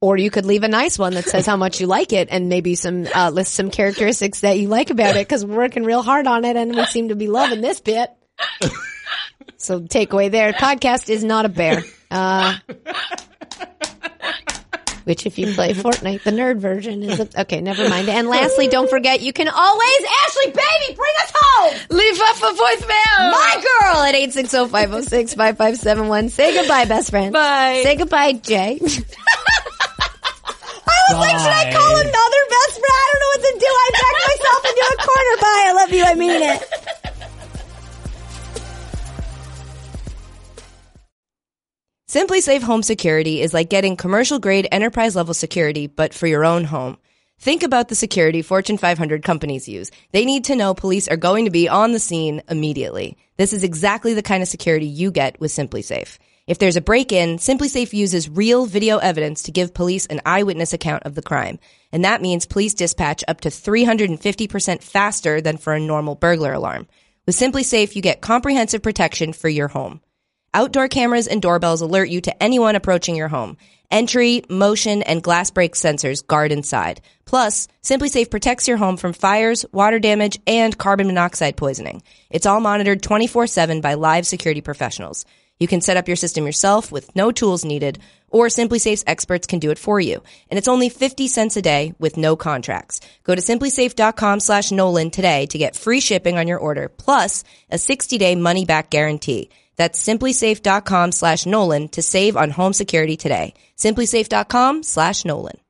Speaker 3: or you could leave a nice one that says how much you like it and maybe some uh, list some characteristics that you like about it because we're working real hard on it and we seem to be loving this bit. so takeaway there: podcast is not a bear. Uh, Which, if you play Fortnite, the nerd version is a- okay. Never mind. And lastly, don't forget you can always Ashley baby bring us home. Leave us a voicemail. My girl at 860-506-5571. Say goodbye, best friend. Bye. Say goodbye, Jay.
Speaker 2: I was like, should I call
Speaker 3: Bye.
Speaker 2: another best friend? I don't know what to do. I backed myself into a corner. Bye. I love you. I mean it.
Speaker 3: Simply Safe Home Security is like getting commercial grade enterprise level security, but for your own home. Think about the security Fortune 500 companies use. They need to know police are going to be on the scene immediately. This is exactly the kind of security you get with Simply Safe. If there's a break in, Simply Safe uses real video evidence to give police an eyewitness account of the crime. And that means police dispatch up to 350% faster than for a normal burglar alarm. With Simply Safe, you get comprehensive protection for your home. Outdoor cameras and doorbells alert you to anyone approaching your home. Entry, motion, and glass break sensors guard inside. Plus, SimpliSafe protects your home from fires, water damage, and carbon monoxide poisoning. It's all monitored 24-7 by live security professionals. You can set up your system yourself with no tools needed, or SimpliSafe's experts can do it for you. And it's only 50 cents a day with no contracts. Go to simplysafe.com slash Nolan today to get free shipping on your order, plus a 60-day money-back guarantee. That's simplysafe.com slash Nolan to save on home security today. Simplysafe.com slash Nolan.